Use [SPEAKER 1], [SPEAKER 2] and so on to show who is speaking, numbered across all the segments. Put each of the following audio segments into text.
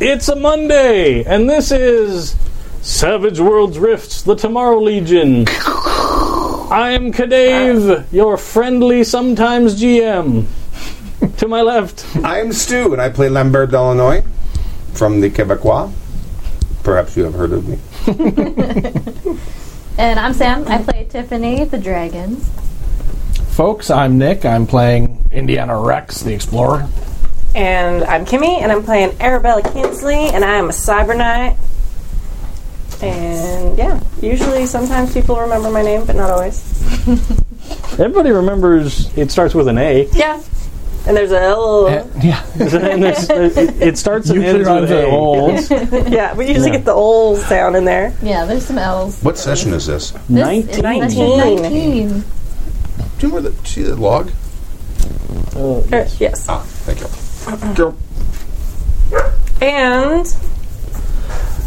[SPEAKER 1] It's a Monday, and this is Savage Worlds Rifts, the Tomorrow Legion. I am Kadave, your friendly sometimes GM. to my left,
[SPEAKER 2] I'm Stu, and I play Lambert d'Illinois from the Quebecois. Perhaps you have heard of me.
[SPEAKER 3] And I'm Sam. I play Tiffany the Dragons.
[SPEAKER 4] Folks, I'm Nick. I'm playing Indiana Rex, the explorer.
[SPEAKER 5] And I'm Kimmy, and I'm playing Arabella Kinsley, and I am a cyber knight. And yeah, usually sometimes people remember my name, but not always.
[SPEAKER 1] everybody remembers it starts with an A,
[SPEAKER 5] Yeah. And there's a L.
[SPEAKER 4] yeah,
[SPEAKER 1] and there's, it, it starts and
[SPEAKER 4] usually
[SPEAKER 1] ends
[SPEAKER 4] runs
[SPEAKER 1] with
[SPEAKER 4] at
[SPEAKER 1] A.
[SPEAKER 4] old.
[SPEAKER 5] Yeah, we usually
[SPEAKER 1] Yeah.
[SPEAKER 5] get the old sound in there.
[SPEAKER 3] Yeah, there's some L's.
[SPEAKER 2] What session is this? Do
[SPEAKER 3] This
[SPEAKER 1] Nineteen.
[SPEAKER 3] is session
[SPEAKER 5] 19.
[SPEAKER 3] 19.
[SPEAKER 2] you remember the, see the log?
[SPEAKER 1] Uh,
[SPEAKER 5] Er, yes.
[SPEAKER 2] Ah, thank you. Girl.
[SPEAKER 5] And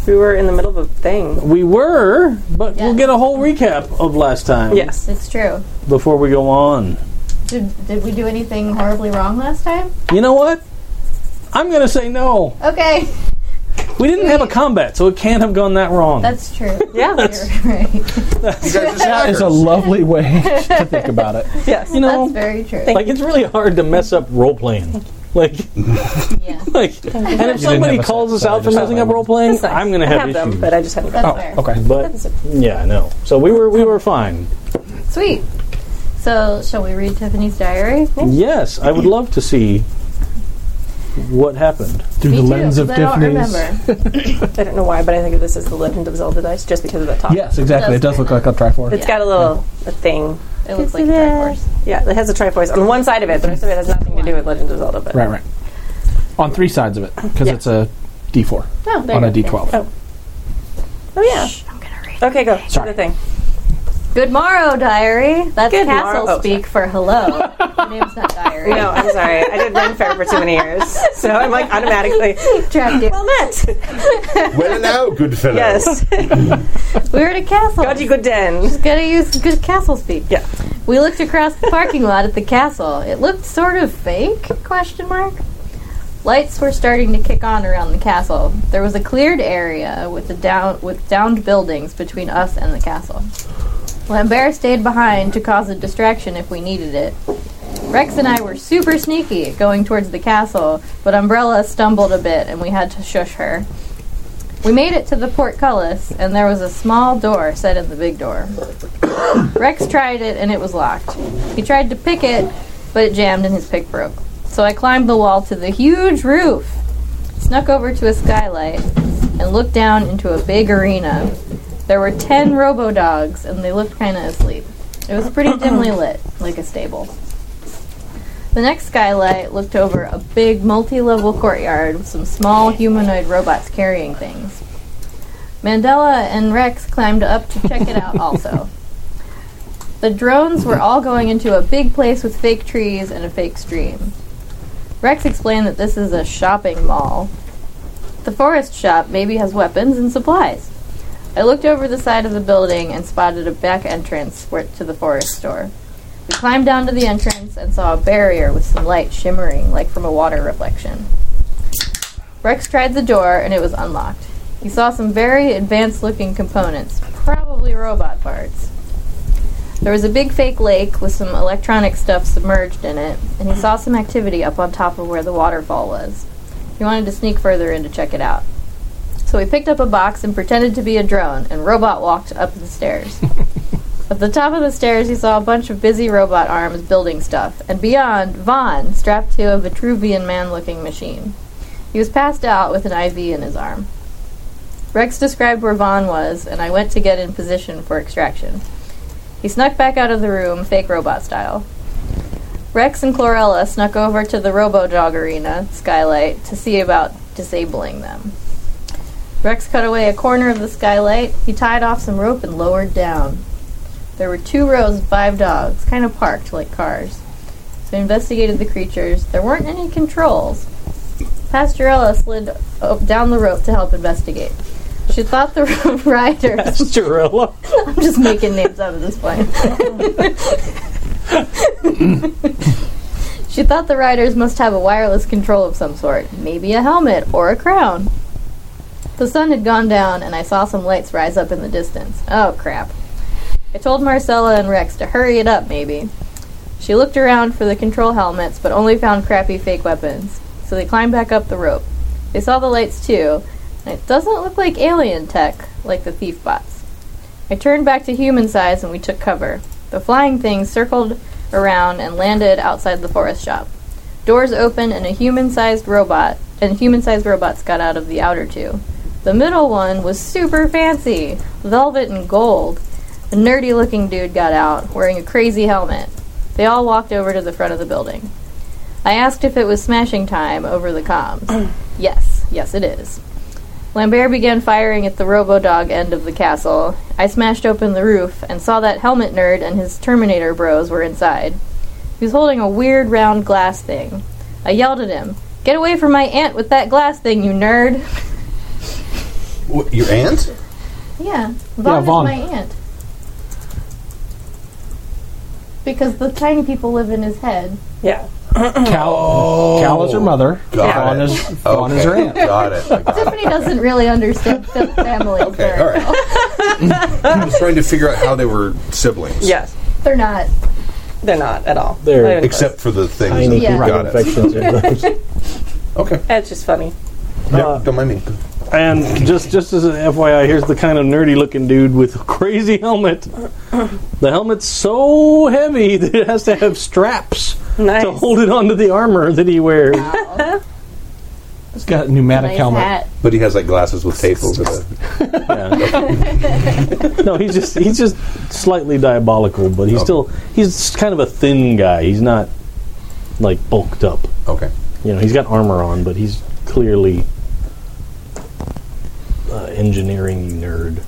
[SPEAKER 5] we were in the middle of a thing.
[SPEAKER 1] we were, but we'll
[SPEAKER 3] Yeah.
[SPEAKER 1] get a whole recap of last time
[SPEAKER 5] Yes.
[SPEAKER 3] It's true.
[SPEAKER 1] before we go on.
[SPEAKER 3] Did, did we do anything horribly wrong last time?
[SPEAKER 1] You know what? I'm going to say no.
[SPEAKER 3] Okay,
[SPEAKER 1] We didn't have a combat, so it can't have gone that wrong.
[SPEAKER 3] that's true.
[SPEAKER 5] Yeah.
[SPEAKER 3] You're right.
[SPEAKER 2] You guys are
[SPEAKER 4] That is a
[SPEAKER 2] slackers.
[SPEAKER 4] lovely way to think about it.
[SPEAKER 5] yes.
[SPEAKER 1] you know,
[SPEAKER 3] That's very true.
[SPEAKER 1] like it's really hard to mess up role playing. Like,
[SPEAKER 3] Yeah,
[SPEAKER 1] like, and if
[SPEAKER 4] You didn't
[SPEAKER 1] somebody
[SPEAKER 4] have a
[SPEAKER 1] calls
[SPEAKER 4] set,
[SPEAKER 1] us
[SPEAKER 4] so I
[SPEAKER 1] out for
[SPEAKER 4] just have
[SPEAKER 1] messing
[SPEAKER 4] my
[SPEAKER 1] up
[SPEAKER 4] one.
[SPEAKER 1] role playing,
[SPEAKER 5] It's nice.
[SPEAKER 1] I'm going to
[SPEAKER 5] I
[SPEAKER 1] have,
[SPEAKER 5] have
[SPEAKER 1] issues.
[SPEAKER 5] them, but I just haven't.
[SPEAKER 3] that's
[SPEAKER 5] got
[SPEAKER 3] fair.
[SPEAKER 4] Oh, Okay.
[SPEAKER 1] but yeah, no. So we were we were fine.
[SPEAKER 3] Sweet. So, shall we read Tiffany's diary?
[SPEAKER 1] Yes, I would love to see what happened.
[SPEAKER 4] Through
[SPEAKER 3] Me
[SPEAKER 4] the
[SPEAKER 3] too,
[SPEAKER 4] lens of
[SPEAKER 3] 'cause I don't
[SPEAKER 4] Tiffany's.
[SPEAKER 3] remember.
[SPEAKER 5] I don't know why, but I think this is the Legend of Zelda dice just because of the top.
[SPEAKER 4] Yes, exactly. It
[SPEAKER 3] It does
[SPEAKER 4] does look like a Triforce.
[SPEAKER 5] It's got a little a thing.
[SPEAKER 3] It looks like a Triforce.
[SPEAKER 5] Yeah, it has a triforce on one side of it. The rest of it has nothing to do with Legend of Zelda. But
[SPEAKER 4] Right, right. On three sides of it, because
[SPEAKER 5] Yeah.
[SPEAKER 4] it's a D4
[SPEAKER 5] Oh, there
[SPEAKER 4] on a
[SPEAKER 5] you go.
[SPEAKER 4] D12.
[SPEAKER 5] Oh. Oh yeah.
[SPEAKER 3] I'm gonna read.
[SPEAKER 5] Okay, go. Do
[SPEAKER 4] Sorry.
[SPEAKER 5] the thing.
[SPEAKER 3] Good morrow, diary. That's
[SPEAKER 5] Good
[SPEAKER 3] castle
[SPEAKER 5] morrow. Oh,
[SPEAKER 3] speak for hello. My name's not diary.
[SPEAKER 5] No, I'm sorry. I did run fair for too many years, so I'm like automatically.
[SPEAKER 3] Trapped you.
[SPEAKER 5] Well met.
[SPEAKER 2] Well now, good fellow.
[SPEAKER 5] Yes.
[SPEAKER 3] We were at a castle.
[SPEAKER 5] Got you good den.
[SPEAKER 3] Gotta use good castle speak.
[SPEAKER 5] Yeah.
[SPEAKER 3] We looked across the parking lot at the castle. It looked sort of fake? Question mark. Lights were starting to kick on around the castle. There was a cleared area with the down with downed buildings between us and the castle. Lambert stayed behind to cause a distraction if we needed it. Rex and I were super sneaky going towards the castle, but Umbrella stumbled a bit and we had to shush her. We made it to the portcullis, and there was a small door set in the big door. Rex tried it and it was locked. He tried to pick it, but it jammed and his pick broke. So I climbed the wall to the huge roof, snuck over to a skylight, and looked down into a big arena. There were ten robo dogs and they looked kind of asleep. It was pretty dimly lit, like a stable. The next skylight looked over a big multi level courtyard with some small humanoid robots carrying things. Mandela and Rex climbed up to check it out also. The drones were all going into a big place with fake trees and a fake stream. Rex explained that this is a shopping mall. The forest shop maybe has weapons and supplies. I looked over the side of the building and spotted a back entrance for, to the forest store. We climbed down to the entrance and saw a barrier with some light shimmering like from a water reflection. Rex tried the door and it was unlocked. He saw some very advanced looking components, probably robot parts. There was a big fake lake with some electronic stuff submerged in it, and he saw some activity up on top of where the waterfall was. He wanted to sneak further in to check it out. So he picked up a box and pretended to be a drone, and Robot walked up the stairs. At the top of the stairs, he saw a bunch of busy robot arms building stuff, and beyond, Vaughn strapped to a Vitruvian man looking machine. He was passed out with an IV in his arm. Rex described where Vaughn was, and I went to get in position for extraction. He snuck back out of the room, fake robot style. Rex and Chlorella snuck over to the RoboDog arena, skylight, to see about disabling them. Rex cut away a corner of the skylight. He tied off some rope and lowered down. There were two rows of five dogs, kind of parked like cars. So he investigated the creatures. There weren't any controls. Pastorella slid up, down the rope to help investigate. She thought the riders
[SPEAKER 1] Pastorella.
[SPEAKER 3] I'm just making names up at this point. she thought the riders must have a wireless control of some sort, maybe a helmet or a crown. The sun had gone down, and I saw some lights rise up in the distance. Oh, crap. I told Marcella and Rex to hurry it up, maybe. She looked around for the control helmets, but only found crappy fake weapons. So they climbed back up the rope. They saw the lights too, and it doesn't look like alien tech, like the thief bots. I turned back to human size and we took cover. The flying thing circled around and landed outside the forest shop. Doors opened and a human-sized robot and human-sized robots got out of the outer two. The middle one was super fancy, velvet and gold. A nerdy-looking dude got out wearing a crazy helmet. They all walked over to the front of the building. I asked if it was smashing time over the comms. yes, yes, it is. Lambert began firing at the Robodog end of the castle. I smashed open the roof and saw that helmet nerd and his Terminator bros were inside. He was holding a weird round glass thing. I yelled at him, Get away from my aunt with that glass thing, you nerd!
[SPEAKER 2] What, your aunt?
[SPEAKER 3] yeah, Vaughn is
[SPEAKER 4] Vaughn.
[SPEAKER 3] my aunt. Because the tiny people live in his head.
[SPEAKER 5] Yeah.
[SPEAKER 4] Cal, Cal is her mother.
[SPEAKER 2] Oh, Got
[SPEAKER 4] Fawn
[SPEAKER 2] it.
[SPEAKER 4] is, Fawn is her
[SPEAKER 2] Okay,
[SPEAKER 4] aunt.
[SPEAKER 2] Got it. I got it.
[SPEAKER 3] Tiffany doesn't really understand the family.
[SPEAKER 2] Okay,
[SPEAKER 3] very
[SPEAKER 2] all right. I was trying to figure out how they were siblings.
[SPEAKER 5] Yes.
[SPEAKER 3] They're not.
[SPEAKER 5] They're not at all.
[SPEAKER 1] They're-
[SPEAKER 5] Not even
[SPEAKER 2] Except for the things
[SPEAKER 1] Tiny
[SPEAKER 2] that
[SPEAKER 3] Yeah.
[SPEAKER 1] people
[SPEAKER 2] got it.
[SPEAKER 1] infections are those.
[SPEAKER 2] Okay.
[SPEAKER 5] close. It's just funny.
[SPEAKER 1] Uh,
[SPEAKER 2] Yeah, don't mind me.
[SPEAKER 1] And just just as an FYI, here's the kind of nerdy looking dude with a crazy helmet. The helmet's so heavy that it has to have straps
[SPEAKER 5] Nice.
[SPEAKER 1] to hold it onto the armor that he wears.
[SPEAKER 4] He's got a pneumatic
[SPEAKER 3] Nice
[SPEAKER 4] helmet.
[SPEAKER 3] hat.
[SPEAKER 2] But he has like glasses with tape over the.
[SPEAKER 1] No, he's just he's just slightly diabolical, but he's
[SPEAKER 2] Okay.
[SPEAKER 1] still he's kind of a thin guy. He's not like bulked up.
[SPEAKER 2] Okay.
[SPEAKER 1] You know, he's got armor on, but he's clearly uh, engineering nerd.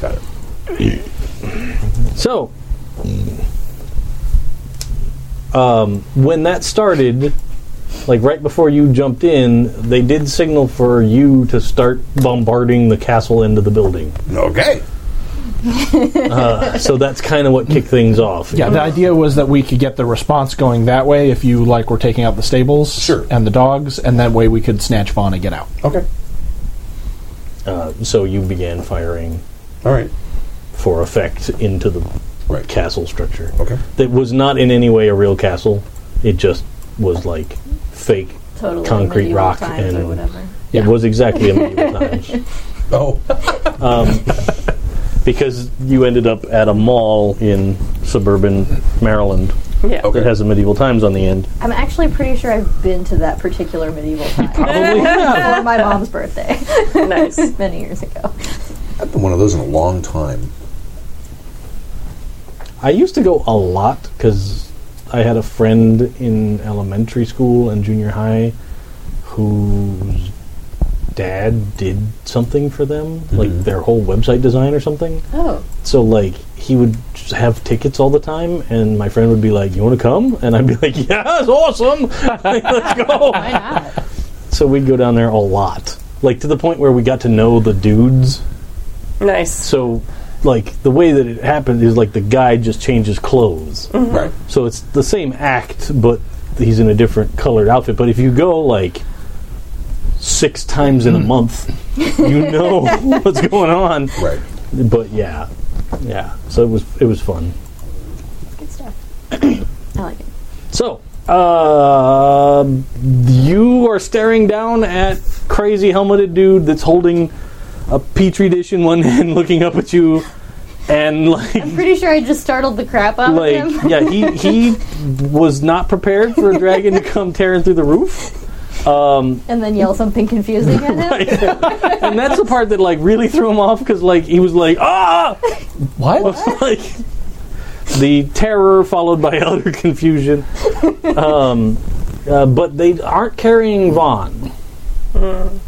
[SPEAKER 2] Got it.
[SPEAKER 1] So, um, when that started, like right before you jumped in, they did signal for you to start bombarding the castle end of the building.
[SPEAKER 2] Okay.
[SPEAKER 1] so that's kind of what kicked things off.
[SPEAKER 4] Yeah, the idea was that we could get the response going that way if you like were taking out the stables
[SPEAKER 2] Sure.
[SPEAKER 4] and the dogs, and that way we could snatch Vaughn and get out.
[SPEAKER 2] Okay.
[SPEAKER 1] Uh, so you began firing
[SPEAKER 2] All right.
[SPEAKER 1] for effect into the
[SPEAKER 2] Right.
[SPEAKER 1] castle structure.
[SPEAKER 2] Okay.
[SPEAKER 1] That was not in any way a real castle. It just was like fake.
[SPEAKER 3] Totally.
[SPEAKER 1] Concrete
[SPEAKER 3] medieval
[SPEAKER 1] rock
[SPEAKER 3] times
[SPEAKER 1] and-
[SPEAKER 3] or whatever.
[SPEAKER 1] It was exactly in medieval times.
[SPEAKER 2] Oh.
[SPEAKER 1] because you ended up at a mall in suburban Maryland
[SPEAKER 5] Yeah.
[SPEAKER 2] Okay.
[SPEAKER 1] that has the medieval times on the end.
[SPEAKER 3] I'm actually pretty sure I've been to that particular medieval time
[SPEAKER 1] Probably have.
[SPEAKER 3] for my mom's birthday
[SPEAKER 5] Nice.
[SPEAKER 3] many years ago.
[SPEAKER 2] I've been one of those in a long time.
[SPEAKER 1] I used to go a lot because I had a friend in elementary school and junior high whose dad did something for them, like their whole website design or something.
[SPEAKER 3] Oh,
[SPEAKER 1] So like he would just have tickets all the time, and my friend would be like, "You want to come?" And I'd be like, "Yeah, it's awesome. Like, Let's go."
[SPEAKER 3] why not?
[SPEAKER 1] So we'd go down there a lot, like to the point where we got to know the dudes.
[SPEAKER 5] Nice.
[SPEAKER 1] So, like the way that it happened is like the guy just changes clothes,
[SPEAKER 2] Right.
[SPEAKER 1] so it's the same act, but he's in a different colored outfit. But if you go like six times
[SPEAKER 3] Mm.
[SPEAKER 1] in a month, you know what's going on.
[SPEAKER 2] Right.
[SPEAKER 1] But yeah, yeah. So it was it was fun.
[SPEAKER 3] Good stuff. I like it.
[SPEAKER 1] So, uh, you are staring down at crazy helmeted dude that's holding a petri dish in one hand, looking up at you, and like,
[SPEAKER 3] Pretty sure I just startled the crap out
[SPEAKER 1] like,
[SPEAKER 3] of him.
[SPEAKER 1] yeah, he he was not prepared for a dragon to come tearing through the roof. Um,
[SPEAKER 3] and then yell something confusing at him.
[SPEAKER 1] And that's the part that like really threw him off because like he was like ah
[SPEAKER 4] What?
[SPEAKER 1] like the terror followed by utter confusion. Um, uh, but they aren't carrying Vaughn.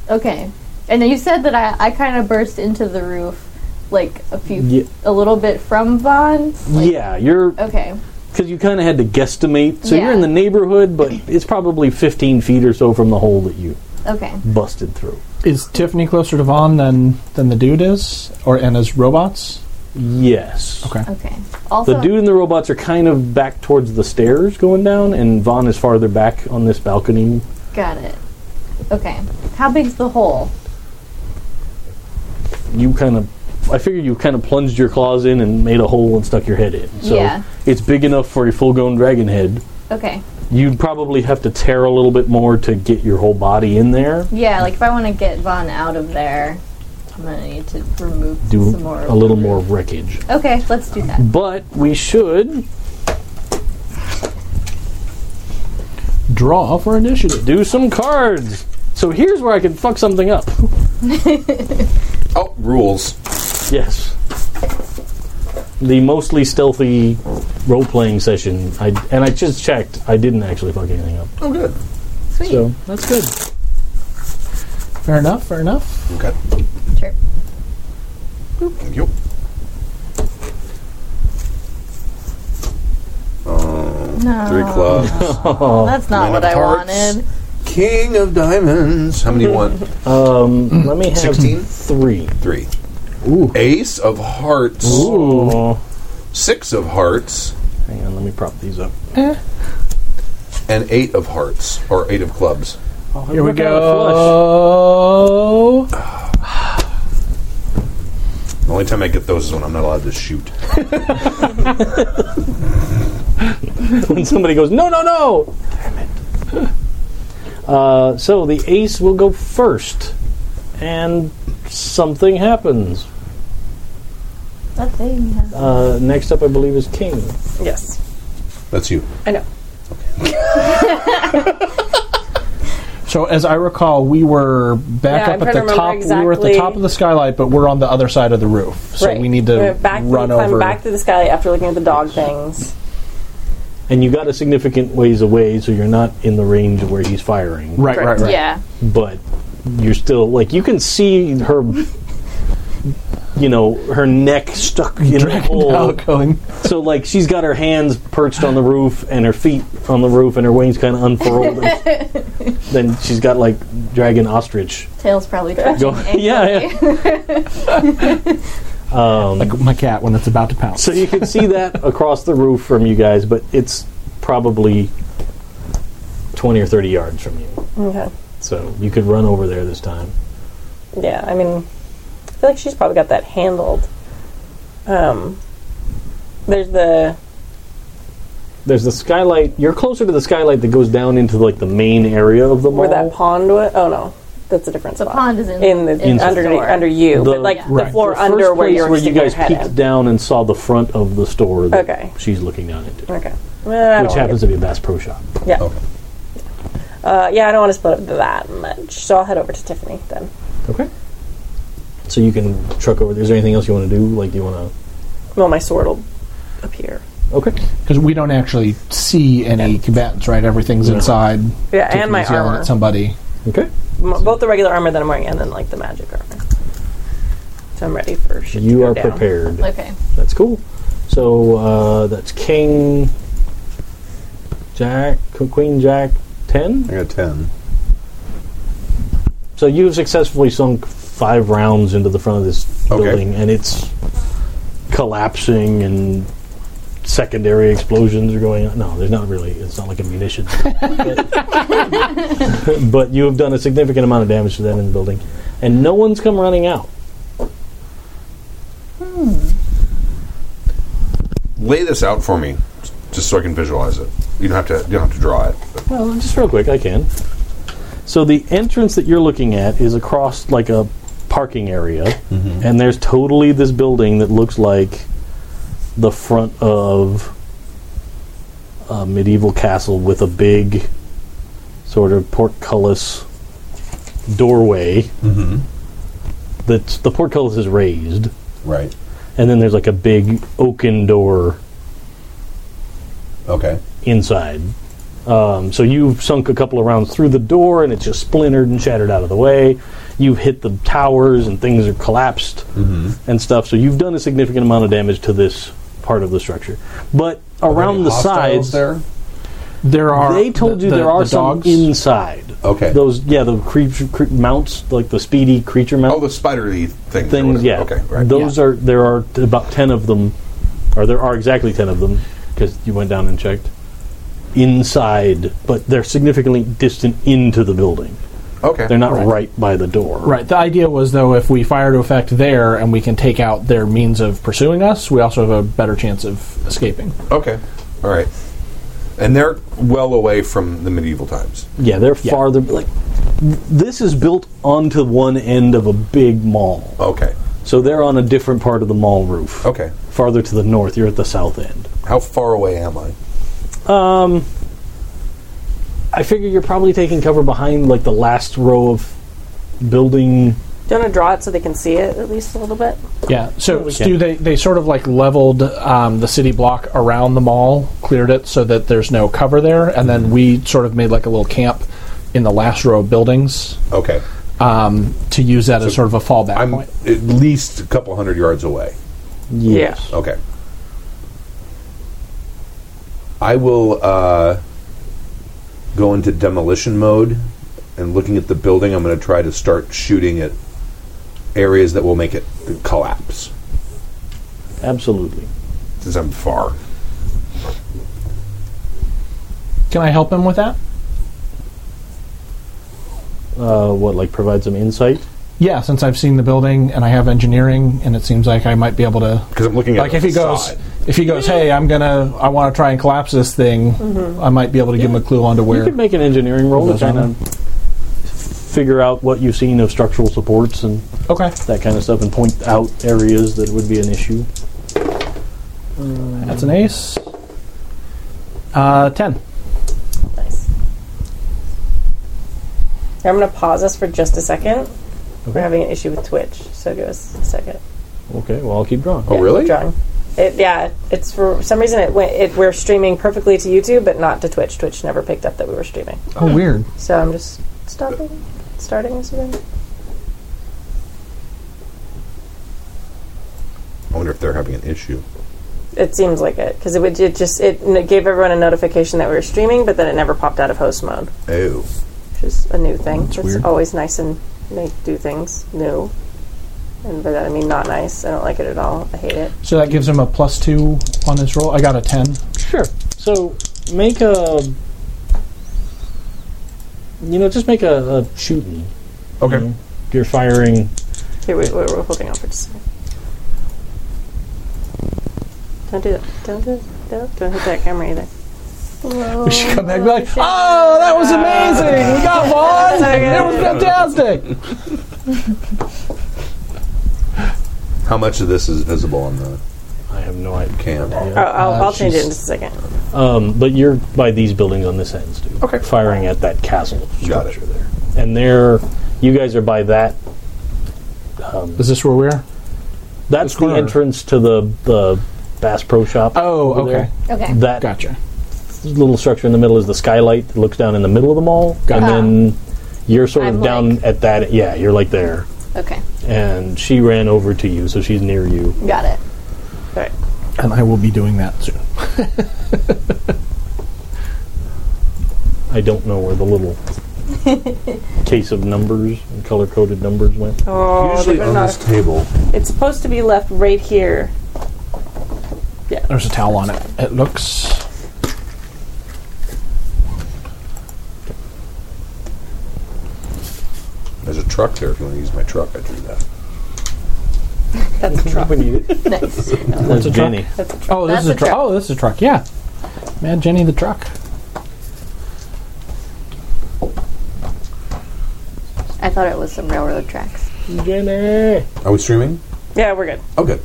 [SPEAKER 3] Okay. And then you said that I, I kind of burst into the roof like a few,
[SPEAKER 1] Ye-
[SPEAKER 3] a little bit from Vaughn.
[SPEAKER 1] yeah, you're
[SPEAKER 3] Okay.
[SPEAKER 1] because you kind of had to guesstimate. So you're
[SPEAKER 3] Yeah.
[SPEAKER 1] in the neighborhood, but it's probably 15 feet or so from the hole that you
[SPEAKER 3] Okay.
[SPEAKER 1] busted through.
[SPEAKER 4] Is Tiffany closer to Vaughn than than the dude is, or and his robots?
[SPEAKER 1] Yes.
[SPEAKER 4] Okay.
[SPEAKER 3] Okay. Also,
[SPEAKER 1] The dude and the robots are kind of back towards the stairs going down, and Vaughn is farther back on this balcony.
[SPEAKER 3] got it. Okay. How big's the hole?
[SPEAKER 1] you kind of. I figure you kind of plunged your claws in and made a hole and stuck your head in. So
[SPEAKER 3] Yeah.
[SPEAKER 1] it's big enough for a full-grown dragon head.
[SPEAKER 3] Okay.
[SPEAKER 1] You'd probably have to tear a little bit more to get your whole body in there.
[SPEAKER 3] Yeah, like if I want to get Von out of there, I'm gonna need to remove
[SPEAKER 1] Do
[SPEAKER 3] some more.
[SPEAKER 1] a little more wreckage.
[SPEAKER 3] Okay, let's do that.
[SPEAKER 1] But we should
[SPEAKER 4] Draw for initiative.
[SPEAKER 1] do some cards. So here's where I can fuck something up.
[SPEAKER 2] Oh, rules.
[SPEAKER 1] Yes. The mostly stealthy role playing session. I and I just checked. I didn't actually fuck anything up.
[SPEAKER 2] Oh, good.
[SPEAKER 3] Sweet.
[SPEAKER 1] So that's good.
[SPEAKER 4] Fair enough. Fair enough.
[SPEAKER 2] Okay.
[SPEAKER 1] Mm-hmm.
[SPEAKER 3] Sure.
[SPEAKER 2] Thank you.
[SPEAKER 3] No,
[SPEAKER 2] Three clubs.
[SPEAKER 3] that's not
[SPEAKER 2] Nine of
[SPEAKER 3] what I
[SPEAKER 2] hearts.
[SPEAKER 3] wanted.
[SPEAKER 2] King of diamonds. How many you want?
[SPEAKER 1] Um, let me have
[SPEAKER 2] 16?
[SPEAKER 1] three.
[SPEAKER 2] Three.
[SPEAKER 4] Ooh.
[SPEAKER 2] Ace of hearts.
[SPEAKER 1] Ooh.
[SPEAKER 2] Six of hearts.
[SPEAKER 1] Hang on, let me prop these up.
[SPEAKER 2] And eight of hearts. Or eight of clubs.
[SPEAKER 4] Here we
[SPEAKER 1] Oh, Look out, flush.
[SPEAKER 4] go.
[SPEAKER 2] The only time I get those is when I'm not allowed to shoot.
[SPEAKER 1] when somebody goes, no, no, no. Damn it. Uh, so the ace will go first, and something happens.
[SPEAKER 3] That thing. has-
[SPEAKER 1] Uh, next up, I believe, is king.
[SPEAKER 5] Yes.
[SPEAKER 2] That's you.
[SPEAKER 5] I know.
[SPEAKER 4] So, as I recall, we were back
[SPEAKER 5] Yeah, I'm
[SPEAKER 4] up
[SPEAKER 5] trying to
[SPEAKER 4] at the
[SPEAKER 5] remember
[SPEAKER 4] top. We were at the
[SPEAKER 5] exactly-
[SPEAKER 4] top of the skylight, but we're on the other side of the roof. So
[SPEAKER 5] right.
[SPEAKER 4] we need to
[SPEAKER 5] We're back
[SPEAKER 4] run
[SPEAKER 5] we climb
[SPEAKER 4] over.
[SPEAKER 5] back to the sky after looking at the dog things.
[SPEAKER 1] And you got a significant ways away, so you're not in the range of where he's firing.
[SPEAKER 4] right, right, right.
[SPEAKER 3] Yeah.
[SPEAKER 1] But you're still like you can see her, you know, her neck stuck in the
[SPEAKER 4] Dragon
[SPEAKER 1] hole.
[SPEAKER 4] out going.
[SPEAKER 1] So like she's got her hands perched on the roof and her feet on the roof and her wings kind of unfurled. and then she's got like dragon ostrich.
[SPEAKER 3] Tail's probably dry.
[SPEAKER 1] Go- yeah, yeah.
[SPEAKER 4] Like my cat when it's about to pounce.
[SPEAKER 1] So you can see that across the roof from you guys, but it's probably twenty or thirty yards from you.
[SPEAKER 5] Okay.
[SPEAKER 1] So you could run over there this time.
[SPEAKER 5] Yeah, I mean, I feel like she's probably got that handled. Um, there's the
[SPEAKER 1] There's the skylight. You're closer to the skylight that goes down into like the main area of the mall.
[SPEAKER 5] where that pond was. Oh no, that's a different
[SPEAKER 3] The
[SPEAKER 5] spot.
[SPEAKER 3] pond is in,
[SPEAKER 5] in the
[SPEAKER 1] in the
[SPEAKER 5] under
[SPEAKER 3] store.
[SPEAKER 5] under you,
[SPEAKER 1] The-
[SPEAKER 5] but like
[SPEAKER 4] Right.
[SPEAKER 5] the floor
[SPEAKER 1] The first
[SPEAKER 5] under where
[SPEAKER 1] place
[SPEAKER 5] you're
[SPEAKER 1] where you
[SPEAKER 5] sticking your
[SPEAKER 1] guys
[SPEAKER 5] head
[SPEAKER 1] peeked
[SPEAKER 5] in.
[SPEAKER 1] down and saw the front of the store that
[SPEAKER 5] Okay.
[SPEAKER 1] she's looking down into,
[SPEAKER 5] Okay. Well, I
[SPEAKER 1] which
[SPEAKER 5] don't happens.
[SPEAKER 1] happens to be a Bass Pro Shop.
[SPEAKER 5] yeah.
[SPEAKER 2] Okay.
[SPEAKER 5] Uh, yeah, I don't want to split up that much, so I'll head over to Tiffany then.
[SPEAKER 1] Okay. So you can truck over. Is there anything else you want to do? Like, do you want
[SPEAKER 5] Well, my sword will appear.
[SPEAKER 1] to? Okay.
[SPEAKER 4] Because we don't actually see any combatants, right? Everything's inside.
[SPEAKER 5] Yeah, and my
[SPEAKER 4] Tiffany's yelling
[SPEAKER 5] armor,
[SPEAKER 4] at somebody.
[SPEAKER 1] Okay.
[SPEAKER 5] M- both the regular armor that I'm wearing and then like the magic armor. So I'm ready for shit. to
[SPEAKER 1] You
[SPEAKER 5] go
[SPEAKER 1] are
[SPEAKER 5] down.
[SPEAKER 1] prepared.
[SPEAKER 3] Okay.
[SPEAKER 1] That's cool. So uh, that's King, Jack, Queen Jack, ten.
[SPEAKER 2] I got ten.
[SPEAKER 1] So you've successfully sunk five rounds into the front of this
[SPEAKER 2] Okay.
[SPEAKER 1] building, and it's collapsing, and secondary explosions are going on. No, there's not really. It's not like a munition. but, but you have done a significant amount of damage to that in the building, and no one's come running out.
[SPEAKER 2] Lay this out for me, j- just so I can visualize it. You don't have to. You don't have to draw it. but-
[SPEAKER 1] Well, just real quick, I can. So the entrance that you're looking at is across like a parking area, and there's totally this building that looks like the front of a medieval castle with a big sort of portcullis doorway. That's the portcullis is raised,
[SPEAKER 2] Right.
[SPEAKER 1] and then there's like a big oaken door
[SPEAKER 2] Okay.
[SPEAKER 1] inside. Um, so you've sunk a couple of rounds through the door, and it's just splintered and shattered out of the way. You've hit the towers, and things are collapsed
[SPEAKER 4] Mm-hmm.
[SPEAKER 1] and stuff. So you've done a significant amount of damage to this part of the structure. But around
[SPEAKER 2] Any
[SPEAKER 1] the
[SPEAKER 2] hostiles
[SPEAKER 1] sides,
[SPEAKER 2] there.
[SPEAKER 4] There are.
[SPEAKER 1] they told
[SPEAKER 4] the-
[SPEAKER 1] you
[SPEAKER 4] the-
[SPEAKER 1] there are
[SPEAKER 4] the
[SPEAKER 1] some
[SPEAKER 4] dogs.
[SPEAKER 1] inside.
[SPEAKER 2] Okay.
[SPEAKER 1] Those, yeah, the creature cre- mounts, like the speedy creature mounts
[SPEAKER 2] Oh, the spidery things. or
[SPEAKER 1] things.
[SPEAKER 2] whatever.
[SPEAKER 1] Yeah.
[SPEAKER 2] Okay. Right.
[SPEAKER 1] Those are there are t- about ten of them, or there are exactly ten of them because you went down and checked inside, but they're significantly distant into the building.
[SPEAKER 2] Okay.
[SPEAKER 1] They're not right,
[SPEAKER 4] Right.
[SPEAKER 1] by the door.
[SPEAKER 4] Right. The idea was though, if we fire to effect there and we can take out their means of pursuing us, we also have a better chance of escaping.
[SPEAKER 6] Okay. All right. And they're well away from the medieval times.
[SPEAKER 1] Yeah, they're farther. Like this is built onto one end of a big mall,
[SPEAKER 6] Okay.
[SPEAKER 1] so they're on a different part of the mall roof.
[SPEAKER 6] Okay.
[SPEAKER 1] farther to the north. You're at the south end.
[SPEAKER 6] How far away am I?
[SPEAKER 1] I figure you're probably taking cover behind like the last row of building.
[SPEAKER 5] Do you want to draw it so they can see it at least a little bit?
[SPEAKER 4] Yeah. So,
[SPEAKER 1] we
[SPEAKER 4] Stu,
[SPEAKER 1] can.
[SPEAKER 4] they, they sort of like leveled um, the city block around the mall, cleared it so that there's no cover there, and then we sort of made like a little camp in the last row of buildings
[SPEAKER 6] Okay.
[SPEAKER 4] um, to use that as sort of a fallback
[SPEAKER 6] I'm
[SPEAKER 4] point.
[SPEAKER 6] at least a couple hundred yards away.
[SPEAKER 1] Yes.
[SPEAKER 6] Okay. I will uh, go into demolition mode and looking at the building, I'm going to try to start shooting at areas that will make it collapse
[SPEAKER 1] Absolutely.
[SPEAKER 6] since I'm far.
[SPEAKER 4] Can I help him with that?
[SPEAKER 1] Uh, what like provides some insight?
[SPEAKER 4] Yeah, since I've seen the building and I have engineering, and it seems like I might be able to.
[SPEAKER 6] Because I'm looking at
[SPEAKER 4] Like
[SPEAKER 6] the
[SPEAKER 4] if he goes,
[SPEAKER 6] facade.
[SPEAKER 4] if he goes, hey, I'm gonna, I want to try and collapse this thing. I might be able to give him a clue onto
[SPEAKER 1] You
[SPEAKER 4] where.
[SPEAKER 1] could make an engineering roll to
[SPEAKER 4] Those are
[SPEAKER 1] kind of figure out what you've seen of structural supports and
[SPEAKER 4] Okay,
[SPEAKER 1] that kind of stuff, and point out areas that would be an issue.
[SPEAKER 4] that's an ace. Uh, ten.
[SPEAKER 5] Nice. I'm going to pause this for just a second. We're having an issue with Twitch, so give us a second.
[SPEAKER 1] Okay. Well, I'll keep drawing.
[SPEAKER 6] Oh, really?
[SPEAKER 5] Drawing. It, yeah, it's for some reason it went. It, we're streaming perfectly to YouTube, but not to Twitch. Twitch never picked up that we were streaming.
[SPEAKER 4] Oh, weird.
[SPEAKER 5] So I'm just stopping, starting this again.
[SPEAKER 6] I wonder if they're having an issue.
[SPEAKER 5] It seems like it because it would it just it n- gave everyone a notification that we were streaming, but then it never popped out of host mode,
[SPEAKER 6] Oh.
[SPEAKER 5] which is a new thing. It's
[SPEAKER 4] weird.
[SPEAKER 5] always nice and they do things new, and by that I mean not nice. I don't like it at all. I hate it.
[SPEAKER 4] So that gives him a plus two on his roll. I got a ten.
[SPEAKER 1] Sure. So make a. You know, just make a, a shooting.
[SPEAKER 6] Okay.
[SPEAKER 1] You're firing.
[SPEAKER 5] Here we, we're, we're holding on for just a second. Don't do that. Don't do that. Don't, don't hit that camera either.
[SPEAKER 4] We should come back and be like, oh, that was amazing. We got one. It was fantastic.
[SPEAKER 6] How much of this is visible on the
[SPEAKER 1] I have no idea.
[SPEAKER 6] cam?
[SPEAKER 5] Oh, I'll,
[SPEAKER 4] Uh,
[SPEAKER 5] I'll change it
[SPEAKER 4] she's-
[SPEAKER 5] in just a second.
[SPEAKER 1] Um, but you're by these buildings on this end, Stu.
[SPEAKER 6] Okay.
[SPEAKER 1] Firing at that castle
[SPEAKER 6] Got it.
[SPEAKER 1] structure there. And there, you guys are by that.
[SPEAKER 4] Is this where we're?
[SPEAKER 1] That's the
[SPEAKER 4] corner.
[SPEAKER 1] entrance to the, the Bass Pro Shop.
[SPEAKER 4] Oh,
[SPEAKER 1] over
[SPEAKER 4] okay.
[SPEAKER 1] there.
[SPEAKER 3] Okay.
[SPEAKER 1] That
[SPEAKER 4] Gotcha.
[SPEAKER 1] little structure in the middle is the skylight that looks down in the middle of the mall.
[SPEAKER 4] Got it.
[SPEAKER 1] And then you're sort of
[SPEAKER 3] Uh-huh. I'm
[SPEAKER 1] down
[SPEAKER 3] like-
[SPEAKER 1] at that. Yeah, you're like there.
[SPEAKER 3] Okay.
[SPEAKER 1] And she ran over to you, so she's near you.
[SPEAKER 3] Got it.
[SPEAKER 5] All right.
[SPEAKER 4] And I will be doing that soon.
[SPEAKER 1] I don't know where the little case of numbers and color coded numbers went.
[SPEAKER 5] Oh,
[SPEAKER 6] Usually
[SPEAKER 5] they're
[SPEAKER 6] on
[SPEAKER 5] not-
[SPEAKER 6] this table.
[SPEAKER 5] It's supposed to be left right here.
[SPEAKER 4] There's a towel on it. It looks.
[SPEAKER 6] There's a truck there. If you want to use my truck, I drew that.
[SPEAKER 5] That's a truck.
[SPEAKER 3] Nice.
[SPEAKER 1] That's
[SPEAKER 4] a
[SPEAKER 1] Jenny.
[SPEAKER 5] That's a truck.
[SPEAKER 4] Oh, this
[SPEAKER 3] That's
[SPEAKER 4] is a
[SPEAKER 3] a
[SPEAKER 4] truck.
[SPEAKER 3] truck.
[SPEAKER 4] Oh, this is a truck. Yeah. Mad Jenny the truck.
[SPEAKER 3] I thought it was some railroad tracks.
[SPEAKER 1] Jenny!
[SPEAKER 6] Are we Oh, streaming?
[SPEAKER 5] Yeah, we're good.
[SPEAKER 6] Oh, good.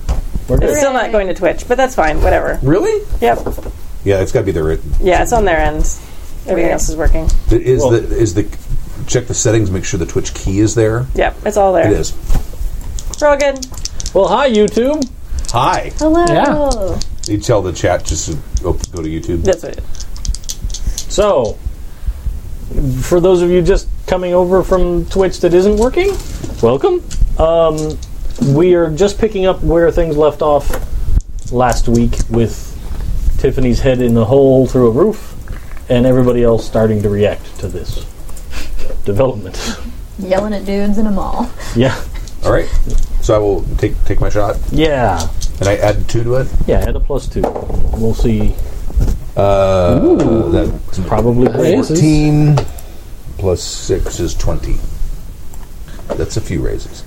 [SPEAKER 5] It's still not
[SPEAKER 3] Hooray.
[SPEAKER 5] going to Twitch, but that's fine. Whatever.
[SPEAKER 6] Really?
[SPEAKER 5] Yep.
[SPEAKER 6] Yeah, it's got to be the. ri-
[SPEAKER 5] Yeah, it's on their ends. Everything
[SPEAKER 3] Weird.
[SPEAKER 5] else is working.
[SPEAKER 6] the- Is
[SPEAKER 1] Well-
[SPEAKER 6] the is the check the settings? Make sure the Twitch key is there.
[SPEAKER 5] Yep, it's all there.
[SPEAKER 6] It is.
[SPEAKER 5] We're all good.
[SPEAKER 1] Well, hi, YouTube!
[SPEAKER 6] Hi.
[SPEAKER 3] Hello.
[SPEAKER 4] Yeah.
[SPEAKER 6] You tell the chat just to op- go to YouTube.
[SPEAKER 5] That's what it is.
[SPEAKER 1] So, for those of you just coming over from Twitch that isn't working, welcome. Um, we are just picking up where things left off last week with Tiffany's head in a hole through a roof and everybody else starting to react to this development.
[SPEAKER 3] Yelling at dudes in a mall.
[SPEAKER 1] yeah.
[SPEAKER 6] All right. So I will take take my shot,
[SPEAKER 1] Yeah.
[SPEAKER 6] and I add two to it.
[SPEAKER 1] Yeah, add a plus two. We'll see.
[SPEAKER 6] Uh, that's
[SPEAKER 1] Probably
[SPEAKER 4] Aces.
[SPEAKER 6] fourteen plus six is twenty. That's a few raises.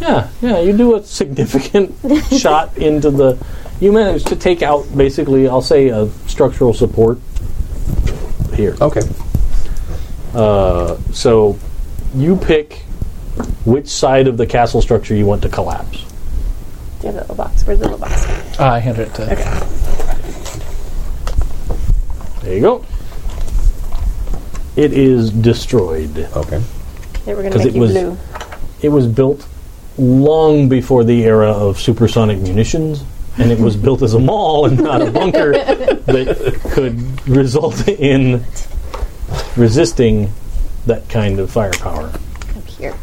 [SPEAKER 1] Yeah, yeah, you do a significant shot into the. You manage to take out basically, I'll say, a structural support here.
[SPEAKER 6] Okay.
[SPEAKER 1] Uh, so you pick which side of the castle structure you want to collapse.
[SPEAKER 5] Do you have the little box? Where's the little box?
[SPEAKER 4] Uh, I handed it to.
[SPEAKER 1] There you go. It is destroyed.
[SPEAKER 6] Okay.
[SPEAKER 5] They were going to
[SPEAKER 1] 'Cause
[SPEAKER 5] make
[SPEAKER 1] it
[SPEAKER 5] you
[SPEAKER 1] was-
[SPEAKER 5] blue.
[SPEAKER 1] It was built long before the era of supersonic munitions, and it was built as a mall and not a bunker that could result in resisting that kind of firepower.
[SPEAKER 3] Up here.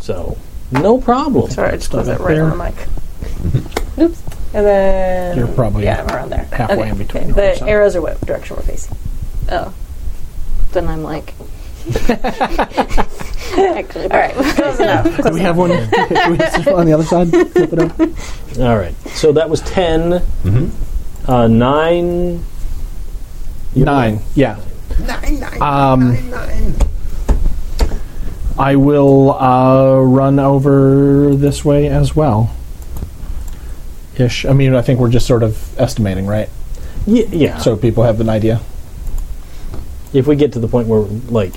[SPEAKER 1] So, no problem.
[SPEAKER 5] Sorry, I just closed
[SPEAKER 4] Stuff
[SPEAKER 5] it
[SPEAKER 4] up
[SPEAKER 5] right
[SPEAKER 4] there.
[SPEAKER 5] on the mic. Oops. And then
[SPEAKER 4] You're probably
[SPEAKER 5] yeah, I'm around there.
[SPEAKER 4] halfway in between or
[SPEAKER 5] The
[SPEAKER 4] something.
[SPEAKER 5] arrows are what direction we're facing.
[SPEAKER 3] Oh. Then I'm like. Actually, all right.
[SPEAKER 4] Do we have one? do we have one on the other side? Flip it over.
[SPEAKER 1] All right. So that was 10, uh, 9.
[SPEAKER 4] Nine. Yeah. Um, I will uh, run over this way as well. Ish. I mean, I think we're just sort of estimating, right?
[SPEAKER 1] Y- yeah.
[SPEAKER 4] So people have an idea.
[SPEAKER 1] if we get to the point where like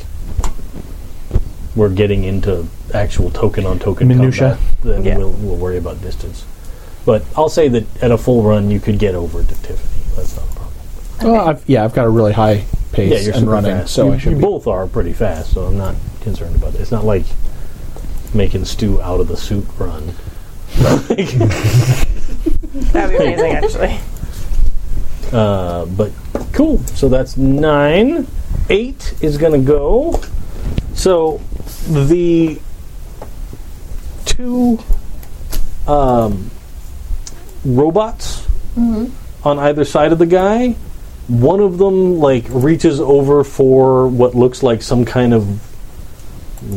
[SPEAKER 1] we're getting into actual token on token
[SPEAKER 4] Minutia.
[SPEAKER 1] then
[SPEAKER 5] Yeah.
[SPEAKER 1] we'll, we'll worry about distance. But I'll say that at a full run, you could get over to Tiffany. That's not a problem.
[SPEAKER 4] Well, I've, yeah, I've got a really high pace
[SPEAKER 1] Yeah, you're
[SPEAKER 4] and
[SPEAKER 1] super
[SPEAKER 4] running,
[SPEAKER 1] fast.
[SPEAKER 4] so
[SPEAKER 1] you,
[SPEAKER 4] I should
[SPEAKER 1] you
[SPEAKER 4] be.
[SPEAKER 1] both are pretty fast, so I'm not concerned about it. It's not like making stew out of the soup run.
[SPEAKER 5] That'd be amazing, actually.
[SPEAKER 1] Uh, but cool. So that's nine. Eight is going to go. So the two um, robots on either side of the guy, one of them like reaches over for what looks like some kind of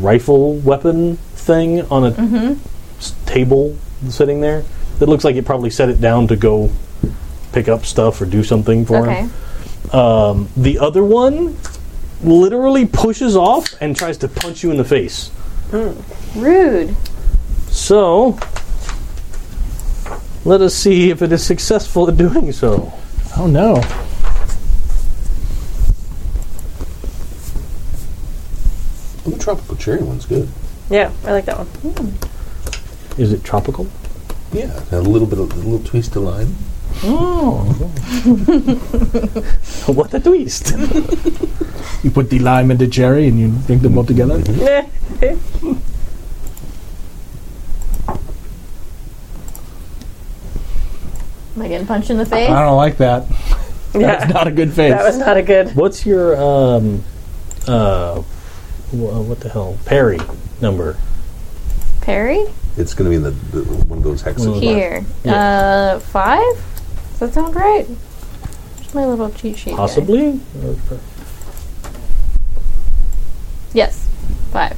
[SPEAKER 1] rifle weapon thing on a s- table sitting there. That looks like it probably set it down to go pick up stuff or do something for
[SPEAKER 3] Okay.
[SPEAKER 1] him. Um, the other one literally pushes off and tries to punch you in the face.
[SPEAKER 3] Rude.
[SPEAKER 1] So, let us see if it is successful at doing so.
[SPEAKER 4] Oh no!
[SPEAKER 6] Ooh, tropical cherry one's good.
[SPEAKER 5] Yeah, I like that one.
[SPEAKER 1] Is it tropical?
[SPEAKER 6] Yeah, a little bit, of, a little twist of lime.
[SPEAKER 1] what a twist!
[SPEAKER 4] You put the lime and the cherry, and you link them all together.
[SPEAKER 5] Nah.
[SPEAKER 3] Am I getting punched in the face?
[SPEAKER 1] Uh-huh.
[SPEAKER 4] I don't like that. That's
[SPEAKER 5] yeah,
[SPEAKER 4] not a good face.
[SPEAKER 5] that was not a good.
[SPEAKER 1] What's your um, uh, wha- what the hell parry number?
[SPEAKER 3] Perry?
[SPEAKER 6] It's going to be in the, the one of those hexes.
[SPEAKER 3] Here. Uh, five? Does that sound right? Just my little cheat sheet. here.
[SPEAKER 1] Possibly.
[SPEAKER 3] Yes. Five.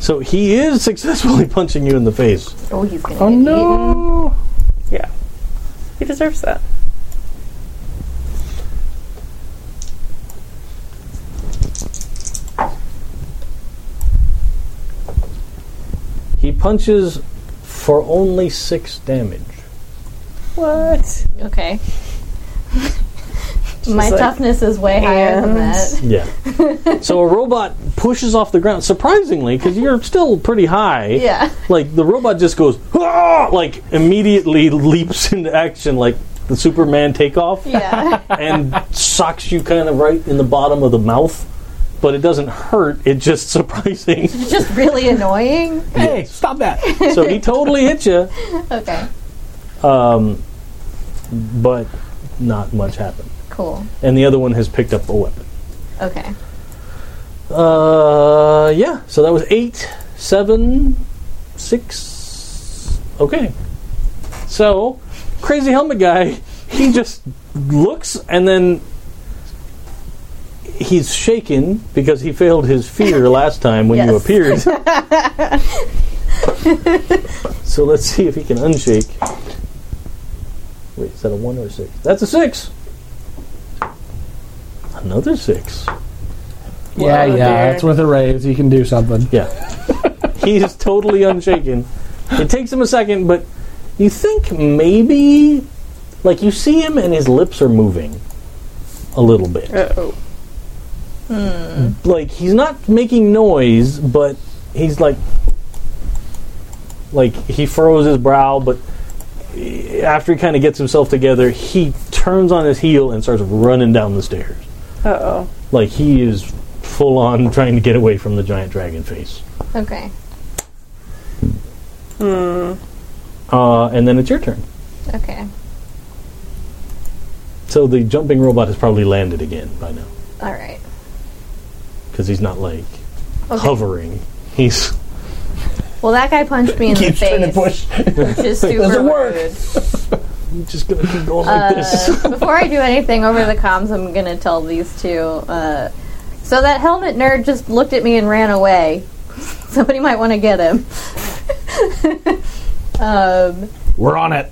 [SPEAKER 1] So he is successfully punching you in the face.
[SPEAKER 3] Oh, he's gonna
[SPEAKER 4] oh
[SPEAKER 3] get eaten.
[SPEAKER 4] no!
[SPEAKER 5] Yeah, he deserves that.
[SPEAKER 1] He punches for only six damage.
[SPEAKER 5] What?
[SPEAKER 3] Okay. my
[SPEAKER 5] like-
[SPEAKER 3] toughness is way higher than
[SPEAKER 5] Hands.
[SPEAKER 3] that.
[SPEAKER 1] Yeah. so a robot pushes off the ground surprisingly because you're still pretty high.
[SPEAKER 3] Yeah.
[SPEAKER 1] Like the robot just goes "Ah!" like immediately leaps into action like the Superman takeoff.
[SPEAKER 3] Yeah.
[SPEAKER 1] and socks you kind of right in the bottom of the mouth. But it doesn't hurt. It's just surprising.
[SPEAKER 3] It's just really annoying.
[SPEAKER 4] Hey, stop that!
[SPEAKER 1] so he totally hit you,
[SPEAKER 3] Okay.
[SPEAKER 1] but not much happened.
[SPEAKER 3] Cool.
[SPEAKER 1] And the other one has picked up a weapon.
[SPEAKER 3] Okay.
[SPEAKER 1] Uh, yeah. So that was eight, seven, six. Okay. So, crazy helmet guy. He just looks and then he's shaken because he failed his fear last time when you
[SPEAKER 3] Yes.
[SPEAKER 1] appeared. so let's see if he can unshake. Wait, is that a one or a six? That's a six. Another six.
[SPEAKER 4] Yeah,
[SPEAKER 5] Oh,
[SPEAKER 4] yeah,
[SPEAKER 5] dear.
[SPEAKER 4] it's with a raise. You can do something.
[SPEAKER 1] Yeah. He's totally unshaken. It takes him a second, but you think maybe, like, you see him and his lips are moving a little bit. Hmm.
[SPEAKER 5] Uh-oh.
[SPEAKER 1] Like, he's not making noise, but he's like, like, he furrows his brow, but after he kind of gets himself together, he turns on his heel and starts running down the stairs.
[SPEAKER 5] Uh-oh.
[SPEAKER 1] Like, he is full on trying to get away from the giant dragon face.
[SPEAKER 3] Okay.
[SPEAKER 1] Uh, and then it's your turn.
[SPEAKER 3] Okay.
[SPEAKER 1] So the jumping robot has probably landed again by now
[SPEAKER 3] All right.
[SPEAKER 1] because he's not like
[SPEAKER 3] Okay.
[SPEAKER 1] hovering. He's
[SPEAKER 3] Well, that guy punched me in the face, which is super
[SPEAKER 4] Doesn't work.
[SPEAKER 3] rude.
[SPEAKER 1] just gonna keep going like this.
[SPEAKER 3] Uh, before I do anything over the comms, I'm gonna tell these two. Uh, so that helmet nerd just looked at me and ran away. Somebody might want to get him. um,
[SPEAKER 4] We're on it.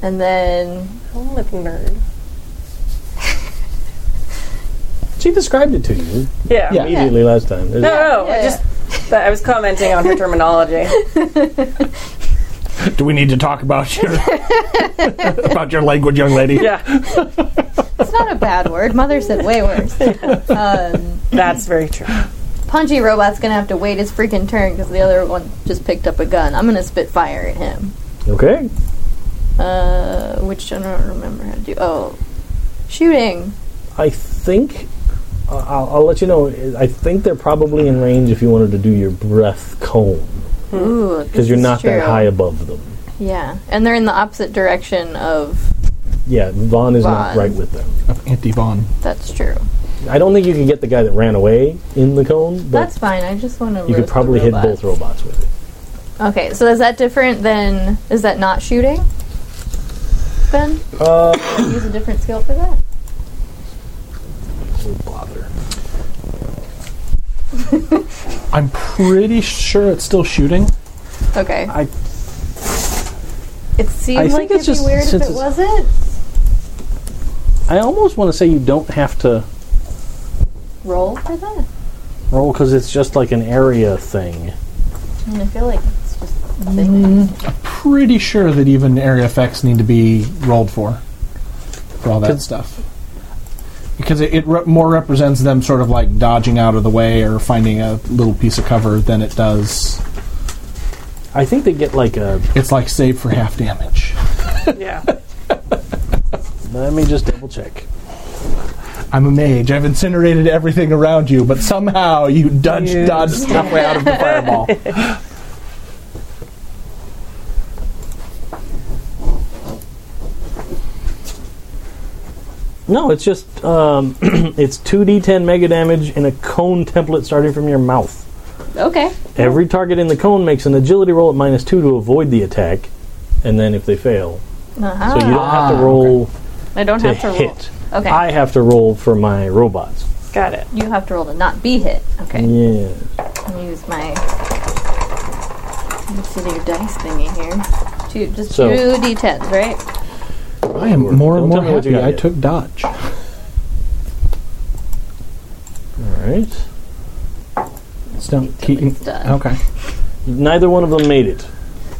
[SPEAKER 3] and then
[SPEAKER 5] I'm a nerd.
[SPEAKER 1] She described it to you
[SPEAKER 5] Yeah.
[SPEAKER 4] Yeah.
[SPEAKER 1] immediately last time. There's-
[SPEAKER 5] No, I
[SPEAKER 3] Yeah.
[SPEAKER 5] just that I was commenting on her terminology.
[SPEAKER 4] Do we need to talk about your about your language, young lady?
[SPEAKER 5] yeah,
[SPEAKER 3] it's not a bad word. Mother said way worse. Um,
[SPEAKER 5] that's very true.
[SPEAKER 3] Punchy robot's gonna have to wait his freaking turn because the other one just picked up a gun. I'm gonna spit fire at him.
[SPEAKER 1] Okay.
[SPEAKER 3] Uh, which I don't remember how to do. Oh, shooting.
[SPEAKER 1] I think I I'll, I'll let you know. I think they're probably in range if you wanted to do your breath cone
[SPEAKER 3] Ooh,
[SPEAKER 1] because Hmm. you're not that high above them.
[SPEAKER 3] Yeah, and they're in the opposite direction of.
[SPEAKER 1] Yeah, Vaughn is not
[SPEAKER 3] Vaughn.
[SPEAKER 1] right with them.
[SPEAKER 4] Auntie Vaughn.
[SPEAKER 3] That's true.
[SPEAKER 1] I don't think you can get the guy that ran away in the cone, but
[SPEAKER 3] That's fine. I just want to.
[SPEAKER 1] you could probably hit both robots with it.
[SPEAKER 3] Okay, so is that different than? Is that not shooting? Then
[SPEAKER 1] Uh,
[SPEAKER 3] use a different skill for that.
[SPEAKER 1] bother.
[SPEAKER 4] I'm pretty sure it's still shooting.
[SPEAKER 3] Okay.
[SPEAKER 1] I-
[SPEAKER 3] it
[SPEAKER 1] I
[SPEAKER 3] seemed
[SPEAKER 1] think
[SPEAKER 3] like it'd
[SPEAKER 1] it's just
[SPEAKER 3] be weird if
[SPEAKER 1] since
[SPEAKER 3] it
[SPEAKER 1] it's-
[SPEAKER 3] wasn't.
[SPEAKER 1] I almost want to say you don't have to
[SPEAKER 3] Roll for that.
[SPEAKER 1] roll because it's just like an area thing.
[SPEAKER 3] I mean, I feel like it's just a thing.
[SPEAKER 4] Pretty sure that even area effects need to be rolled for for all that
[SPEAKER 1] Could-
[SPEAKER 4] stuff because it, it re- more represents them sort of like dodging out of the way or finding a little piece of cover than it does.
[SPEAKER 1] I think they get like a.
[SPEAKER 4] It's like save for half damage.
[SPEAKER 5] Yeah,
[SPEAKER 1] Let me just double check.
[SPEAKER 4] I'm a mage. I've incinerated everything around you, but somehow you dodge,
[SPEAKER 5] Yes.
[SPEAKER 4] dodged halfway out of the fireball.
[SPEAKER 1] No, it's just um, it's two d10 mega damage in a cone template starting from your mouth.
[SPEAKER 3] Okay.
[SPEAKER 1] Every target in the cone makes an agility roll at minus two to avoid the attack, and then if they fail,
[SPEAKER 3] Uh-huh.
[SPEAKER 1] so you don't have to
[SPEAKER 4] Ah,
[SPEAKER 1] roll
[SPEAKER 3] I don't
[SPEAKER 1] to,
[SPEAKER 3] have to roll.
[SPEAKER 1] hit.
[SPEAKER 3] Okay.
[SPEAKER 1] I have to roll for my robots.
[SPEAKER 5] got it.
[SPEAKER 3] you have to roll to not be hit. Okay.
[SPEAKER 1] Yeah.
[SPEAKER 3] I'm gonna use my insidious dice thingy here. Two, just
[SPEAKER 1] So-
[SPEAKER 3] two d10s, right?
[SPEAKER 4] I am more and
[SPEAKER 1] Don't tell
[SPEAKER 4] more
[SPEAKER 1] me what you
[SPEAKER 4] happy
[SPEAKER 1] got
[SPEAKER 4] I
[SPEAKER 1] yet.
[SPEAKER 4] took dodge.
[SPEAKER 1] All right.
[SPEAKER 4] Still,
[SPEAKER 3] till
[SPEAKER 4] Keaton.
[SPEAKER 3] it's done.
[SPEAKER 4] Okay.
[SPEAKER 1] Neither one of them made it.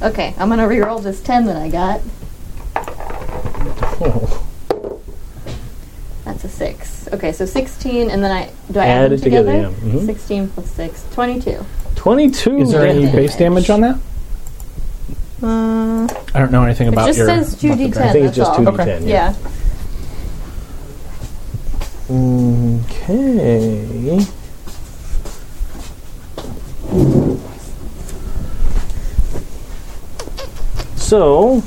[SPEAKER 3] Okay, I'm gonna re-roll this 10 that I got.
[SPEAKER 1] Oh.
[SPEAKER 3] That's a six. Okay, so 16, and then I do I
[SPEAKER 1] Add
[SPEAKER 3] add, them
[SPEAKER 1] it together, yeah. Mhm.
[SPEAKER 3] 16 plus six, 22.
[SPEAKER 1] Twenty-two.
[SPEAKER 4] Is there any
[SPEAKER 3] damage.
[SPEAKER 4] base damage on that?
[SPEAKER 3] Uh,
[SPEAKER 4] I don't know anything
[SPEAKER 3] it
[SPEAKER 4] about
[SPEAKER 3] just
[SPEAKER 4] your.
[SPEAKER 3] says two
[SPEAKER 4] about the
[SPEAKER 3] d10.
[SPEAKER 4] dragon.
[SPEAKER 1] I think it's
[SPEAKER 3] that's
[SPEAKER 1] just
[SPEAKER 3] all.
[SPEAKER 1] two d10.
[SPEAKER 4] Okay.
[SPEAKER 3] Yeah.
[SPEAKER 1] Okay. So,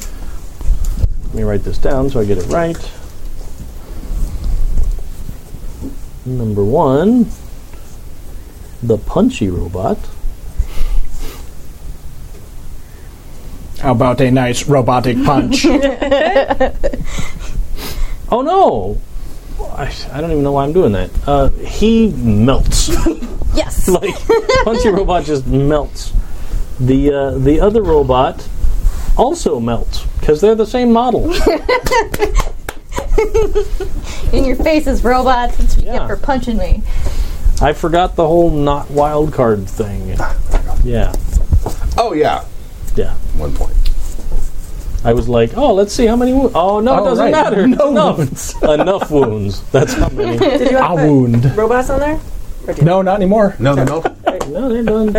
[SPEAKER 1] let me write this down so I get it right. Number one, the punchy robot.
[SPEAKER 4] How about a nice robotic punch?
[SPEAKER 1] Oh no! I, I don't even know why I'm doing that. Uh, he melts.
[SPEAKER 3] Yes.
[SPEAKER 1] like punchy robot just melts. The uh, the other robot also melts because they're the same model.
[SPEAKER 3] In your faces, robots. That's what you
[SPEAKER 1] Yeah.
[SPEAKER 3] get for punching me.
[SPEAKER 1] I forgot the whole not wild card thing. Yeah,
[SPEAKER 6] Oh yeah,
[SPEAKER 1] yeah.
[SPEAKER 6] one point.
[SPEAKER 1] I was like, oh, let's see how many wounds. Oh, no, it
[SPEAKER 4] Oh,
[SPEAKER 1] doesn't
[SPEAKER 4] right.
[SPEAKER 1] matter.
[SPEAKER 4] No
[SPEAKER 1] enough.
[SPEAKER 4] wounds.
[SPEAKER 1] enough wounds. That's how many.
[SPEAKER 5] Did you
[SPEAKER 4] A
[SPEAKER 5] want to put
[SPEAKER 4] wound.
[SPEAKER 5] robots on there? Or did
[SPEAKER 4] No, not anymore.
[SPEAKER 6] No, no, no.
[SPEAKER 1] No, they're done.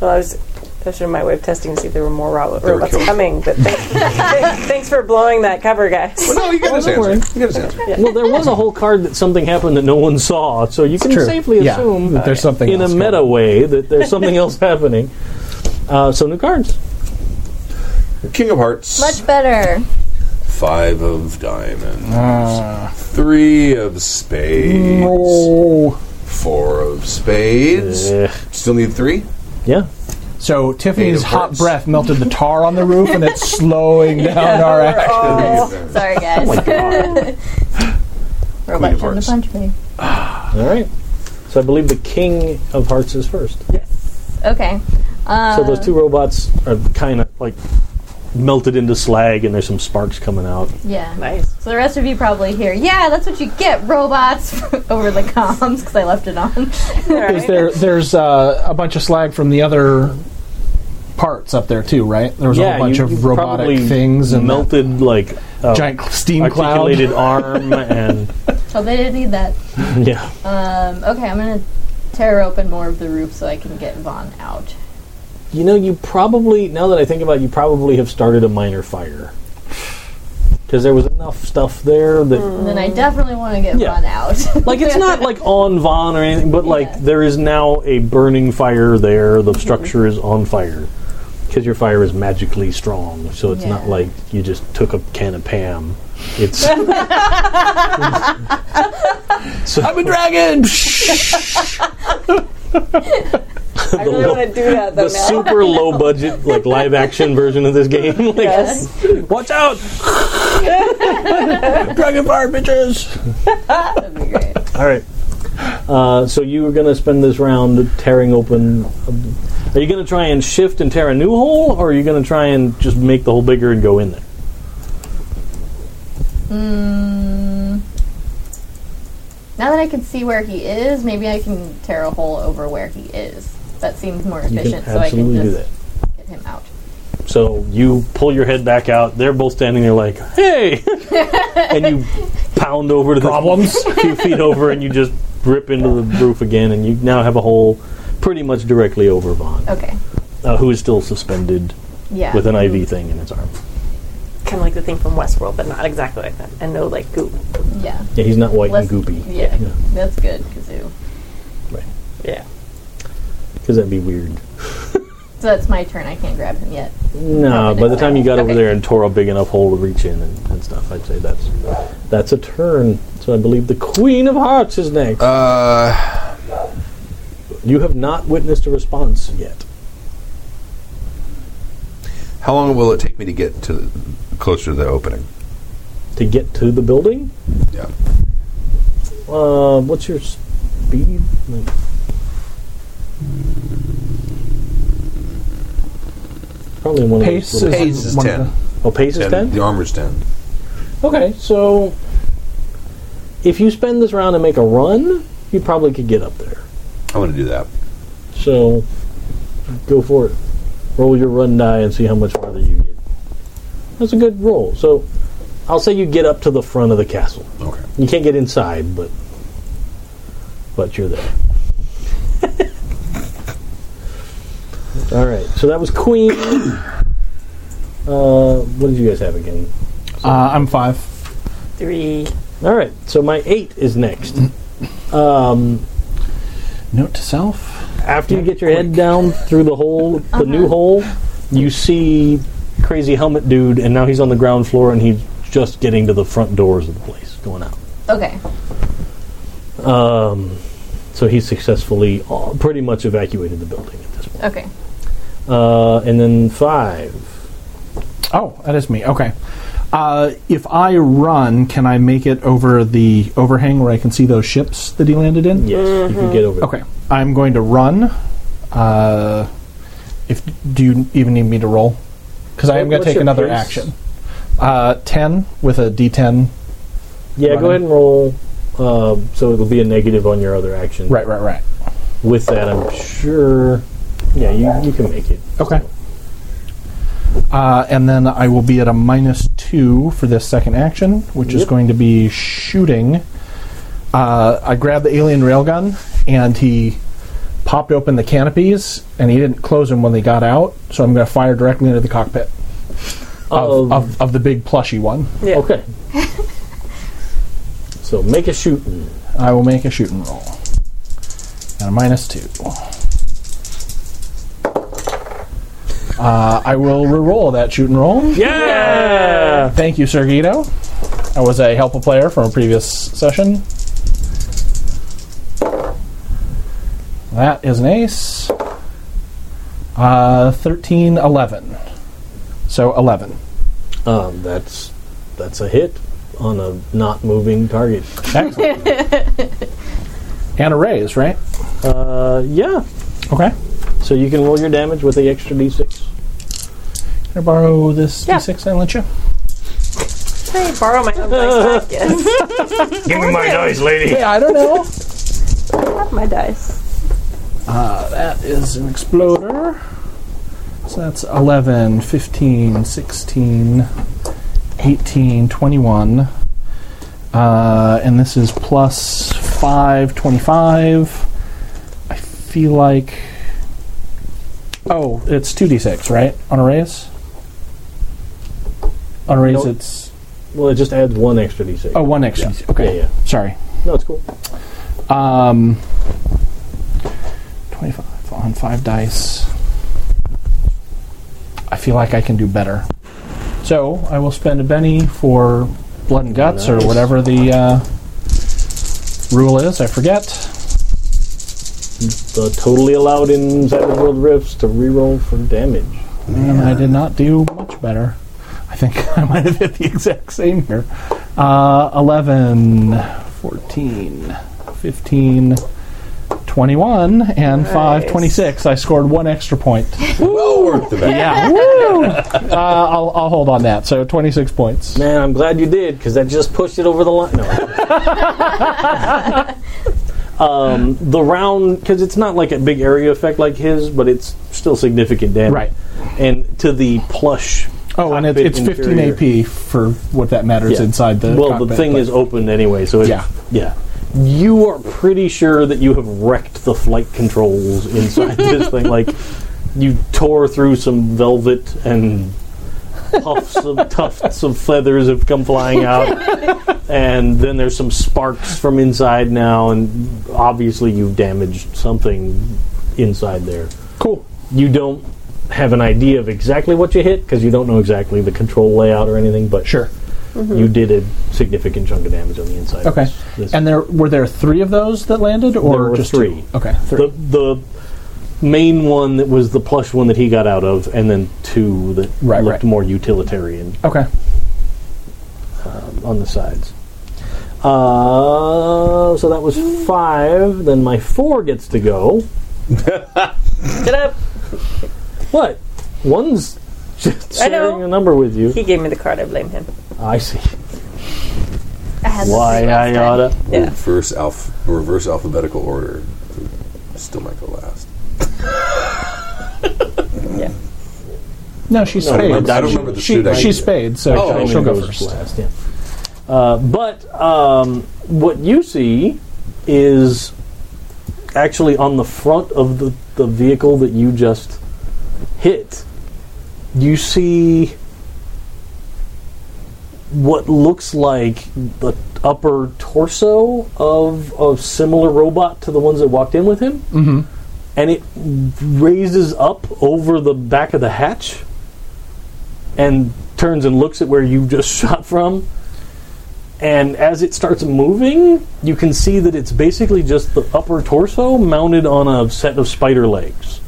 [SPEAKER 5] Well, I was pushing my wave testing to see if there were more ro-
[SPEAKER 6] were
[SPEAKER 5] robots
[SPEAKER 6] killed.
[SPEAKER 5] coming, but thanks, thanks- thanks for blowing that cover, guys.
[SPEAKER 6] Well, no, you got his answer. You got his answer.
[SPEAKER 1] Well, there was a whole card that something happened that no one saw, so you can
[SPEAKER 4] True.
[SPEAKER 1] safely
[SPEAKER 4] Yeah,
[SPEAKER 1] assume
[SPEAKER 4] that there's something
[SPEAKER 1] in a
[SPEAKER 4] else
[SPEAKER 1] meta
[SPEAKER 4] going on.
[SPEAKER 1] way that there's something else happening. Uh, some new cards.
[SPEAKER 6] King of Hearts.
[SPEAKER 3] Much better.
[SPEAKER 6] Five of diamonds.
[SPEAKER 4] Ah.
[SPEAKER 6] Three of spades.
[SPEAKER 4] Oh.
[SPEAKER 6] Four of spades.
[SPEAKER 1] Eh,
[SPEAKER 6] Still need three.
[SPEAKER 1] yeah.
[SPEAKER 4] So
[SPEAKER 6] Eight
[SPEAKER 4] Tiffany's
[SPEAKER 6] of
[SPEAKER 4] hot
[SPEAKER 6] hearts.
[SPEAKER 4] breath melted the tar on the roof, and it's slowing down our action.
[SPEAKER 5] Oh.
[SPEAKER 3] Sorry, guys.
[SPEAKER 1] Oh
[SPEAKER 6] Queen
[SPEAKER 3] Robot
[SPEAKER 6] of
[SPEAKER 3] shouldn't
[SPEAKER 6] Hearts.
[SPEAKER 3] have punched me.
[SPEAKER 1] All right. So I believe the King of Hearts is first.
[SPEAKER 3] Okay.
[SPEAKER 1] so those two robots are kind of like melted into slag, and there's some sparks coming out.
[SPEAKER 3] Yeah.
[SPEAKER 5] Nice.
[SPEAKER 3] So the rest of you probably hear, yeah, that's what you get, robots, over the comms, because I left it on.
[SPEAKER 4] Is there? There's uh, a bunch of slag from the other parts up there too, right? There was a whole bunch
[SPEAKER 1] you- you
[SPEAKER 4] of
[SPEAKER 1] probably
[SPEAKER 4] robotic things and that
[SPEAKER 1] melted like a
[SPEAKER 4] giant steam cloud.
[SPEAKER 1] articulated arm, and
[SPEAKER 3] so they didn't need that.
[SPEAKER 1] yeah.
[SPEAKER 3] Um, okay, I'm going to tear open more of the roof so I can get Vaughn out.
[SPEAKER 1] You know, you probably now that I think about it, you probably have started a minor fire because there was enough stuff there that
[SPEAKER 4] Hmm.
[SPEAKER 3] And then I definitely want to get
[SPEAKER 1] Yeah.
[SPEAKER 3] Vaughn out.
[SPEAKER 1] like it's not like on Vaughn or anything, but like
[SPEAKER 3] Yeah.
[SPEAKER 1] there is now a burning fire there. The structure is on fire because your fire is magically strong, so it's not
[SPEAKER 3] Yeah.
[SPEAKER 1] like you just took a can of Pam. It's
[SPEAKER 4] I'm a dragon.
[SPEAKER 5] I really want to do that though
[SPEAKER 1] the
[SPEAKER 5] now.
[SPEAKER 1] super low budget like live action version of this game. like,
[SPEAKER 5] Yes.
[SPEAKER 1] watch out!
[SPEAKER 4] dragon fire, bitches.
[SPEAKER 3] That'd be great.
[SPEAKER 1] All right. Uh, so you were going to spend this round tearing open. Are you going to try and shift and tear a new hole, or are you going to try and just make the hole bigger and go in there?
[SPEAKER 3] Mm, now that I can see where he is, maybe I can tear a hole over where he is. That seems more
[SPEAKER 1] You
[SPEAKER 3] efficient, so I can
[SPEAKER 1] absolutely do
[SPEAKER 3] just
[SPEAKER 1] that.
[SPEAKER 3] get him out.
[SPEAKER 1] So you pull your head back out. They're both standing there like, hey! and you pound over to the
[SPEAKER 4] Problems.
[SPEAKER 1] two feet over and you just rip into the roof again, and you now have a hole pretty much directly over Vaughn,
[SPEAKER 3] Okay.
[SPEAKER 1] uh, who is still suspended
[SPEAKER 3] Yeah.
[SPEAKER 1] with an IV thing in his arm.
[SPEAKER 5] Kind of like the thing from Westworld, but not exactly like that. And no, like goop.
[SPEAKER 3] Yeah.
[SPEAKER 1] Yeah, he's not white
[SPEAKER 3] Less-
[SPEAKER 1] and goopy.
[SPEAKER 3] Yeah, That's good, Kazoo.
[SPEAKER 5] Yeah.
[SPEAKER 1] Because that'd be weird.
[SPEAKER 3] So that's my turn. I can't grab him yet.
[SPEAKER 1] No, by the time you got over
[SPEAKER 3] Okay.
[SPEAKER 1] there and tore a big enough hole to reach in and, and stuff, I'd say that's that's a turn. So I believe the Queen of Hearts is next.
[SPEAKER 6] Uh,
[SPEAKER 1] you have not witnessed a response yet.
[SPEAKER 6] how long will it take me to get to closer to the opening?
[SPEAKER 1] To get to the building,
[SPEAKER 6] Yeah.
[SPEAKER 1] uh, what's your speed? Like, Probably one
[SPEAKER 4] Pace
[SPEAKER 1] of those little-
[SPEAKER 6] Pace is
[SPEAKER 4] one of
[SPEAKER 6] 10.
[SPEAKER 4] the-
[SPEAKER 1] Oh, pace is ten.
[SPEAKER 6] The armor's ten.
[SPEAKER 1] Okay, so if you spend this round and make a run, you probably could get up there.
[SPEAKER 6] I'm going to do that.
[SPEAKER 1] So go for it. Roll your run die and see how much farther you get. That's a good roll. So I'll say you get up to the front of the castle.
[SPEAKER 6] Okay.
[SPEAKER 1] You can't get inside, but but you're there. All right. So that was Queen. Uh, what did you guys have again?
[SPEAKER 4] Uh, I'm five.
[SPEAKER 5] Three.
[SPEAKER 1] All right. So my eight is next.
[SPEAKER 4] Note to self.
[SPEAKER 1] After you get your head down through the hole, the new hole, you see crazy helmet dude, and now he's on the ground floor, and he's just getting to the front doors of the place, going out.
[SPEAKER 3] Okay.
[SPEAKER 1] So he's successfully, uh, pretty much evacuated the building at this point.
[SPEAKER 3] Okay.
[SPEAKER 1] Uh, and then five.
[SPEAKER 4] Oh, that is me. Okay. Uh, if I run, can I make it over the overhang where I can see those ships that he landed in?
[SPEAKER 1] Yes, you can get over.
[SPEAKER 4] Okay, I'm going to run. Uh, if do you even need me to roll? Because I am
[SPEAKER 1] What-
[SPEAKER 4] going
[SPEAKER 1] what's
[SPEAKER 4] to take
[SPEAKER 1] your
[SPEAKER 4] another
[SPEAKER 1] pace?
[SPEAKER 4] action. Uh, ten with a D10.
[SPEAKER 1] Yeah, go
[SPEAKER 4] Running.
[SPEAKER 1] ahead and roll Uh, so it'll be a negative on your other action.
[SPEAKER 4] Right, right, right.
[SPEAKER 1] With that, I'm sure. Yeah, you, you can make it.
[SPEAKER 4] Okay. Uh, and then I will be at a minus two for this second action, which is
[SPEAKER 1] Yep.
[SPEAKER 4] going to be shooting. Uh, I grabbed the alien railgun, and he popped open the canopies, and he didn't close them when they got out. So I'm going to fire directly into the cockpit of,
[SPEAKER 1] Um,
[SPEAKER 4] of, of the big plushy one.
[SPEAKER 5] Yeah.
[SPEAKER 1] Okay. so make a shoot.
[SPEAKER 4] I will make a shooting roll. And a minus two. Uh, I will re-roll that shooting roll.
[SPEAKER 1] Yeah!
[SPEAKER 4] Thank you, Sergito. I was a helpful player from a previous session. That is an ace. Uh, 13, 11. So 11.
[SPEAKER 1] Um, that's that's a hit on a not moving target.
[SPEAKER 4] Excellent. and a raise, right?
[SPEAKER 1] Uh, yeah.
[SPEAKER 4] Okay.
[SPEAKER 1] So you can roll your damage with the extra d6.
[SPEAKER 4] Can I borrow this
[SPEAKER 5] Yeah.
[SPEAKER 4] d6 and let you?
[SPEAKER 5] Hey, borrow my own dice. I guess.
[SPEAKER 1] Give me my dice, lady.
[SPEAKER 4] Hey, I don't know.
[SPEAKER 5] Have my dice.
[SPEAKER 4] That is an exploder. So that's 11, 15, 16, 18, 21. Uh, and this is plus 5, 25. I feel like. Oh, it's 2d6, right? On arrays? On arrays,
[SPEAKER 1] Nope.
[SPEAKER 4] it's.
[SPEAKER 1] Well, it just adds one extra d6.
[SPEAKER 4] Oh, one extra. Okay.
[SPEAKER 1] Yeah,
[SPEAKER 4] Sorry.
[SPEAKER 1] No, it's cool.
[SPEAKER 4] Um, 25 on five dice. I feel like I can do better. So I will spend a penny for blood and guts
[SPEAKER 1] Nice.
[SPEAKER 4] or whatever the uh, rule is. I forget.
[SPEAKER 1] Uh, totally allowed in Savage World Rifts to reroll for damage.
[SPEAKER 4] And I did not do much better. I think I might have hit the exact same here. Uh, 11, 14, 15, 21, and five
[SPEAKER 5] Nice.
[SPEAKER 4] twenty-six. I scored one extra point.
[SPEAKER 6] Well worth the bet.
[SPEAKER 4] Yeah. Woo! Uh, I'll, I'll hold on that. So 26 points.
[SPEAKER 1] Man, I'm glad you did because that just pushed it over the line. No. um, the round because it's not like a big area effect like his, but it's still significant damage.
[SPEAKER 4] Right.
[SPEAKER 1] And to the plush.
[SPEAKER 4] Oh, and it,
[SPEAKER 1] cockpit
[SPEAKER 4] it's 15
[SPEAKER 1] interior.
[SPEAKER 4] AP for what that matters
[SPEAKER 1] Yeah.
[SPEAKER 4] inside the.
[SPEAKER 1] well, the
[SPEAKER 4] cockpit,
[SPEAKER 1] thing
[SPEAKER 4] but-
[SPEAKER 1] is open anyway, so it's,
[SPEAKER 4] Yeah.
[SPEAKER 1] yeah. You are pretty sure that you have wrecked the flight controls inside this thing. Like you tore through some velvet and puffs of tufts of feathers have come flying out, and then there's some sparks from inside now, and obviously you've damaged something inside there
[SPEAKER 4] Cool.
[SPEAKER 1] you don't have an idea of exactly what you hit because you don't know exactly the control layout or anything. But
[SPEAKER 4] Sure.
[SPEAKER 1] you did a significant chunk of damage on the inside. of
[SPEAKER 4] Okay.
[SPEAKER 1] this- this-
[SPEAKER 4] And there were there three of those that landed, or
[SPEAKER 1] There were
[SPEAKER 4] just
[SPEAKER 1] three.
[SPEAKER 4] Two? Okay, three.
[SPEAKER 1] the the main one that was the plush one that he got out of, and then two that
[SPEAKER 4] Right,
[SPEAKER 1] looked
[SPEAKER 4] right.
[SPEAKER 1] more utilitarian
[SPEAKER 4] okay.
[SPEAKER 1] on the sides. Uh, so that was five. Then my four gets to go.
[SPEAKER 5] Get up.
[SPEAKER 1] What? One's just
[SPEAKER 5] I know.
[SPEAKER 1] sharing a number with you.
[SPEAKER 5] He gave me the card. I blame him.
[SPEAKER 1] I see.
[SPEAKER 3] I had the
[SPEAKER 1] Why
[SPEAKER 3] same
[SPEAKER 1] I
[SPEAKER 3] last
[SPEAKER 1] uh,
[SPEAKER 3] time.
[SPEAKER 1] oughta.
[SPEAKER 5] Yeah.
[SPEAKER 6] Reverse, alph- reverse alphabetical order. Still might go last.
[SPEAKER 4] No, she's
[SPEAKER 1] No,
[SPEAKER 4] spades.
[SPEAKER 1] I don't
[SPEAKER 6] remember the
[SPEAKER 4] she,
[SPEAKER 6] suit I
[SPEAKER 4] she's
[SPEAKER 6] did.
[SPEAKER 4] spades, so
[SPEAKER 6] Oh,
[SPEAKER 4] she'll go
[SPEAKER 1] goes
[SPEAKER 4] first.
[SPEAKER 1] last, yeah. Uh, but um, what you see is actually on the front of the, the vehicle that you just hit. You see what looks like the upper torso of a similar robot to the ones that walked in with him. Mm-hmm. And it raises up over the back of the hatch and turns and looks at where you just shot from. And as it starts moving, you can see that it's basically just the upper torso mounted on a set of spider legs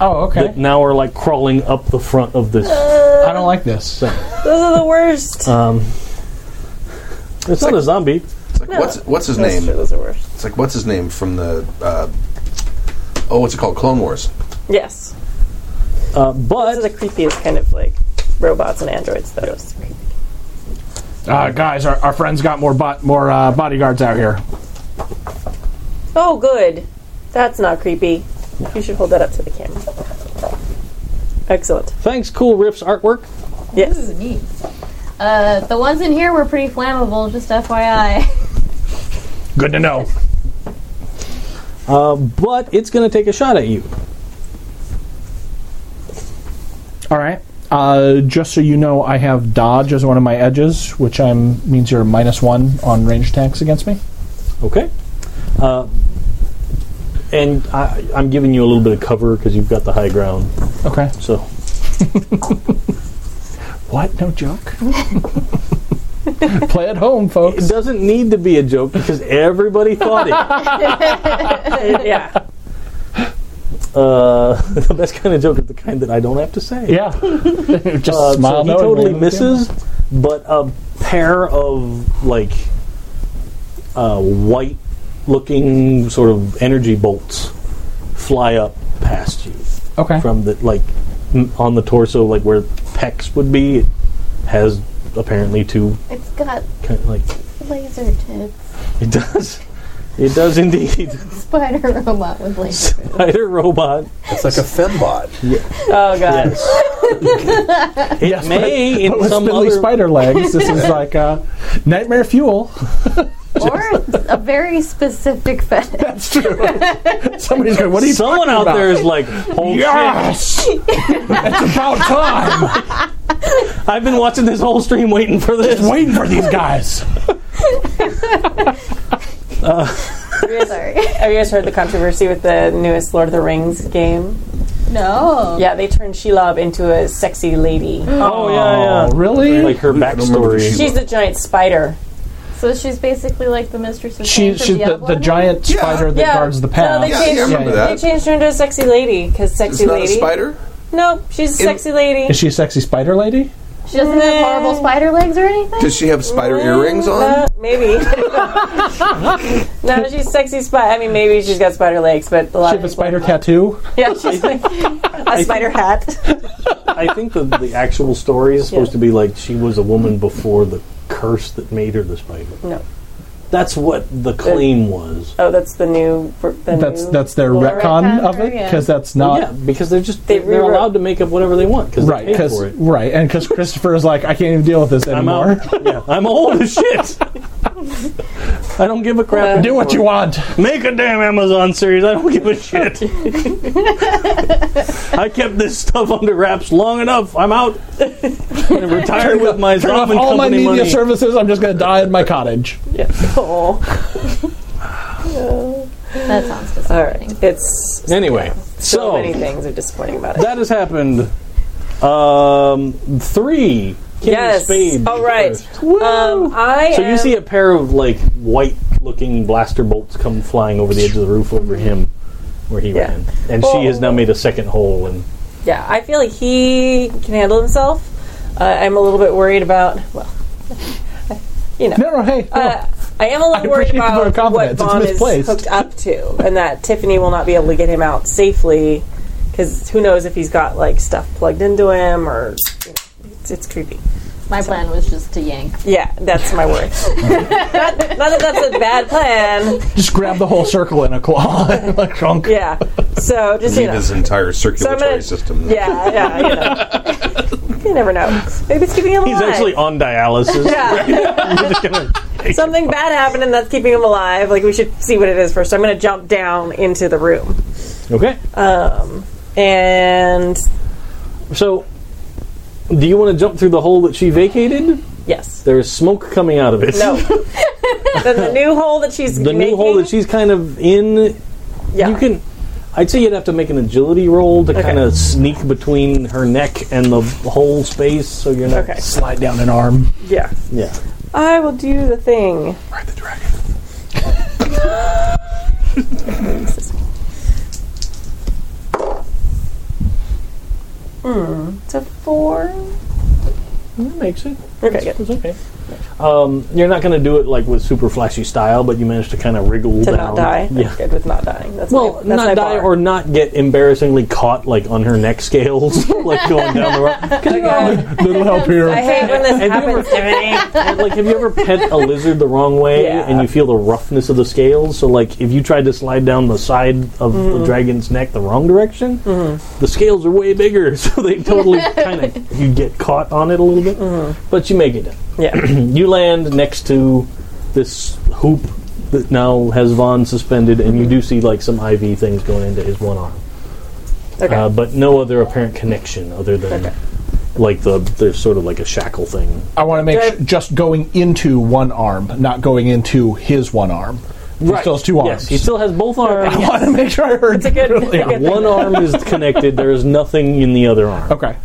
[SPEAKER 4] Oh,
[SPEAKER 1] that
[SPEAKER 4] okay.
[SPEAKER 1] now are like crawling up the front of this.
[SPEAKER 4] I don't like this.
[SPEAKER 5] Those are the worst.
[SPEAKER 1] Um, it's not a zombie.
[SPEAKER 6] It's like,
[SPEAKER 5] No.
[SPEAKER 6] what's, what's his
[SPEAKER 5] That's
[SPEAKER 6] name?
[SPEAKER 5] true, Those are worst.
[SPEAKER 6] It's like, what's his name from the. Uh, oh, what's it called? Clone Wars.
[SPEAKER 5] Yes.
[SPEAKER 1] Uh,
[SPEAKER 5] Those are
[SPEAKER 1] but
[SPEAKER 5] the creepiest kind of like robots and androids that are just creepy.
[SPEAKER 4] Uh, guys, our, our friends got more bot, more uh, bodyguards out here.
[SPEAKER 5] Oh, good. That's not creepy. You should hold that up to the camera. Excellent.
[SPEAKER 1] Thanks, Cool Riff's artwork.
[SPEAKER 5] Yes.
[SPEAKER 3] Ooh, neat. Uh, the ones in here were pretty flammable, just FYI.
[SPEAKER 4] Good to know.
[SPEAKER 1] Uh, but it's going to take a shot at you.
[SPEAKER 4] All right. Uh, just so you know, I have dodge as one of my edges, which I'm means you're minus one on range attacks against me.
[SPEAKER 1] Okay. Uh, and I, I'm giving you a little bit of cover because you've got the high ground.
[SPEAKER 4] Okay.
[SPEAKER 1] So
[SPEAKER 4] What? No joke. Play at home,
[SPEAKER 1] it
[SPEAKER 4] folks.
[SPEAKER 1] doesn't need to be a joke because everybody thought it.
[SPEAKER 5] yeah.
[SPEAKER 1] Uh, the best kind of joke is the kind that I don't have to say.
[SPEAKER 4] Yeah. just
[SPEAKER 1] Uh, so
[SPEAKER 4] smile.
[SPEAKER 1] he
[SPEAKER 4] knowingly
[SPEAKER 1] totally
[SPEAKER 4] with you.
[SPEAKER 1] misses, but a pair of like uh, white-looking sort of energy bolts fly up past you
[SPEAKER 4] Okay.
[SPEAKER 1] from the like m- on the torso, like where pecs would be. It has apparently two
[SPEAKER 3] it's got
[SPEAKER 1] kind of like
[SPEAKER 3] laser tips.
[SPEAKER 1] it does. It does indeed.
[SPEAKER 3] Spider robot with laser tips.
[SPEAKER 1] Spider robot.
[SPEAKER 6] It's like a fembot.
[SPEAKER 5] Oh, God.
[SPEAKER 1] It may in
[SPEAKER 4] But with
[SPEAKER 1] some
[SPEAKER 4] spindly
[SPEAKER 1] other
[SPEAKER 4] spider legs, this is like uh, nightmare fuel.
[SPEAKER 3] Or a very specific fetish.
[SPEAKER 4] That's true. Somebody's going, "What are you
[SPEAKER 1] someone
[SPEAKER 4] talking
[SPEAKER 1] out
[SPEAKER 4] about?
[SPEAKER 1] there is like, oh shit!
[SPEAKER 4] Yes, it's about time.
[SPEAKER 1] I've been watching this whole stream waiting for this.
[SPEAKER 4] Waiting for these guys.
[SPEAKER 3] Sorry.
[SPEAKER 5] Have you guys heard the controversy with the newest Lord of the Rings game?
[SPEAKER 3] No.
[SPEAKER 5] Yeah, they turned Shelob into a sexy lady.
[SPEAKER 1] Oh yeah,
[SPEAKER 4] Oh,
[SPEAKER 1] yeah.
[SPEAKER 4] really?
[SPEAKER 1] Like her backstory.
[SPEAKER 5] She's the giant spider.
[SPEAKER 3] So she's basically like the mistress of
[SPEAKER 4] she,
[SPEAKER 3] Pain from
[SPEAKER 4] she's the,
[SPEAKER 3] Diablo
[SPEAKER 4] the
[SPEAKER 3] now?
[SPEAKER 4] giant spider that
[SPEAKER 5] Yeah.
[SPEAKER 4] guards the
[SPEAKER 5] No,
[SPEAKER 4] path.
[SPEAKER 5] they changed,
[SPEAKER 6] yeah, I remember
[SPEAKER 4] Yeah,
[SPEAKER 5] they
[SPEAKER 6] that.
[SPEAKER 5] changed her into a sexy lady because
[SPEAKER 6] It's
[SPEAKER 5] sexy
[SPEAKER 6] not a
[SPEAKER 5] lady.
[SPEAKER 6] spider.
[SPEAKER 5] No, she's a
[SPEAKER 6] In-
[SPEAKER 5] sexy lady.
[SPEAKER 4] Is she a sexy spider lady?
[SPEAKER 3] She doesn't have horrible spider legs or anything?
[SPEAKER 6] Does she have spider earrings on?
[SPEAKER 5] Uh, maybe. no, she's sexy spider. I mean, maybe she's got spider legs, but a lot
[SPEAKER 4] She
[SPEAKER 5] of
[SPEAKER 4] have a
[SPEAKER 5] people-
[SPEAKER 4] spider tattoo?
[SPEAKER 5] Yeah, she's like a spider hat.
[SPEAKER 1] I think the, the actual story is supposed
[SPEAKER 5] Yeah.
[SPEAKER 1] to be like she was a woman before the curse that made her the spider.
[SPEAKER 5] No.
[SPEAKER 1] That's what the claim was.
[SPEAKER 5] Oh, that's the new. The
[SPEAKER 4] That's
[SPEAKER 5] new
[SPEAKER 4] that's their
[SPEAKER 5] Well,
[SPEAKER 4] retcon
[SPEAKER 3] retcon,
[SPEAKER 4] of it
[SPEAKER 3] yeah.
[SPEAKER 4] because that's not
[SPEAKER 1] yeah, because they're just
[SPEAKER 5] They
[SPEAKER 1] they are
[SPEAKER 5] rewrote-
[SPEAKER 1] allowed to make up whatever they want because
[SPEAKER 4] right.
[SPEAKER 1] they pay
[SPEAKER 4] Because
[SPEAKER 1] for it.
[SPEAKER 4] right, and because Christopher is like, I can't even deal with this
[SPEAKER 1] I'm
[SPEAKER 4] anymore.
[SPEAKER 1] out. yeah, I'm old as shit. I don't give a crap.
[SPEAKER 4] Do what you want.
[SPEAKER 1] Make a damn Amazon series. I don't give a shit. I kept this stuff under wraps long enough. I'm out. i retired with my
[SPEAKER 4] Turn off
[SPEAKER 1] Zombie
[SPEAKER 4] all my
[SPEAKER 1] company
[SPEAKER 4] media
[SPEAKER 1] money.
[SPEAKER 4] services. I'm just going to die in my cottage.
[SPEAKER 5] Yeah. Oh.
[SPEAKER 3] That sounds
[SPEAKER 5] All
[SPEAKER 3] disgusting.
[SPEAKER 5] right. It's so,
[SPEAKER 1] Anyway, so
[SPEAKER 5] many things are disappointing about it.
[SPEAKER 1] that has happened. Um, three. King
[SPEAKER 5] Yes.
[SPEAKER 1] Of spades
[SPEAKER 5] All right.
[SPEAKER 1] first. Woo!
[SPEAKER 5] Um, I
[SPEAKER 1] so you
[SPEAKER 5] am-
[SPEAKER 1] see a pair of like white-looking blaster bolts come flying over the edge of the roof over him, where he
[SPEAKER 5] Yeah.
[SPEAKER 1] ran, and
[SPEAKER 5] Well-
[SPEAKER 1] she has now made a second hole. And
[SPEAKER 5] Yeah, I feel like he can handle himself. Uh, I'm a little bit worried about. Well, you know,
[SPEAKER 4] No, no, hey, no.
[SPEAKER 5] uh, I am a little worried
[SPEAKER 4] appreciate the vote of
[SPEAKER 5] about what
[SPEAKER 4] confidence. It's
[SPEAKER 5] Bomb is
[SPEAKER 4] misplaced.
[SPEAKER 5] hooked up to, and that Tiffany will not be able to get him out safely because who knows if he's got like stuff plugged into him or you know, it's, it's creepy.
[SPEAKER 3] My plan was just to yank.
[SPEAKER 5] Yeah, that's my worry. not, not that that's a bad plan.
[SPEAKER 4] just grab the whole circle in a claw, and like chunk.
[SPEAKER 5] Yeah. So just you
[SPEAKER 6] Need
[SPEAKER 5] know.
[SPEAKER 6] his entire
[SPEAKER 5] So I'm
[SPEAKER 6] circulatory
[SPEAKER 5] gonna-
[SPEAKER 6] system.
[SPEAKER 5] Yeah, yeah. You, know. you never know. Maybe it's keeping him alive.
[SPEAKER 1] he's actually on dialysis.
[SPEAKER 5] Yeah. Something bad happened and that's keeping him alive. Like we should see what it is first. So I'm going to jump down into the room
[SPEAKER 1] Okay.
[SPEAKER 5] and
[SPEAKER 1] So, do you want to jump through the hole that she vacated?
[SPEAKER 5] yes,
[SPEAKER 1] There is smoke coming out of it.
[SPEAKER 5] no. then the new hole that she's
[SPEAKER 1] The new hole that she's kind of in,
[SPEAKER 5] yeah.
[SPEAKER 1] you can. I'd say you'd have to make an agility roll to kind of sneak between her neck and the hole space, so you're not.
[SPEAKER 5] okay
[SPEAKER 4] Slide down an arm.
[SPEAKER 5] yeah.
[SPEAKER 1] Yeah.
[SPEAKER 5] I will do the thing.
[SPEAKER 6] Ride the dragon.
[SPEAKER 5] It's a four.
[SPEAKER 1] That makes it.
[SPEAKER 5] Okay, good.
[SPEAKER 1] It's okay. Um, you're not going to do it like with super flashy style, but you manage to kind of wriggle
[SPEAKER 5] to
[SPEAKER 1] down.
[SPEAKER 5] not die. I'm
[SPEAKER 1] Yeah.
[SPEAKER 5] good with not dying. That's
[SPEAKER 1] Well,
[SPEAKER 5] my, that's my
[SPEAKER 1] not die
[SPEAKER 5] bar.
[SPEAKER 1] or not get embarrassingly caught like on her neck scales, like going down the road. 'Cause, you know,
[SPEAKER 5] Okay.
[SPEAKER 1] like,
[SPEAKER 4] Little help
[SPEAKER 5] I
[SPEAKER 4] here.
[SPEAKER 5] hate when this
[SPEAKER 1] Have you
[SPEAKER 5] happens to me.
[SPEAKER 1] And, like, have you ever pet a lizard the wrong way
[SPEAKER 5] Yeah.
[SPEAKER 1] and you feel the roughness of the scales? So, like, if you tried to slide down the side of
[SPEAKER 5] Mm-hmm.
[SPEAKER 1] the dragon's neck the wrong direction, the scales are way bigger, so they totally kind of you get caught on it a little bit.
[SPEAKER 5] Mm-hmm.
[SPEAKER 1] But you make it.
[SPEAKER 5] Yeah,
[SPEAKER 1] You land next to this hoop that now has Vaughn suspended, and you
[SPEAKER 5] Mm-hmm.
[SPEAKER 1] do see like some IV things going into his one arm,
[SPEAKER 5] okay.
[SPEAKER 1] uh, but no other apparent connection other than.
[SPEAKER 5] Okay.
[SPEAKER 1] Like the there's sort of like a shackle thing
[SPEAKER 4] I want to make
[SPEAKER 5] Do I-
[SPEAKER 4] sh- just going into one arm, not going into his one arm. He still has two
[SPEAKER 1] Yes,
[SPEAKER 4] arms.
[SPEAKER 1] he still has both arms.
[SPEAKER 4] I want to make sure I heard. It's
[SPEAKER 5] a good-
[SPEAKER 4] clearly.
[SPEAKER 5] it's a good-
[SPEAKER 1] One arm is connected. There is nothing in the other arm.
[SPEAKER 4] Okay.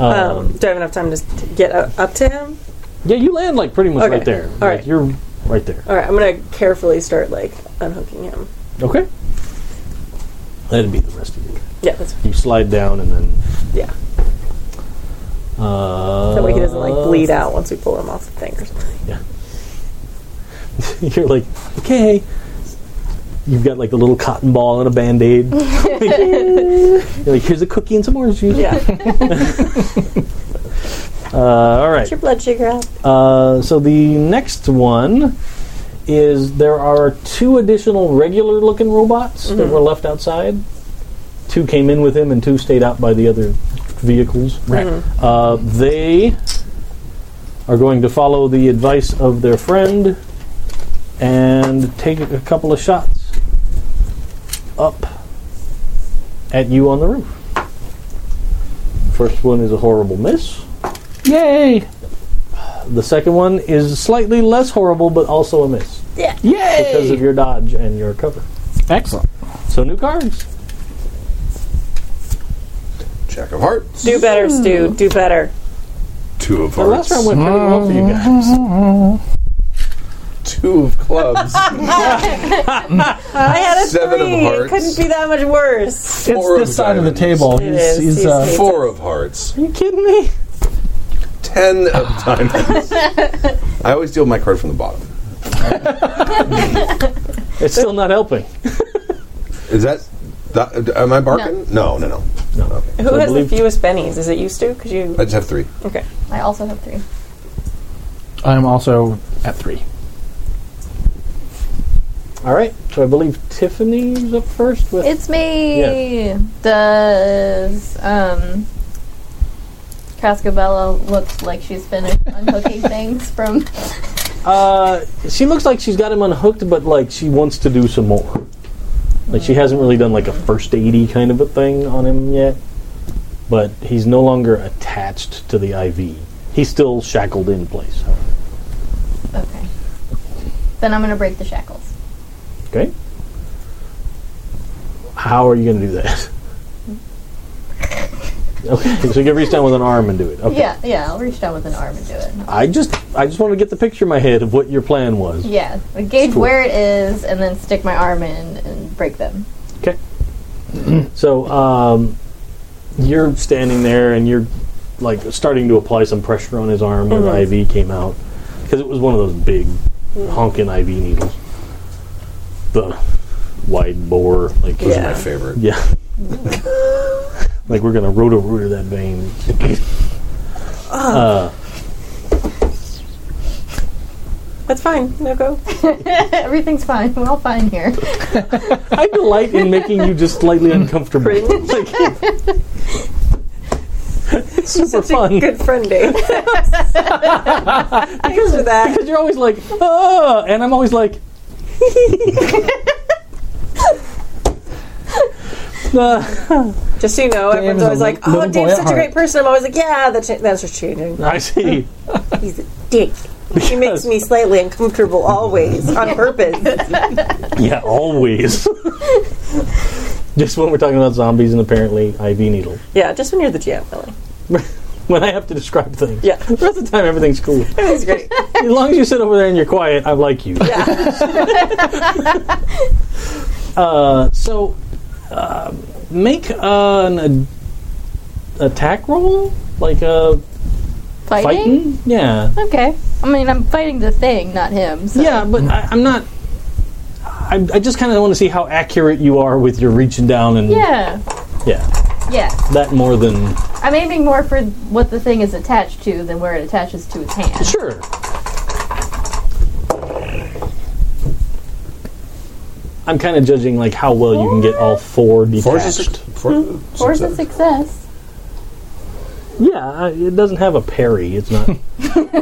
[SPEAKER 5] um, do I have enough time to s- get uh, up to him?
[SPEAKER 1] Yeah, you land like pretty much
[SPEAKER 5] Okay.
[SPEAKER 1] right there.
[SPEAKER 5] All
[SPEAKER 1] Like,
[SPEAKER 5] right.
[SPEAKER 1] you're right there.
[SPEAKER 5] All right, I'm gonna carefully start like unhooking him.
[SPEAKER 1] Okay. That'd be the rest of you.
[SPEAKER 5] Yeah, that's
[SPEAKER 1] You slide down and then.
[SPEAKER 5] yeah.
[SPEAKER 1] Uh,
[SPEAKER 5] That way he doesn't like bleed out once we pull him off the thing or something.
[SPEAKER 1] You're like, okay. You've got like the little cotton ball and a band aid. you're like, here's a cookie and some orange juice.
[SPEAKER 5] Yeah, get
[SPEAKER 1] Uh, all right.
[SPEAKER 5] your blood sugar up.
[SPEAKER 1] Uh, so the next one is there are two additional regular looking robots that were left outside. Two came in with him and two stayed out by the other vehicles.
[SPEAKER 4] Right.
[SPEAKER 1] Uh, they are going to follow the advice of their friend and take a couple of shots up at you on the roof. First one is a horrible miss.
[SPEAKER 4] Yay!
[SPEAKER 1] The second one is slightly less horrible, but also a miss
[SPEAKER 4] Yay!
[SPEAKER 1] because of your dodge and your cover.
[SPEAKER 4] Excellent.
[SPEAKER 1] So new cards.
[SPEAKER 6] Jack of hearts.
[SPEAKER 5] Do better, Stu. Do better.
[SPEAKER 6] Two of
[SPEAKER 1] The last
[SPEAKER 6] hearts.
[SPEAKER 1] round went pretty well for you guys.
[SPEAKER 6] Two of clubs.
[SPEAKER 5] I had a
[SPEAKER 6] Seven of
[SPEAKER 5] three.
[SPEAKER 6] hearts.
[SPEAKER 5] Couldn't be that much worse.
[SPEAKER 4] It's
[SPEAKER 6] Four
[SPEAKER 4] this
[SPEAKER 6] of
[SPEAKER 4] side of the
[SPEAKER 6] diamonds.
[SPEAKER 4] table.
[SPEAKER 5] It
[SPEAKER 4] He's,
[SPEAKER 5] is.
[SPEAKER 4] he's,
[SPEAKER 5] He's
[SPEAKER 4] uh,
[SPEAKER 5] hate-
[SPEAKER 6] Four of hearts.
[SPEAKER 1] Are you kidding me?
[SPEAKER 6] Ten of diamonds. I always deal with my card from the bottom.
[SPEAKER 1] It's still not helping.
[SPEAKER 6] Is that, that am I barking? No, no, no. no. Okay.
[SPEAKER 5] Who
[SPEAKER 1] I
[SPEAKER 5] has the
[SPEAKER 1] believe-
[SPEAKER 5] fewest bennies? Is it you, Stu? Because you
[SPEAKER 6] I just have three.
[SPEAKER 5] okay.
[SPEAKER 3] I also have three.
[SPEAKER 4] I'm also at three.
[SPEAKER 1] All right. So I believe Tiffany's up first with
[SPEAKER 3] It's me. Does um, Cascabella looks like she's finished unhooking things from?
[SPEAKER 1] Uh, she looks like she's got him unhooked, but like she wants to do some more. Like she hasn't really done like a first eighty kind of a thing on him yet. But he's no longer attached to the IV. He's still shackled in place. however.
[SPEAKER 3] Okay. Then I'm gonna break the shackles.
[SPEAKER 1] Okay. How are you going to do that? okay, so you can reach down with an arm and do it. Okay.
[SPEAKER 3] Yeah, yeah. I'll reach down with an arm and do it.
[SPEAKER 1] I just, I just want to get the picture in my head of what your plan was.
[SPEAKER 3] Yeah, gauge
[SPEAKER 1] Cool.
[SPEAKER 3] where it is, and then stick my arm in and break them.
[SPEAKER 1] Okay. so um, you're standing there and you're like starting to apply some pressure on his arm
[SPEAKER 3] Mm-hmm.
[SPEAKER 1] when the IV came out because it was one of those big honking IV needles, the wide bore like
[SPEAKER 6] Those
[SPEAKER 5] Yeah.
[SPEAKER 6] are my favorite.
[SPEAKER 1] yeah. like we're gonna roto rooter that vein.
[SPEAKER 5] That's fine. No go.
[SPEAKER 3] Everything's fine. We're all fine here.
[SPEAKER 1] I delight in making you just slightly uncomfortable. like, it's super fun.
[SPEAKER 5] Good friend day. Thanks for that.
[SPEAKER 1] Because you're always like, oh, and I'm always like, uh,
[SPEAKER 5] Just so you know, everyone's
[SPEAKER 4] is a
[SPEAKER 5] always like,
[SPEAKER 4] little
[SPEAKER 5] "Oh,
[SPEAKER 4] boy
[SPEAKER 5] Dave's
[SPEAKER 4] at
[SPEAKER 5] such a
[SPEAKER 4] heart."
[SPEAKER 5] great person." I'm always like, "Yeah, that's that's just changing.
[SPEAKER 1] I see.
[SPEAKER 5] He's a dick. He makes me slightly uncomfortable always on purpose."
[SPEAKER 1] Yeah, always. just when we're talking about zombies and apparently IV needles.
[SPEAKER 5] yeah, just when you're the GM, really.
[SPEAKER 1] When I have to describe things.
[SPEAKER 5] Yeah,
[SPEAKER 1] The rest of the time, everything's cool.
[SPEAKER 5] he's great.
[SPEAKER 1] As long as you sit over there and you're quiet, I like you. uh, so, uh, make an a- attack roll, like a
[SPEAKER 3] Fighting?
[SPEAKER 1] fighting? Yeah.
[SPEAKER 3] Okay. I mean, I'm fighting the thing, not him. So.
[SPEAKER 1] Yeah, but I, I'm not. I, I just kind of want to see how accurate you are with your reaching down and
[SPEAKER 3] Yeah.
[SPEAKER 1] yeah,
[SPEAKER 3] Yeah.
[SPEAKER 1] that more than
[SPEAKER 3] I'm aiming more for what the thing is attached to than where it attaches to its hand.
[SPEAKER 1] sure. I'm kind of judging like how well you can get all four
[SPEAKER 6] Four's a
[SPEAKER 1] detached.
[SPEAKER 6] six. Four,
[SPEAKER 1] Hmm?
[SPEAKER 3] Force of
[SPEAKER 6] success.
[SPEAKER 3] success.
[SPEAKER 1] Yeah, I- it doesn't have a parry. It's not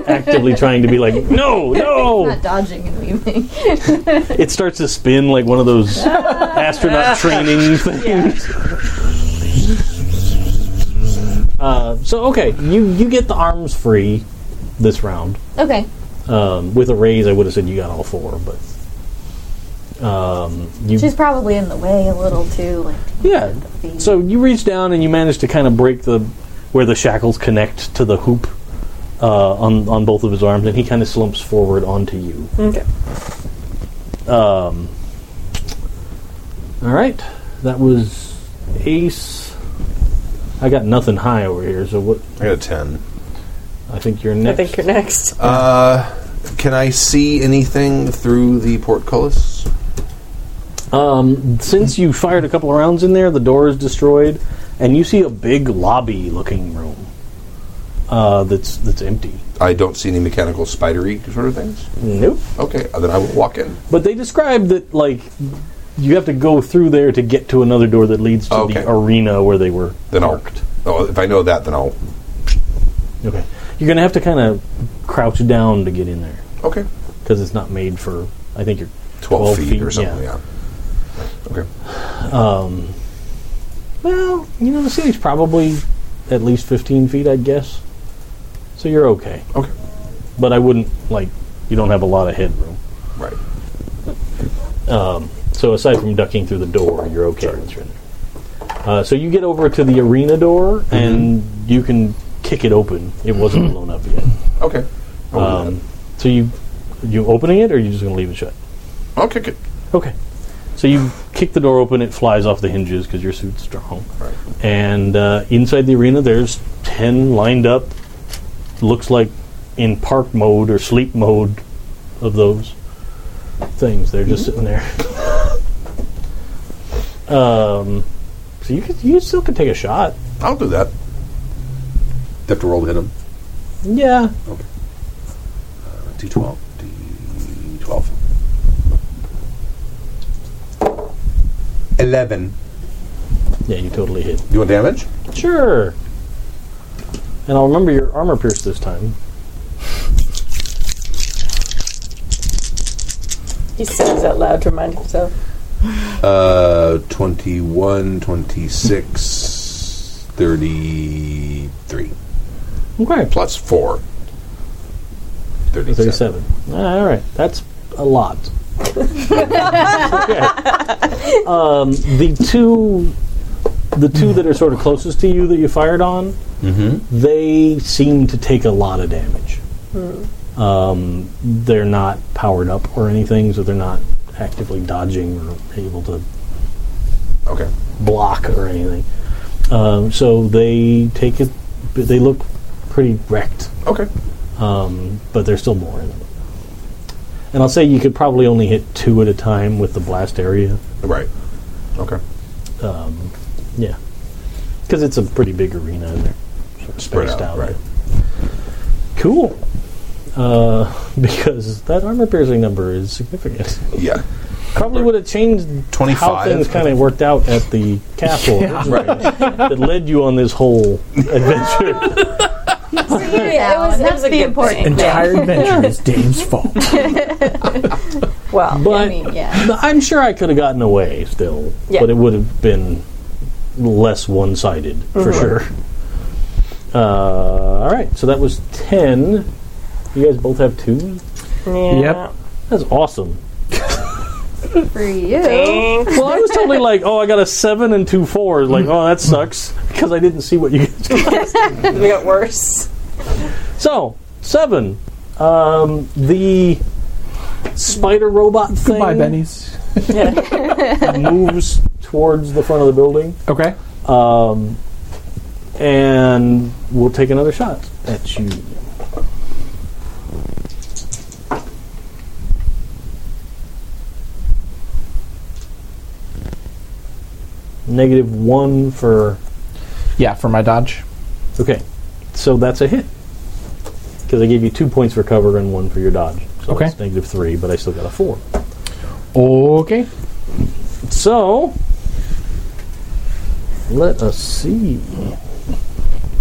[SPEAKER 1] actively trying to be like no, no.
[SPEAKER 3] Not dodging and weaving.
[SPEAKER 1] It starts to spin like one of those astronaut training things. Uh, so okay, you you get the arms free this round.
[SPEAKER 3] Okay.
[SPEAKER 1] Um, with a raise, I would have said you got all four, but um, you
[SPEAKER 3] She's probably in the way a little too. Like,
[SPEAKER 1] yeah.
[SPEAKER 3] feet.
[SPEAKER 1] So you reach down and you manage to kind of break the where the shackles connect to the hoop uh, on on both of his arms, and he kind of slumps forward onto you.
[SPEAKER 5] Okay.
[SPEAKER 1] All right, that was Ace. I got nothing high over here, so what?
[SPEAKER 6] I got a ten.
[SPEAKER 1] I think you're
[SPEAKER 5] I
[SPEAKER 1] next.
[SPEAKER 5] think you're next.
[SPEAKER 6] Uh, Can I see anything through the portcullis?
[SPEAKER 1] Um, since you fired a couple of rounds in there, the door is destroyed, and you see a big lobby-looking room uh, that's that's empty.
[SPEAKER 6] I don't see any mechanical spidery sort of things.
[SPEAKER 1] Nope.
[SPEAKER 6] Okay, then I will walk in.
[SPEAKER 1] But they described that like you have to go through there to get to another door that leads to
[SPEAKER 6] Okay.
[SPEAKER 1] the arena where they were
[SPEAKER 6] Then I'll.
[SPEAKER 1] parked.
[SPEAKER 6] Oh, if I know that, then I'll.
[SPEAKER 1] Okay. You're gonna have to kind of crouch down to get in there
[SPEAKER 6] Okay,
[SPEAKER 1] because it's not made for. I think you're 12
[SPEAKER 6] twelve, feet, or something. Yeah. Okay.
[SPEAKER 1] Well, you know the city's probably at least 15 feet, I'd guess. So you're okay.
[SPEAKER 6] Okay.
[SPEAKER 1] But I wouldn't like. You don't have a lot of headroom.
[SPEAKER 6] Right.
[SPEAKER 1] So aside from ducking through the door, you're okay. once you're in there. Uh, so you get over to the arena door and you can kick it open. It wasn't blown up yet.
[SPEAKER 6] Okay. I'll do
[SPEAKER 1] Um, so you you opening it or are you just going to leave it shut?
[SPEAKER 6] that. I'll kick it.
[SPEAKER 1] Okay. So you kick the door open. It flies off the hinges because your suit's strong.
[SPEAKER 6] Right.
[SPEAKER 1] And uh, inside the arena, there's ten lined up. Looks like in park mode or sleep mode of those things. They're just sitting there. um, so you could you still could take a shot.
[SPEAKER 6] I'll do that. You have to roll to hit him.
[SPEAKER 1] Yeah.
[SPEAKER 6] Uh, D twelve. D twelve.
[SPEAKER 2] Eleven.
[SPEAKER 1] Yeah, you totally hit.
[SPEAKER 6] You want damage?
[SPEAKER 1] Sure. And I'll remember your armor pierce this time.
[SPEAKER 5] He says out loud to remind himself.
[SPEAKER 6] Uh, 21, 26, 33.
[SPEAKER 1] Okay.
[SPEAKER 6] Plus 4. 37.
[SPEAKER 1] 37. Ah, All right. That's a lot. Okay. um, the two the two that are sort of closest to you that you fired on, they seem to take a lot of damage. Um, they're not powered up or anything, so they're not actively dodging or able to
[SPEAKER 6] Okay.
[SPEAKER 1] block or anything. Um, so they take it. They look pretty wrecked
[SPEAKER 6] Okay.
[SPEAKER 1] um, but there's still more in it. And I'll say you could probably only hit two at a time with the blast area.
[SPEAKER 6] Right. Okay.
[SPEAKER 1] Yeah, because it's a pretty big arena and they're sort of
[SPEAKER 6] Spread
[SPEAKER 1] spaced
[SPEAKER 6] out,
[SPEAKER 1] out.
[SPEAKER 6] right.
[SPEAKER 1] Cool. Uh, because that armor piercing number is significant.
[SPEAKER 6] Yeah.
[SPEAKER 1] Probably would have changed how
[SPEAKER 6] 25.
[SPEAKER 1] things kind of worked out at the castle originally that led you on this whole adventure.
[SPEAKER 3] it was,
[SPEAKER 5] it was a
[SPEAKER 3] the
[SPEAKER 5] good
[SPEAKER 3] important
[SPEAKER 5] thing.
[SPEAKER 3] thing.
[SPEAKER 5] Yeah.
[SPEAKER 7] Entire adventure is Dame's fault.
[SPEAKER 5] Well,
[SPEAKER 1] But
[SPEAKER 3] I mean, yeah.
[SPEAKER 1] But I'm sure I could have gotten away still,
[SPEAKER 5] Yeah.
[SPEAKER 1] but it would have been less one sided for sure. Uh, all right, so that was 10. You guys both have two?
[SPEAKER 5] yeah.
[SPEAKER 7] Yep.
[SPEAKER 1] That's awesome.
[SPEAKER 3] For you.
[SPEAKER 5] Thanks.
[SPEAKER 1] Well, I was totally like, oh, I got a seven and two fours. Like, oh, that sucks because I didn't see what you guys did.
[SPEAKER 5] We got worse.
[SPEAKER 1] So, seven. Um, the spider robot thing
[SPEAKER 7] Goodbye, Benny's.
[SPEAKER 5] Yeah.
[SPEAKER 1] moves towards the front of the building.
[SPEAKER 7] Okay.
[SPEAKER 1] and we'll take another shot
[SPEAKER 7] at you.
[SPEAKER 1] Negative one for.
[SPEAKER 4] Yeah, for my dodge.
[SPEAKER 1] Okay, so that's a hit. Because I gave you two points for cover and one for your dodge. So
[SPEAKER 4] Okay.
[SPEAKER 1] it's negative three, but I still got a four.
[SPEAKER 4] Okay.
[SPEAKER 1] So, let us see.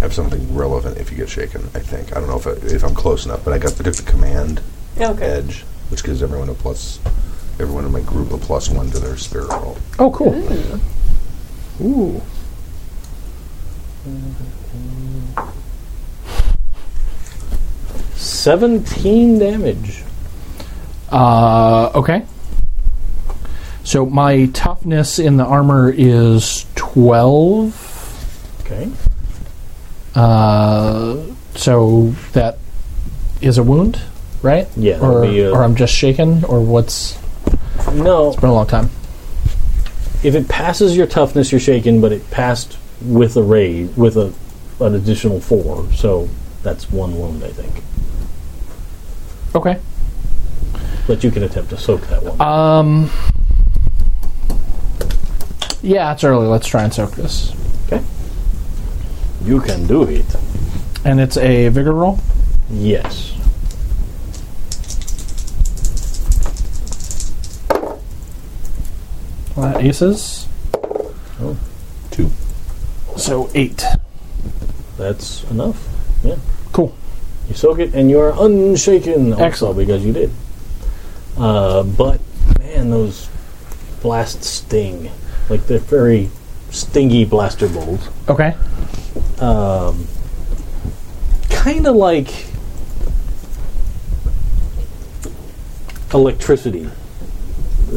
[SPEAKER 6] I have something relevant if you get shaken, I think. I don't know if, I, if I'm close enough, but I got the, took the command
[SPEAKER 5] Okay.
[SPEAKER 6] edge, which gives everyone a plus, everyone in my group a plus one to their spirit roll.
[SPEAKER 4] Oh, cool.
[SPEAKER 1] Ooh. Seventeen damage.
[SPEAKER 4] Uh, okay. So my toughness in the armor is 12.
[SPEAKER 1] Okay.
[SPEAKER 4] Uh, so that is a wound, right?
[SPEAKER 1] Yeah, that'd
[SPEAKER 4] Or,
[SPEAKER 1] be uh, a-
[SPEAKER 4] or I'm just shaken, or what's.
[SPEAKER 1] No,
[SPEAKER 4] It's been a long time.
[SPEAKER 1] if it passes your toughness, you're shaken, but it passed with a raise, with a an additional four, so that's one wound, I think.
[SPEAKER 4] Okay.
[SPEAKER 1] But you can attempt to soak that one.
[SPEAKER 4] Um. Yeah, it's early. Let's try and soak this.
[SPEAKER 1] you can do it.
[SPEAKER 4] And it's a vigor roll.
[SPEAKER 1] Yes.
[SPEAKER 4] Uh, aces.
[SPEAKER 1] Oh,
[SPEAKER 6] Two.
[SPEAKER 4] So eight.
[SPEAKER 1] That's enough. Yeah.
[SPEAKER 4] Cool.
[SPEAKER 1] You soak it and you are unshaken. also,
[SPEAKER 4] Excellent.
[SPEAKER 1] because you did. Uh, but man, those blasts sting. Like they're very stingy blaster bolts.
[SPEAKER 4] Okay.
[SPEAKER 1] Kind of like electricity.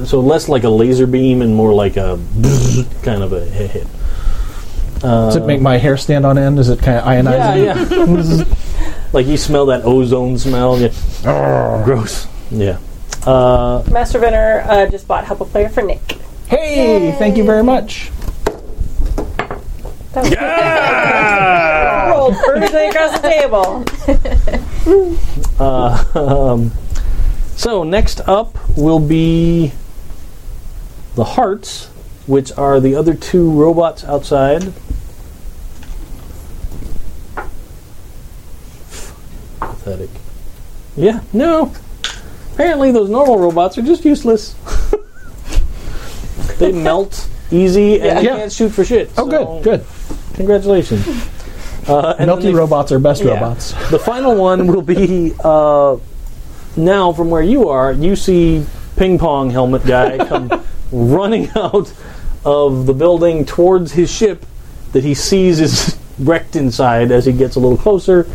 [SPEAKER 1] So less like a laser beam and more like a kind of a hit.
[SPEAKER 4] Does it make my hair stand on end? Is it kind of
[SPEAKER 1] Uh, Yeah,
[SPEAKER 4] ionizing?
[SPEAKER 1] yeah. like you smell that ozone smell. Yeah.
[SPEAKER 4] Gross.
[SPEAKER 1] yeah. Uh,
[SPEAKER 5] Master Venner uh, just bought Help a Player for Nick.
[SPEAKER 4] Hey, thank you very much.
[SPEAKER 5] That was rolled vertically across the table.
[SPEAKER 1] So next up will be the hearts, which are the other two robots outside. Pathetic. Yeah, no. Apparently those normal robots are just useless. they melt easy and they
[SPEAKER 4] Yeah.
[SPEAKER 1] can't shoot for shit.
[SPEAKER 4] Oh,
[SPEAKER 1] so
[SPEAKER 4] good, good.
[SPEAKER 1] Congratulations. Uh, and then
[SPEAKER 4] Melty
[SPEAKER 1] they-
[SPEAKER 4] robots are best
[SPEAKER 1] Yeah.
[SPEAKER 4] robots.
[SPEAKER 1] the final one will be uh, now from where you are. You see ping pong helmet guy come running out of the building towards his ship that he sees is wrecked inside as he gets a little closer.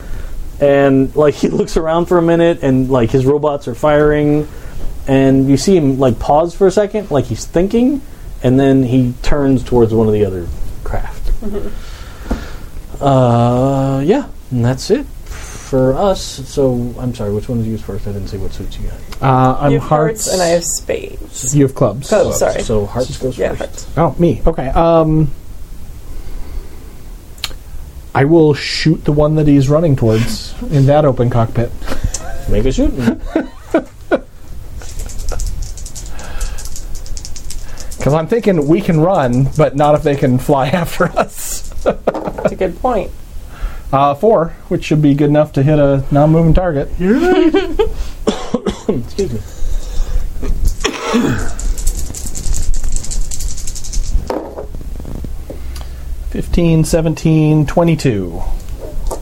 [SPEAKER 1] And like he looks around for a minute, and like his robots are firing, and you see him like pause for a second, like he's thinking, and then he turns towards one of the other craft. Uh, yeah, and that's it for us. So I'm sorry, which one did you use first? I didn't see what suits you got.
[SPEAKER 4] Uh, I'm
[SPEAKER 5] You have
[SPEAKER 4] hearts.
[SPEAKER 5] and I have spades.
[SPEAKER 4] You have clubs.
[SPEAKER 5] Oh, sorry.
[SPEAKER 1] So hearts goes
[SPEAKER 5] yeah,
[SPEAKER 1] first.
[SPEAKER 5] hearts.
[SPEAKER 4] Oh, me. Okay. Um, I will shoot the one that he's running towards in that open cockpit.
[SPEAKER 1] Make a shooting.
[SPEAKER 4] Because I'm thinking we can run, but not if they can fly after us.
[SPEAKER 5] That's a good point.
[SPEAKER 4] Uh, four, which should be good enough to hit a non moving target.
[SPEAKER 1] Excuse me.
[SPEAKER 4] Fifteen, seventeen, twenty-two.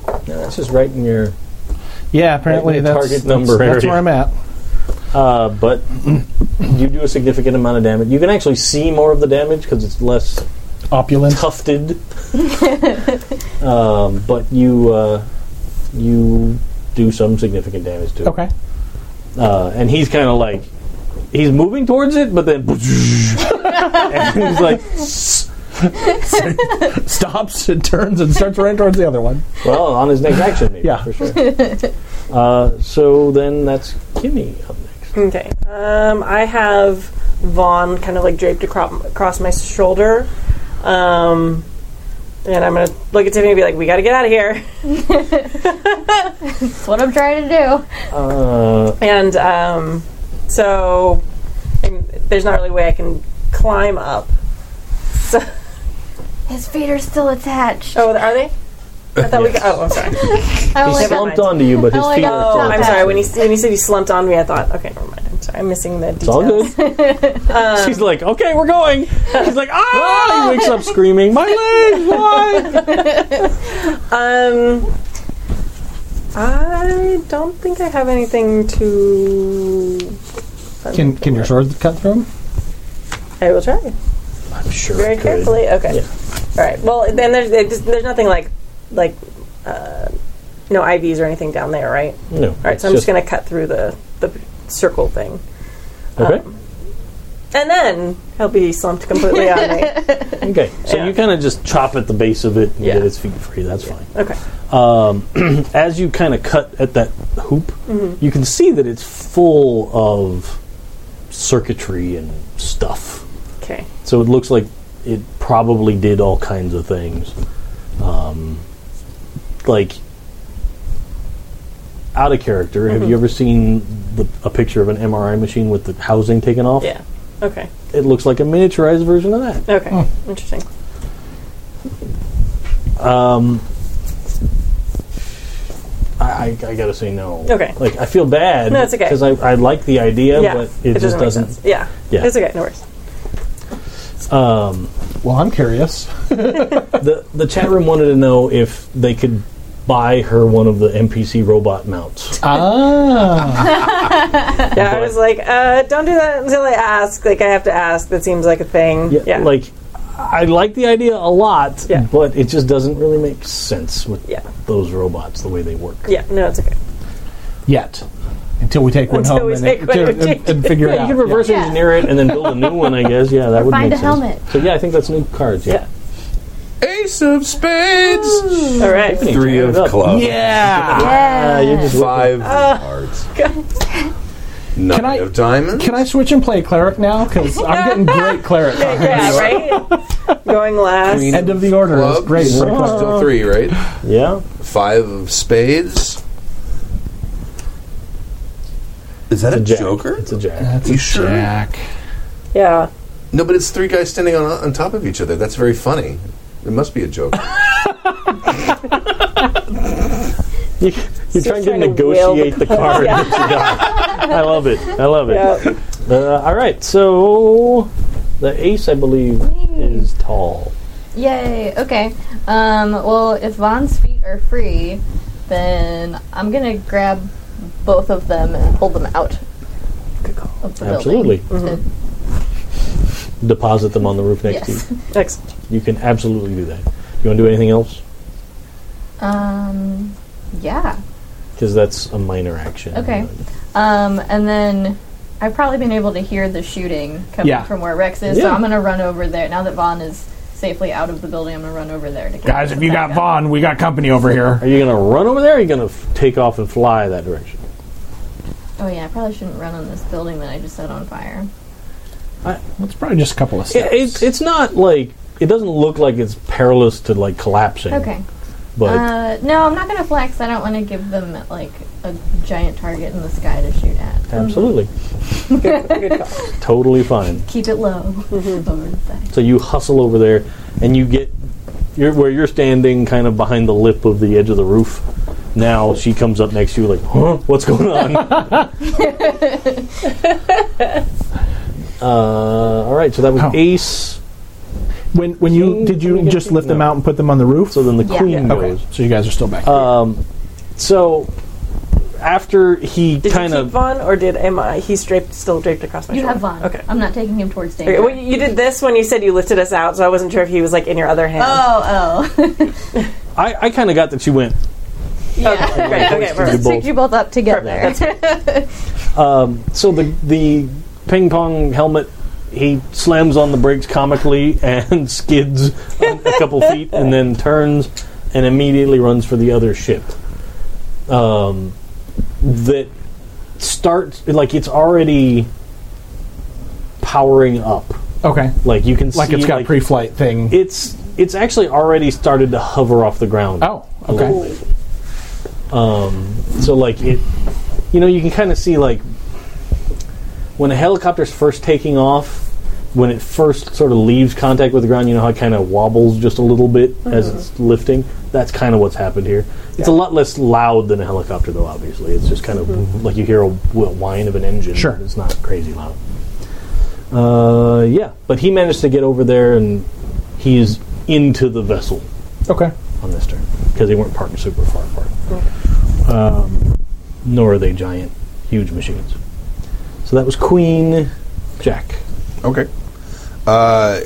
[SPEAKER 1] No, that's just right in your.
[SPEAKER 4] Yeah, apparently
[SPEAKER 1] Right in the
[SPEAKER 4] that's,
[SPEAKER 1] target
[SPEAKER 4] that's-
[SPEAKER 1] number
[SPEAKER 4] that's
[SPEAKER 1] area.
[SPEAKER 4] where I'm at.
[SPEAKER 1] Uh, but you do a significant amount of damage. You can actually see more of the damage because it's less
[SPEAKER 4] Opulent.
[SPEAKER 1] tufted. um, but you uh, you do some significant damage to it.
[SPEAKER 4] Okay.
[SPEAKER 1] uh, and he's kind of like he's moving towards it, but then and he's like,
[SPEAKER 4] Stops and turns and starts running towards the other one.
[SPEAKER 1] well, on his next action, maybe,
[SPEAKER 4] Yeah.
[SPEAKER 1] for sure. Uh, so then that's Kimmy up next.
[SPEAKER 5] Okay. Um, I have Vaughn kind of like draped acro- across my shoulder. Um, And I'm going to look at Tiffany and be like, we got to get out of here.
[SPEAKER 3] That's what I'm trying to do.
[SPEAKER 1] Uh,
[SPEAKER 5] And um, so and there's not really a way I can climb up. So,
[SPEAKER 3] His feet are still attached.
[SPEAKER 5] oh, are they? I thought we got. Oh, I'm sorry.
[SPEAKER 3] I only
[SPEAKER 5] Never
[SPEAKER 3] got,
[SPEAKER 1] slumped
[SPEAKER 5] mind.
[SPEAKER 1] onto you, but his
[SPEAKER 3] Oh, I
[SPEAKER 1] feet
[SPEAKER 3] got
[SPEAKER 1] are
[SPEAKER 5] Oh,
[SPEAKER 1] still.
[SPEAKER 5] I'm
[SPEAKER 3] that.
[SPEAKER 5] sorry. When you when you said you slumped on me, I thought, okay, never mind. I'm sorry. I'm missing the
[SPEAKER 1] It's all
[SPEAKER 5] details.
[SPEAKER 1] good.
[SPEAKER 5] Um,
[SPEAKER 1] She's like, okay, we're going. She's like, ah! He wakes up screaming, my leg, why?
[SPEAKER 5] Um, I don't think I have anything to.
[SPEAKER 4] Can can your sword cut through him?
[SPEAKER 5] I will try
[SPEAKER 4] I'm sure.
[SPEAKER 5] very carefully. Okay. All right. Well, then there's there's there's nothing like like uh, no IVs or anything down there, right?
[SPEAKER 1] No.
[SPEAKER 5] All right. So I'm just gonna cut through the the circle thing,
[SPEAKER 1] Okay.
[SPEAKER 5] and then he'll be slumped completely on me.
[SPEAKER 1] Okay, so
[SPEAKER 5] Yeah.
[SPEAKER 1] you kind of just chop at the base of it and
[SPEAKER 5] Yeah.
[SPEAKER 1] get its feet free. That's fine.
[SPEAKER 5] Okay.
[SPEAKER 1] As you kind of cut at that hoop,
[SPEAKER 5] Mm-hmm.
[SPEAKER 1] you can see that it's full of circuitry and stuff.
[SPEAKER 5] Okay.
[SPEAKER 1] So it looks like it probably did all kinds of things. Um, like, out of character,
[SPEAKER 5] Mm-hmm.
[SPEAKER 1] have you ever seen the, a picture of an MRI machine with the housing taken off?
[SPEAKER 5] Yeah. Okay.
[SPEAKER 1] It looks like a miniaturized version of that.
[SPEAKER 5] Okay.
[SPEAKER 1] Hmm.
[SPEAKER 5] Interesting.
[SPEAKER 1] I, I, I gotta say no.
[SPEAKER 5] Okay.
[SPEAKER 1] Like I feel bad.
[SPEAKER 5] No, it's okay.
[SPEAKER 1] Because I, I like the idea,
[SPEAKER 5] Yeah.
[SPEAKER 1] but it, just
[SPEAKER 5] make
[SPEAKER 1] doesn't.
[SPEAKER 5] sense. Yeah.
[SPEAKER 1] Yeah.
[SPEAKER 5] It's okay. No worries.
[SPEAKER 4] Well, I'm curious.
[SPEAKER 1] The the chat room wanted to know if they could buy her one of the NPC robot mounts.
[SPEAKER 4] ah,
[SPEAKER 5] Yeah, I was like, uh, don't do that until I ask. Like, I have to ask. That seems like a thing. Yeah.
[SPEAKER 1] Like I like the idea a lot,
[SPEAKER 5] Yeah.
[SPEAKER 1] but it just doesn't really make sense with
[SPEAKER 5] Yeah.
[SPEAKER 1] those robots the way they work.
[SPEAKER 5] yeah. No, it's okay.
[SPEAKER 4] yet until we take one
[SPEAKER 5] Until
[SPEAKER 4] home
[SPEAKER 5] we
[SPEAKER 4] and,
[SPEAKER 5] take
[SPEAKER 4] it-
[SPEAKER 5] one
[SPEAKER 4] to-
[SPEAKER 5] and take-
[SPEAKER 4] and, and figure it
[SPEAKER 1] Yeah,
[SPEAKER 4] out.
[SPEAKER 1] you could reverse
[SPEAKER 3] Yeah.
[SPEAKER 1] engineer it and then build a new one, I guess. Yeah, that would
[SPEAKER 3] find
[SPEAKER 1] make
[SPEAKER 3] a
[SPEAKER 1] sense.
[SPEAKER 3] helmet.
[SPEAKER 1] So yeah, I think that's new cards. Yeah,
[SPEAKER 6] Ace of spades.
[SPEAKER 5] All right.
[SPEAKER 6] Three
[SPEAKER 1] Turn it
[SPEAKER 6] of
[SPEAKER 1] up.
[SPEAKER 6] clubs.
[SPEAKER 4] Yeah.
[SPEAKER 3] Yeah.
[SPEAKER 1] Uh, you're just
[SPEAKER 6] Five cards. Nine
[SPEAKER 4] Can Ah. I-
[SPEAKER 6] of diamonds.
[SPEAKER 4] Can I switch and play cleric now? Because I'm getting great cleric. cards.
[SPEAKER 5] Yeah, right? Going last.
[SPEAKER 6] Queen
[SPEAKER 4] End of the order
[SPEAKER 6] clubs.
[SPEAKER 4] is great. for cleric.
[SPEAKER 6] Still three, right?
[SPEAKER 1] yeah.
[SPEAKER 6] Five of spades. Is that a,
[SPEAKER 1] It's a jack.
[SPEAKER 6] joker?
[SPEAKER 1] It's a jack.
[SPEAKER 4] That's
[SPEAKER 6] You
[SPEAKER 4] a
[SPEAKER 6] sure?
[SPEAKER 4] jack.
[SPEAKER 5] Yeah.
[SPEAKER 6] No, but it's three guys standing on on top of each other. That's very funny. It must be a joke.
[SPEAKER 1] You, you're trying to
[SPEAKER 5] trying to will
[SPEAKER 1] negotiate the card that you got. I love it. I love it.
[SPEAKER 5] Yeah.
[SPEAKER 1] Uh, all right, so the ace, I believe, is tall.
[SPEAKER 3] Yay. Okay. Um, well, if Vaughn's feet are free, then I'm gonna grab both of them and pull them out. Of the
[SPEAKER 1] Absolutely.
[SPEAKER 3] Building.
[SPEAKER 4] Mm-hmm.
[SPEAKER 1] Deposit them on the roof next
[SPEAKER 3] Yes.
[SPEAKER 1] to you.
[SPEAKER 5] Excellent.
[SPEAKER 1] You can absolutely do that. You want to do anything else?
[SPEAKER 3] Um. Yeah.
[SPEAKER 1] Because that's a minor action.
[SPEAKER 3] Okay. Um. And then I've probably been able to hear the shooting coming
[SPEAKER 4] Yeah.
[SPEAKER 3] from where Rex is, so
[SPEAKER 1] Yeah.
[SPEAKER 3] I'm gonna run over there. Now that Vaughn is safely out of the building, I'm gonna run over there to catch
[SPEAKER 4] Guys,
[SPEAKER 3] him
[SPEAKER 4] if you
[SPEAKER 3] back
[SPEAKER 4] got
[SPEAKER 3] up.
[SPEAKER 4] Vaughn, we got company over here.
[SPEAKER 1] Are you going to run over there or are you going to f- take off and fly that direction?
[SPEAKER 3] Oh yeah, I probably shouldn't run on this building that I just set on fire.
[SPEAKER 4] It's probably just a couple of
[SPEAKER 1] It,
[SPEAKER 4] steps.
[SPEAKER 1] it's, it's not like, it doesn't look like it's perilous to like collapsing.
[SPEAKER 3] Okay.
[SPEAKER 1] But
[SPEAKER 3] Uh, no, I'm not gonna flex. I don't want to give them like a giant target in the sky to shoot at.
[SPEAKER 1] absolutely.
[SPEAKER 5] Good call.
[SPEAKER 1] Totally fine.
[SPEAKER 3] Keep it low over the side.
[SPEAKER 1] So you hustle over there, and you get you're, where you're standing, kind of behind the lip of the edge of the roof. Now she comes up next to you, like, huh? What's going on? uh, all right, so that was
[SPEAKER 4] Oh.
[SPEAKER 1] Ace.
[SPEAKER 4] when when you did
[SPEAKER 1] Can we
[SPEAKER 4] you
[SPEAKER 1] get
[SPEAKER 4] just
[SPEAKER 1] the-
[SPEAKER 4] lift them
[SPEAKER 1] no.
[SPEAKER 4] out and put them on the roof?
[SPEAKER 1] So then the
[SPEAKER 3] Yeah.
[SPEAKER 1] Queen
[SPEAKER 3] Yeah.
[SPEAKER 1] goes.
[SPEAKER 4] okay, so you guys are still back.
[SPEAKER 1] So after he
[SPEAKER 5] Did
[SPEAKER 1] kind
[SPEAKER 5] you keep
[SPEAKER 1] of
[SPEAKER 5] Vaughn or did am I? He's draped, still draped across my
[SPEAKER 3] You
[SPEAKER 5] shoulder.
[SPEAKER 3] have Vaughn.
[SPEAKER 5] Okay.
[SPEAKER 3] I'm not taking him towards danger.
[SPEAKER 5] Okay, Well, you did this when you said you lifted us out, so I wasn't sure if he was like in your other hand.
[SPEAKER 3] oh, oh.
[SPEAKER 1] I, I kind of got that you went.
[SPEAKER 3] yeah.
[SPEAKER 5] Right, okay,
[SPEAKER 1] Voice to
[SPEAKER 5] right.
[SPEAKER 1] the-
[SPEAKER 3] Just picked you both up together.
[SPEAKER 1] So the the ping pong helmet. He slams on the brakes comically and skids a a couple feet, and then turns and immediately runs for the other ship. Um, that starts like it's already powering up.
[SPEAKER 4] okay,
[SPEAKER 1] Like you can
[SPEAKER 4] like
[SPEAKER 1] see,
[SPEAKER 4] it's got
[SPEAKER 1] like,
[SPEAKER 4] pre-flight thing.
[SPEAKER 1] it's it's actually already started to hover off the ground.
[SPEAKER 4] Oh, okay.
[SPEAKER 1] Um, So like it, you know, you can kind of see like when a helicopter's first taking off, when it first sort of leaves contact with the ground, you know how it kind of wobbles just a little bit as it's lifting. That's kind of what's happened here. It's a lot less loud than a helicopter, though. Obviously, it's just kind of like you hear a wh- whine of an engine.
[SPEAKER 4] Sure.
[SPEAKER 1] it's not crazy loud. Uh, yeah, but he managed to get over there, and he's into the vessel
[SPEAKER 4] Okay.
[SPEAKER 1] on this turn because they weren't parked super far apart. Um, nor are they giant, huge machines. So that was Queen Jack.
[SPEAKER 6] Okay. Uh,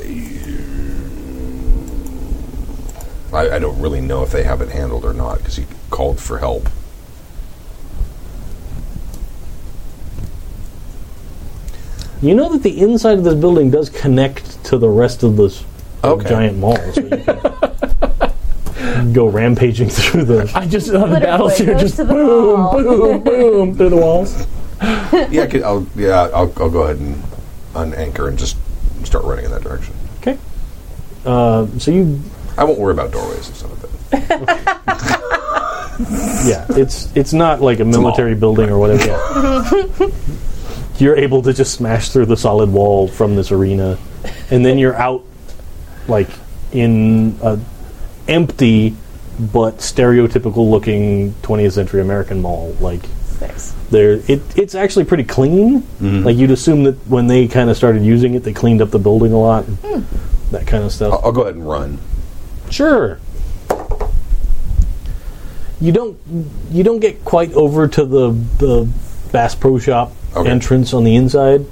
[SPEAKER 6] I, I don't really know if they have it handled or not because he called for help.
[SPEAKER 1] You know that the inside of this building does connect to the rest of this
[SPEAKER 6] Okay.
[SPEAKER 1] giant mall. So you can go rampaging through the.
[SPEAKER 4] I just uh, on the
[SPEAKER 3] Literally
[SPEAKER 4] battleship,
[SPEAKER 3] goes
[SPEAKER 4] just
[SPEAKER 3] to the
[SPEAKER 4] boom,
[SPEAKER 3] wall.
[SPEAKER 4] boom, boom through the walls.
[SPEAKER 6] yeah, I could, I'll, yeah, I'll, I'll go ahead and unanchor and just start running in that direction.
[SPEAKER 1] Okay. Uh, so you,
[SPEAKER 6] I won't worry about doorways and stuff like that.
[SPEAKER 1] yeah, it's it's not like a military building or whatever. Yeah. you're able to just smash through the solid wall from this arena, and then you're out, like in a empty but stereotypical looking 20th century American mall. Like
[SPEAKER 5] Nice.
[SPEAKER 1] there, it it's actually pretty clean. Like you'd assume that when they kind of started using it, they cleaned up the building a lot, and that kind of stuff.
[SPEAKER 6] I'll, I'll go ahead and run.
[SPEAKER 1] Sure. You don't you don't get quite over to the the Bass Pro Shop
[SPEAKER 6] Okay.
[SPEAKER 1] entrance on the inside,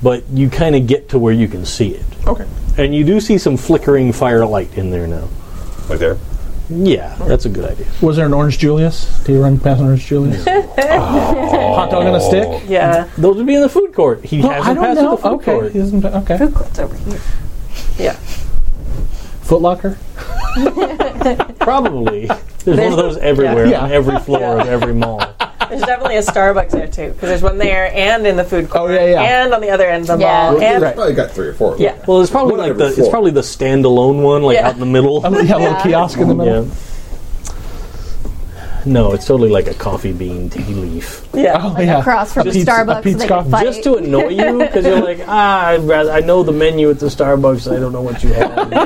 [SPEAKER 1] but you kind of get to where you can see it,
[SPEAKER 6] Okay.
[SPEAKER 1] and you do see some flickering firelight in there now.
[SPEAKER 6] Like there?
[SPEAKER 1] Yeah, that's a good idea.
[SPEAKER 4] Was there an orange Julius? Do you run past an orange Julius? Hot dog on a stick.
[SPEAKER 5] Yeah.
[SPEAKER 1] Those would be in the food court. He
[SPEAKER 4] Well, I
[SPEAKER 1] hasn't
[SPEAKER 4] don't
[SPEAKER 1] passed
[SPEAKER 4] know.
[SPEAKER 1] the food
[SPEAKER 4] Okay.
[SPEAKER 1] court.
[SPEAKER 4] he isn't- okay.
[SPEAKER 3] Food court's over here.
[SPEAKER 5] Yeah.
[SPEAKER 4] Foot Locker.
[SPEAKER 1] Probably there's one of those everywhere
[SPEAKER 4] Yeah.
[SPEAKER 1] on every floor of every mall.
[SPEAKER 5] There's definitely a Starbucks there too, because there's one there and in the food court.
[SPEAKER 4] yeah, yeah.
[SPEAKER 5] And on the other end of the
[SPEAKER 3] Yeah.
[SPEAKER 5] mall. And
[SPEAKER 4] Right.
[SPEAKER 2] Probably got three or four.
[SPEAKER 5] yeah.
[SPEAKER 1] Well, it's probably
[SPEAKER 2] One
[SPEAKER 1] like
[SPEAKER 2] every
[SPEAKER 1] the it's
[SPEAKER 2] floor.
[SPEAKER 1] probably the standalone one, like
[SPEAKER 5] Yeah.
[SPEAKER 1] out in the middle.
[SPEAKER 4] Oh, A little yellow kiosk in the middle.
[SPEAKER 1] Yeah. No, it's totally like a coffee bean tea leaf.
[SPEAKER 5] Yeah.
[SPEAKER 4] Oh yeah.
[SPEAKER 3] Across
[SPEAKER 4] A
[SPEAKER 3] from
[SPEAKER 4] pizza- a
[SPEAKER 3] Starbucks, so
[SPEAKER 4] pizza
[SPEAKER 3] they
[SPEAKER 4] coffee.
[SPEAKER 3] can fight.
[SPEAKER 1] Just to annoy you, because you're like, ah, I'd rather, I know the menu at the Starbucks. I don't know what you have. Give me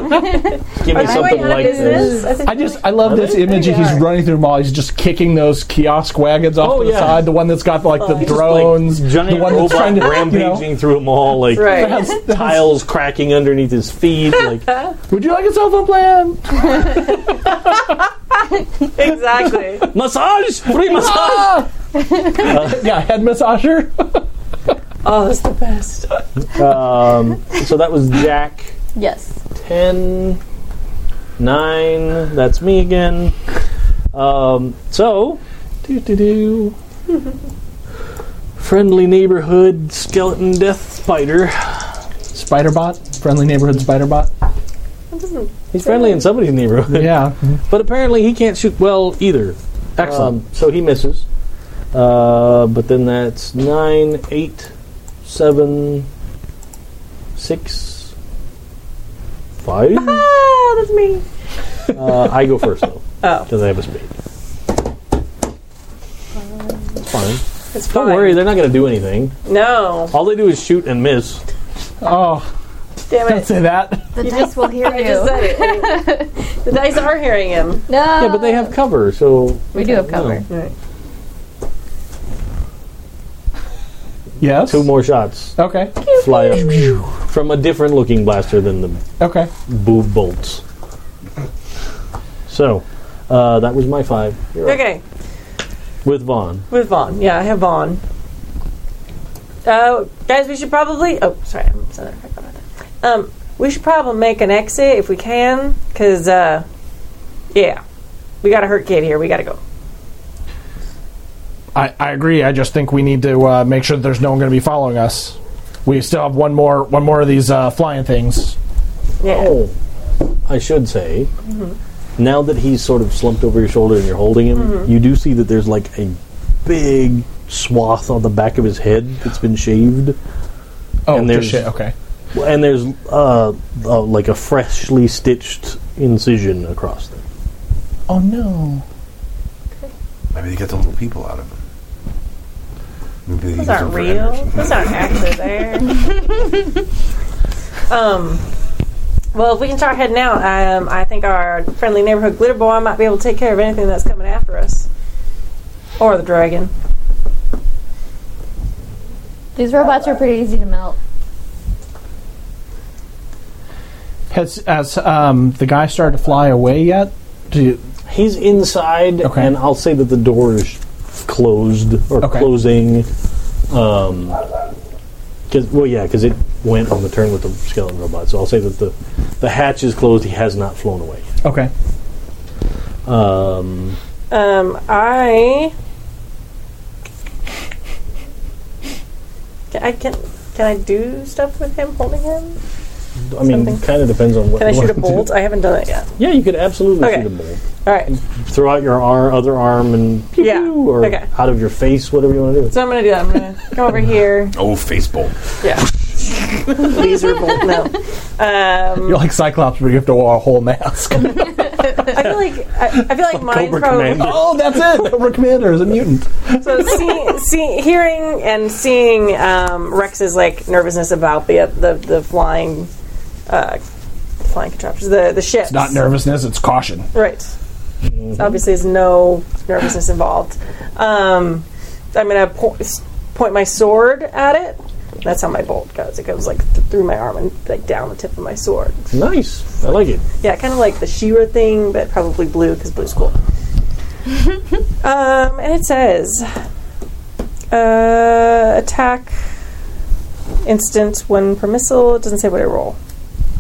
[SPEAKER 5] Am I
[SPEAKER 1] something
[SPEAKER 5] going out of
[SPEAKER 1] like
[SPEAKER 5] business?
[SPEAKER 1] this.
[SPEAKER 5] I said,
[SPEAKER 4] I just I love this image. He's running through the mall. He's just kicking those kiosk wagons off
[SPEAKER 1] Oh,
[SPEAKER 4] to the
[SPEAKER 1] yeah.
[SPEAKER 4] side. The one that's got like the
[SPEAKER 1] Just,
[SPEAKER 4] drones.
[SPEAKER 1] like, giant
[SPEAKER 4] the one
[SPEAKER 1] robot
[SPEAKER 4] that's trying to
[SPEAKER 1] rampaging
[SPEAKER 4] You know,
[SPEAKER 1] through a mall, like
[SPEAKER 5] right.
[SPEAKER 1] tiles cracking underneath his feet. Like,
[SPEAKER 4] would you like a cell phone plan?
[SPEAKER 5] exactly.
[SPEAKER 1] massage, free massage.
[SPEAKER 4] yeah, head massager.
[SPEAKER 5] Oh, that's the best.
[SPEAKER 1] Um, so that was Jack.
[SPEAKER 3] Yes.
[SPEAKER 1] Ten, nine. That's me again. Um, so
[SPEAKER 4] do do do.
[SPEAKER 1] friendly neighborhood skeleton death spider.
[SPEAKER 4] Spiderbot, friendly neighborhood spiderbot.
[SPEAKER 1] He's friendly in somebody's neighborhood,
[SPEAKER 4] Yeah,
[SPEAKER 1] but apparently he can't shoot well either.
[SPEAKER 4] excellent.
[SPEAKER 1] Um, so he misses. Uh, but then that's nine, eight, seven, six, five.
[SPEAKER 5] Oh, that's me.
[SPEAKER 1] Uh, I go first though,
[SPEAKER 5] Oh,
[SPEAKER 1] because I have a speed. It's fine.
[SPEAKER 5] it's
[SPEAKER 1] Don't
[SPEAKER 5] fine.
[SPEAKER 1] worry, they're not going to do anything.
[SPEAKER 5] No.
[SPEAKER 1] All they do is shoot and miss.
[SPEAKER 4] oh,
[SPEAKER 5] Damn
[SPEAKER 4] don't
[SPEAKER 5] it.
[SPEAKER 4] say that.
[SPEAKER 3] The dice will hear
[SPEAKER 5] I just
[SPEAKER 3] you.
[SPEAKER 5] said it. the dice are hearing him.
[SPEAKER 3] No.
[SPEAKER 1] Yeah, but they have
[SPEAKER 5] Oh.
[SPEAKER 1] cover, so
[SPEAKER 3] We do have cover.
[SPEAKER 4] Yes.
[SPEAKER 1] two more shots
[SPEAKER 4] Okay.
[SPEAKER 1] fly up from a different looking blaster than the
[SPEAKER 4] Okay.
[SPEAKER 1] boob bolts. So, uh, that was my five. You're up.
[SPEAKER 5] Okay.
[SPEAKER 1] With Vaughn.
[SPEAKER 5] With Vaughn. Yeah, I have Vaughn. Uh, guys, we should probably. Oh, sorry, I'm so about that. Um, we should probably make an exit if we can, because, uh, yeah. We got a hurt kid here. We got to go.
[SPEAKER 4] I, I agree. I just think we need to uh, make sure that there's no one going to be following us. We still have one more one more of these uh, flying things.
[SPEAKER 5] Yeah.
[SPEAKER 1] Oh, I should say, now that he's sort of slumped over your shoulder and you're holding him, you do see that there's like a big swath on the back of his head that's been shaved.
[SPEAKER 4] Oh,
[SPEAKER 1] And
[SPEAKER 4] good
[SPEAKER 1] there's-
[SPEAKER 4] shit. Okay.
[SPEAKER 1] and there's uh, uh, like a freshly stitched incision across them.
[SPEAKER 4] Oh no.
[SPEAKER 6] Maybe they get the little people out of them. Maybe they
[SPEAKER 5] Those
[SPEAKER 6] use
[SPEAKER 5] aren't
[SPEAKER 6] them for
[SPEAKER 5] real.
[SPEAKER 6] energy.
[SPEAKER 5] Those aren't actually there. um, well, if we can start heading out, um, I think our friendly neighborhood glitter boy might be able to take care of anything that's coming after us, or the dragon.
[SPEAKER 3] These robots are pretty easy to melt.
[SPEAKER 4] Has has um, the guy started to fly away yet? Do you,
[SPEAKER 1] He's inside,
[SPEAKER 4] Okay.
[SPEAKER 1] and I'll say that the door is closed or
[SPEAKER 4] Okay.
[SPEAKER 1] closing. Um, 'cause- well, yeah, because it went on the turn with the skeleton robot. So I'll say that the the hatch is closed. He has not flown away.
[SPEAKER 4] okay.
[SPEAKER 1] yet. Um,
[SPEAKER 5] Um, I. Can I can can I do stuff with him holding him?
[SPEAKER 1] I mean,
[SPEAKER 5] Something.
[SPEAKER 1] kind of depends on what.
[SPEAKER 5] Can I
[SPEAKER 1] you
[SPEAKER 5] shoot a
[SPEAKER 1] want to do.
[SPEAKER 5] bolt? I haven't done it yet.
[SPEAKER 1] Yeah, you could absolutely
[SPEAKER 5] Okay.
[SPEAKER 1] shoot a bolt.
[SPEAKER 5] All right.
[SPEAKER 1] Throw out your arm, other arm, and pew,
[SPEAKER 5] Yeah.
[SPEAKER 1] pew, or
[SPEAKER 5] Okay.
[SPEAKER 1] out of your face, whatever you want to do.
[SPEAKER 5] So I'm gonna do that. I'm gonna go over here.
[SPEAKER 6] Oh, face bolt.
[SPEAKER 5] Yeah. Laser bolt. No. Um,
[SPEAKER 4] You're like Cyclops, but you have to wear a whole mask.
[SPEAKER 5] I feel like I, I feel like mine's
[SPEAKER 1] Cobra
[SPEAKER 5] probably
[SPEAKER 1] Commander.
[SPEAKER 4] oh, that's it. Cobra Commander is a mutant.
[SPEAKER 5] so see, see, hearing and seeing um, Rex's like nervousness about the uh, the, the flying uh, flying contraptions, the the ships.
[SPEAKER 4] Not Mm-hmm. nervousness, it's caution.
[SPEAKER 5] Right. So obviously, there's no nervousness involved. Um, I'm gonna po- s- point my sword at it. That's how my bolt goes. It goes like th- through my arm and like down the tip of my sword.
[SPEAKER 1] Nice, I like it.
[SPEAKER 5] Yeah, kind of like the Shira thing, but probably blue because blue's cool. um, and it says uh, attack instant one per missile. It doesn't say what I roll.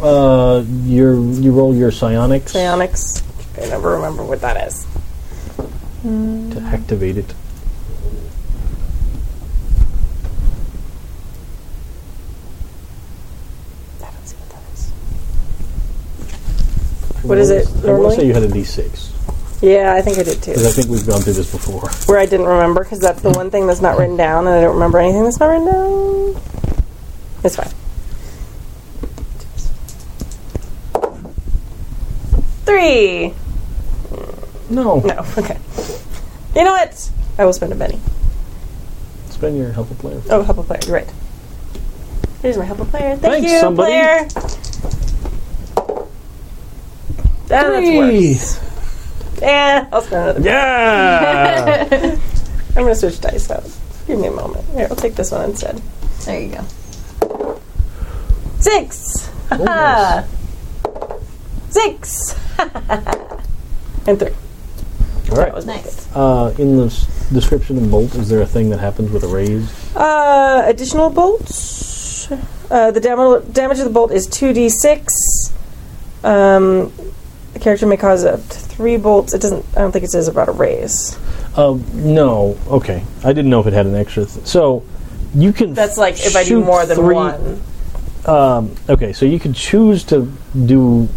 [SPEAKER 1] Uh, your you roll your psionics,
[SPEAKER 5] Psionics. I never remember what that is.
[SPEAKER 1] to activate it.
[SPEAKER 5] I don't see what that is. What is it
[SPEAKER 1] I want to say
[SPEAKER 5] normally?
[SPEAKER 1] you had a D6
[SPEAKER 5] Yeah, I think I did
[SPEAKER 1] because I
[SPEAKER 5] too.
[SPEAKER 1] think we've gone through this before.
[SPEAKER 5] Where I didn't remember because that's the one thing that's not written down, and I don't remember anything that's not written down. It's fine. Three.
[SPEAKER 1] No,
[SPEAKER 5] No. Okay. You know what? I will spend a penny.
[SPEAKER 1] it's been your helpful player.
[SPEAKER 5] Oh, help a player. You're right. Here's my help a player. Thank
[SPEAKER 1] Thanks,
[SPEAKER 5] you,
[SPEAKER 1] somebody.
[SPEAKER 5] player. Ah, that's
[SPEAKER 4] Three.
[SPEAKER 5] worse. Yeah, I'll spend another.
[SPEAKER 1] Yeah,
[SPEAKER 5] I'm gonna switch dice out. Give me a moment. Here, I'll take this one instead.
[SPEAKER 3] There you go.
[SPEAKER 5] Six.
[SPEAKER 1] Oh, nice.
[SPEAKER 5] Six. and three.
[SPEAKER 1] All right.
[SPEAKER 5] That was my good.
[SPEAKER 3] Nice.
[SPEAKER 1] Uh, in the s- description of bolt, is there a thing that happens with a raise?
[SPEAKER 5] Uh, additional bolts. Uh, the dam- damage of the bolt is 2d6. Um, the character may cause up to three bolts. It doesn't. I don't think it says about a raise.
[SPEAKER 1] Uh, no. Okay, I didn't know if it had an extra. Th- so you can.
[SPEAKER 5] That's like if I do
[SPEAKER 1] shoot
[SPEAKER 5] more than
[SPEAKER 1] three-
[SPEAKER 5] one.
[SPEAKER 1] Um, okay, so you could choose to do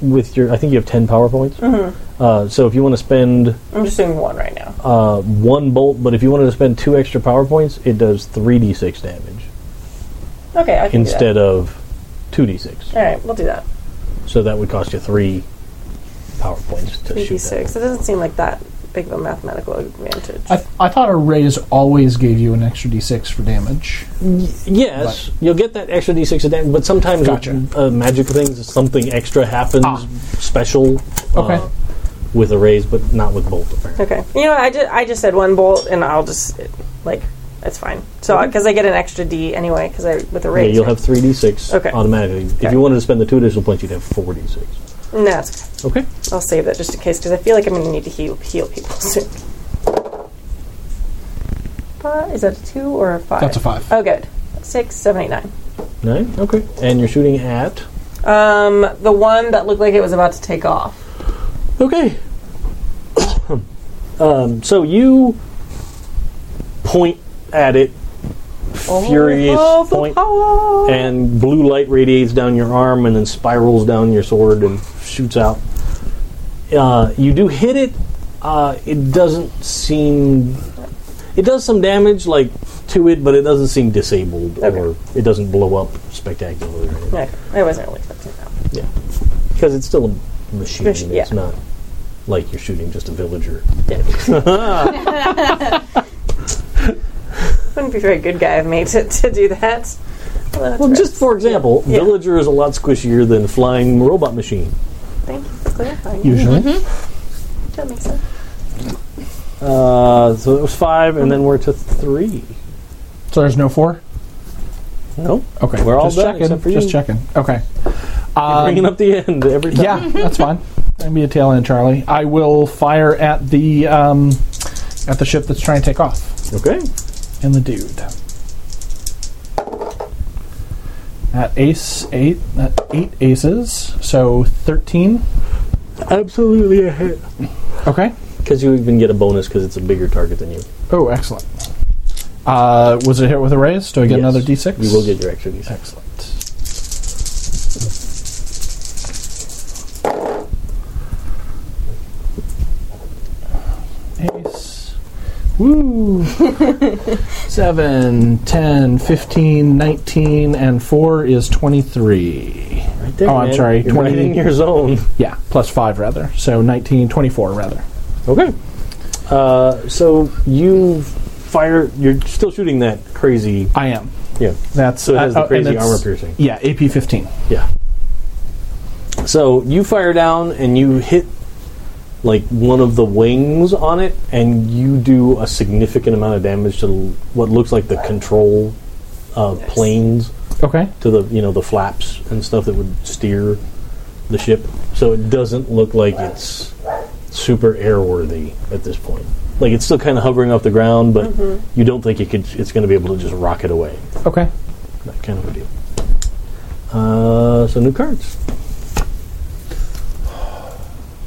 [SPEAKER 1] with your. I think you have ten power points.
[SPEAKER 5] Mm-hmm.
[SPEAKER 1] Uh, so if you want to spend
[SPEAKER 5] I'm just doing one right now.
[SPEAKER 1] uh, one bolt, but if you wanted to spend two extra power points, it does three d six damage
[SPEAKER 5] Okay, I can do that.
[SPEAKER 1] instead of two d six.
[SPEAKER 5] All right, we'll do that.
[SPEAKER 1] So that would cost you three power points to shoot. that.
[SPEAKER 5] 3d6. It doesn't seem like that big of a mathematical advantage.
[SPEAKER 4] I, I thought a raise always gave you an extra d6 for damage.
[SPEAKER 1] Yes, you'll get that extra d6 of damage, but sometimes
[SPEAKER 4] Gotcha.
[SPEAKER 1] with, uh, magic things, something extra happens,
[SPEAKER 4] Ah.
[SPEAKER 1] special. uh,
[SPEAKER 4] Okay.
[SPEAKER 1] with a raise, but not with bolt, apparently.
[SPEAKER 5] Okay. You know, I just I just said one bolt, and I'll just it- like that's fine. So because I get an extra D anyway, because I with a
[SPEAKER 1] Yeah,
[SPEAKER 5] raise.
[SPEAKER 1] you'll have 3d6
[SPEAKER 5] Okay.
[SPEAKER 1] automatically. If
[SPEAKER 5] Okay.
[SPEAKER 1] you wanted to spend the two additional points, you'd have 4d6.
[SPEAKER 5] No, it's
[SPEAKER 1] Okay.
[SPEAKER 5] okay. I'll save that just in case because I feel like I'm going to need to heal heal people soon. But is that a two or a five?
[SPEAKER 4] That's a five.
[SPEAKER 5] Oh, good. Six, seven, eight, nine.
[SPEAKER 1] Nine? Okay. And you're shooting at.
[SPEAKER 5] Um, the one that looked like it was about to take off.
[SPEAKER 1] Okay. um, so you point at it, furious
[SPEAKER 5] Oh, the
[SPEAKER 1] point.
[SPEAKER 5] power.
[SPEAKER 1] and blue light radiates down your arm and then spirals down your sword and shoots out. Uh, you do hit it. Uh, it doesn't seem. It does some damage, like to it, but it doesn't seem disabled or
[SPEAKER 5] Okay.
[SPEAKER 1] it doesn't blow up spectacularly or anything.
[SPEAKER 5] No, I wasn't really expecting that.
[SPEAKER 1] Because it's still a machine.
[SPEAKER 5] Machine,
[SPEAKER 1] It's
[SPEAKER 5] yeah.
[SPEAKER 1] not like you're shooting just a villager.
[SPEAKER 5] Wouldn't be a very good guy of me to, to do that. Although that's
[SPEAKER 1] Well,
[SPEAKER 5] fair.
[SPEAKER 1] just for example,
[SPEAKER 5] Yeah.
[SPEAKER 1] villager is a lot squishier than flying robot machine.
[SPEAKER 5] Thank you for clarifying.
[SPEAKER 4] Usually.
[SPEAKER 5] That makes sense.
[SPEAKER 1] Uh, so it was five, and then we're to three.
[SPEAKER 4] So there's no four?
[SPEAKER 1] No,
[SPEAKER 4] Okay.
[SPEAKER 1] We're all
[SPEAKER 4] just
[SPEAKER 1] done
[SPEAKER 4] checking.
[SPEAKER 1] except for
[SPEAKER 4] just
[SPEAKER 1] you.
[SPEAKER 4] checking. Okay.
[SPEAKER 1] bringing up the end every time.
[SPEAKER 4] Yeah, that's fine. That'd be a tail end, Charlie. I will fire at the um, at the ship that's trying to take off
[SPEAKER 1] Okay.
[SPEAKER 4] and the dude. At ace eight, at eight aces, so thirteen.
[SPEAKER 1] Absolutely a hit.
[SPEAKER 4] Okay.
[SPEAKER 1] Because you even get a bonus because it's a bigger target than you.
[SPEAKER 4] Oh, excellent. Uh, was it hit with a raise? Do I get
[SPEAKER 1] Yes.
[SPEAKER 4] another d6?
[SPEAKER 1] You will get your extra d6.
[SPEAKER 4] Excellent. Ace. Woo! 7, 10, 15, 19, and 4 is 23.
[SPEAKER 1] Right there,
[SPEAKER 4] Oh, I'm
[SPEAKER 1] man.
[SPEAKER 4] sorry,
[SPEAKER 1] You're
[SPEAKER 4] 20.
[SPEAKER 1] right in your zone.
[SPEAKER 4] Yeah, plus 5 rather. So 19, 24 rather.
[SPEAKER 1] Okay. Uh, so you fire. You're still shooting that crazy.
[SPEAKER 4] I am.
[SPEAKER 1] Yeah.
[SPEAKER 4] That's
[SPEAKER 1] So it has
[SPEAKER 4] uh,
[SPEAKER 1] the
[SPEAKER 4] oh,
[SPEAKER 1] crazy
[SPEAKER 4] and it's-
[SPEAKER 1] armor piercing.
[SPEAKER 4] Yeah, AP 15.
[SPEAKER 1] Yeah. So you fire down and you hit like one of the wings on it, and you do a significant amount of damage to l- what looks like the control uh, planes
[SPEAKER 4] Okay.
[SPEAKER 1] to the you know the flaps and stuff that would steer the ship. So it doesn't look like it's super airworthy at this point. Like it's still kind of hovering off the ground, but you don't think it could. It's going to be able to just rocket away.
[SPEAKER 4] Okay.
[SPEAKER 1] That kind of a deal. Uh, so new cards.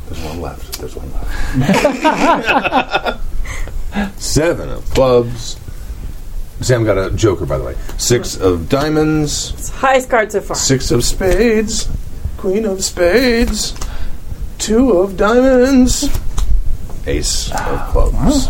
[SPEAKER 6] There's one left. There's one left. Seven of clubs. Sam got a joker, by the way. Six of diamonds.
[SPEAKER 5] It's highest card so far.
[SPEAKER 6] Six of spades. Queen of spades. Two of diamonds. Ace of clubs.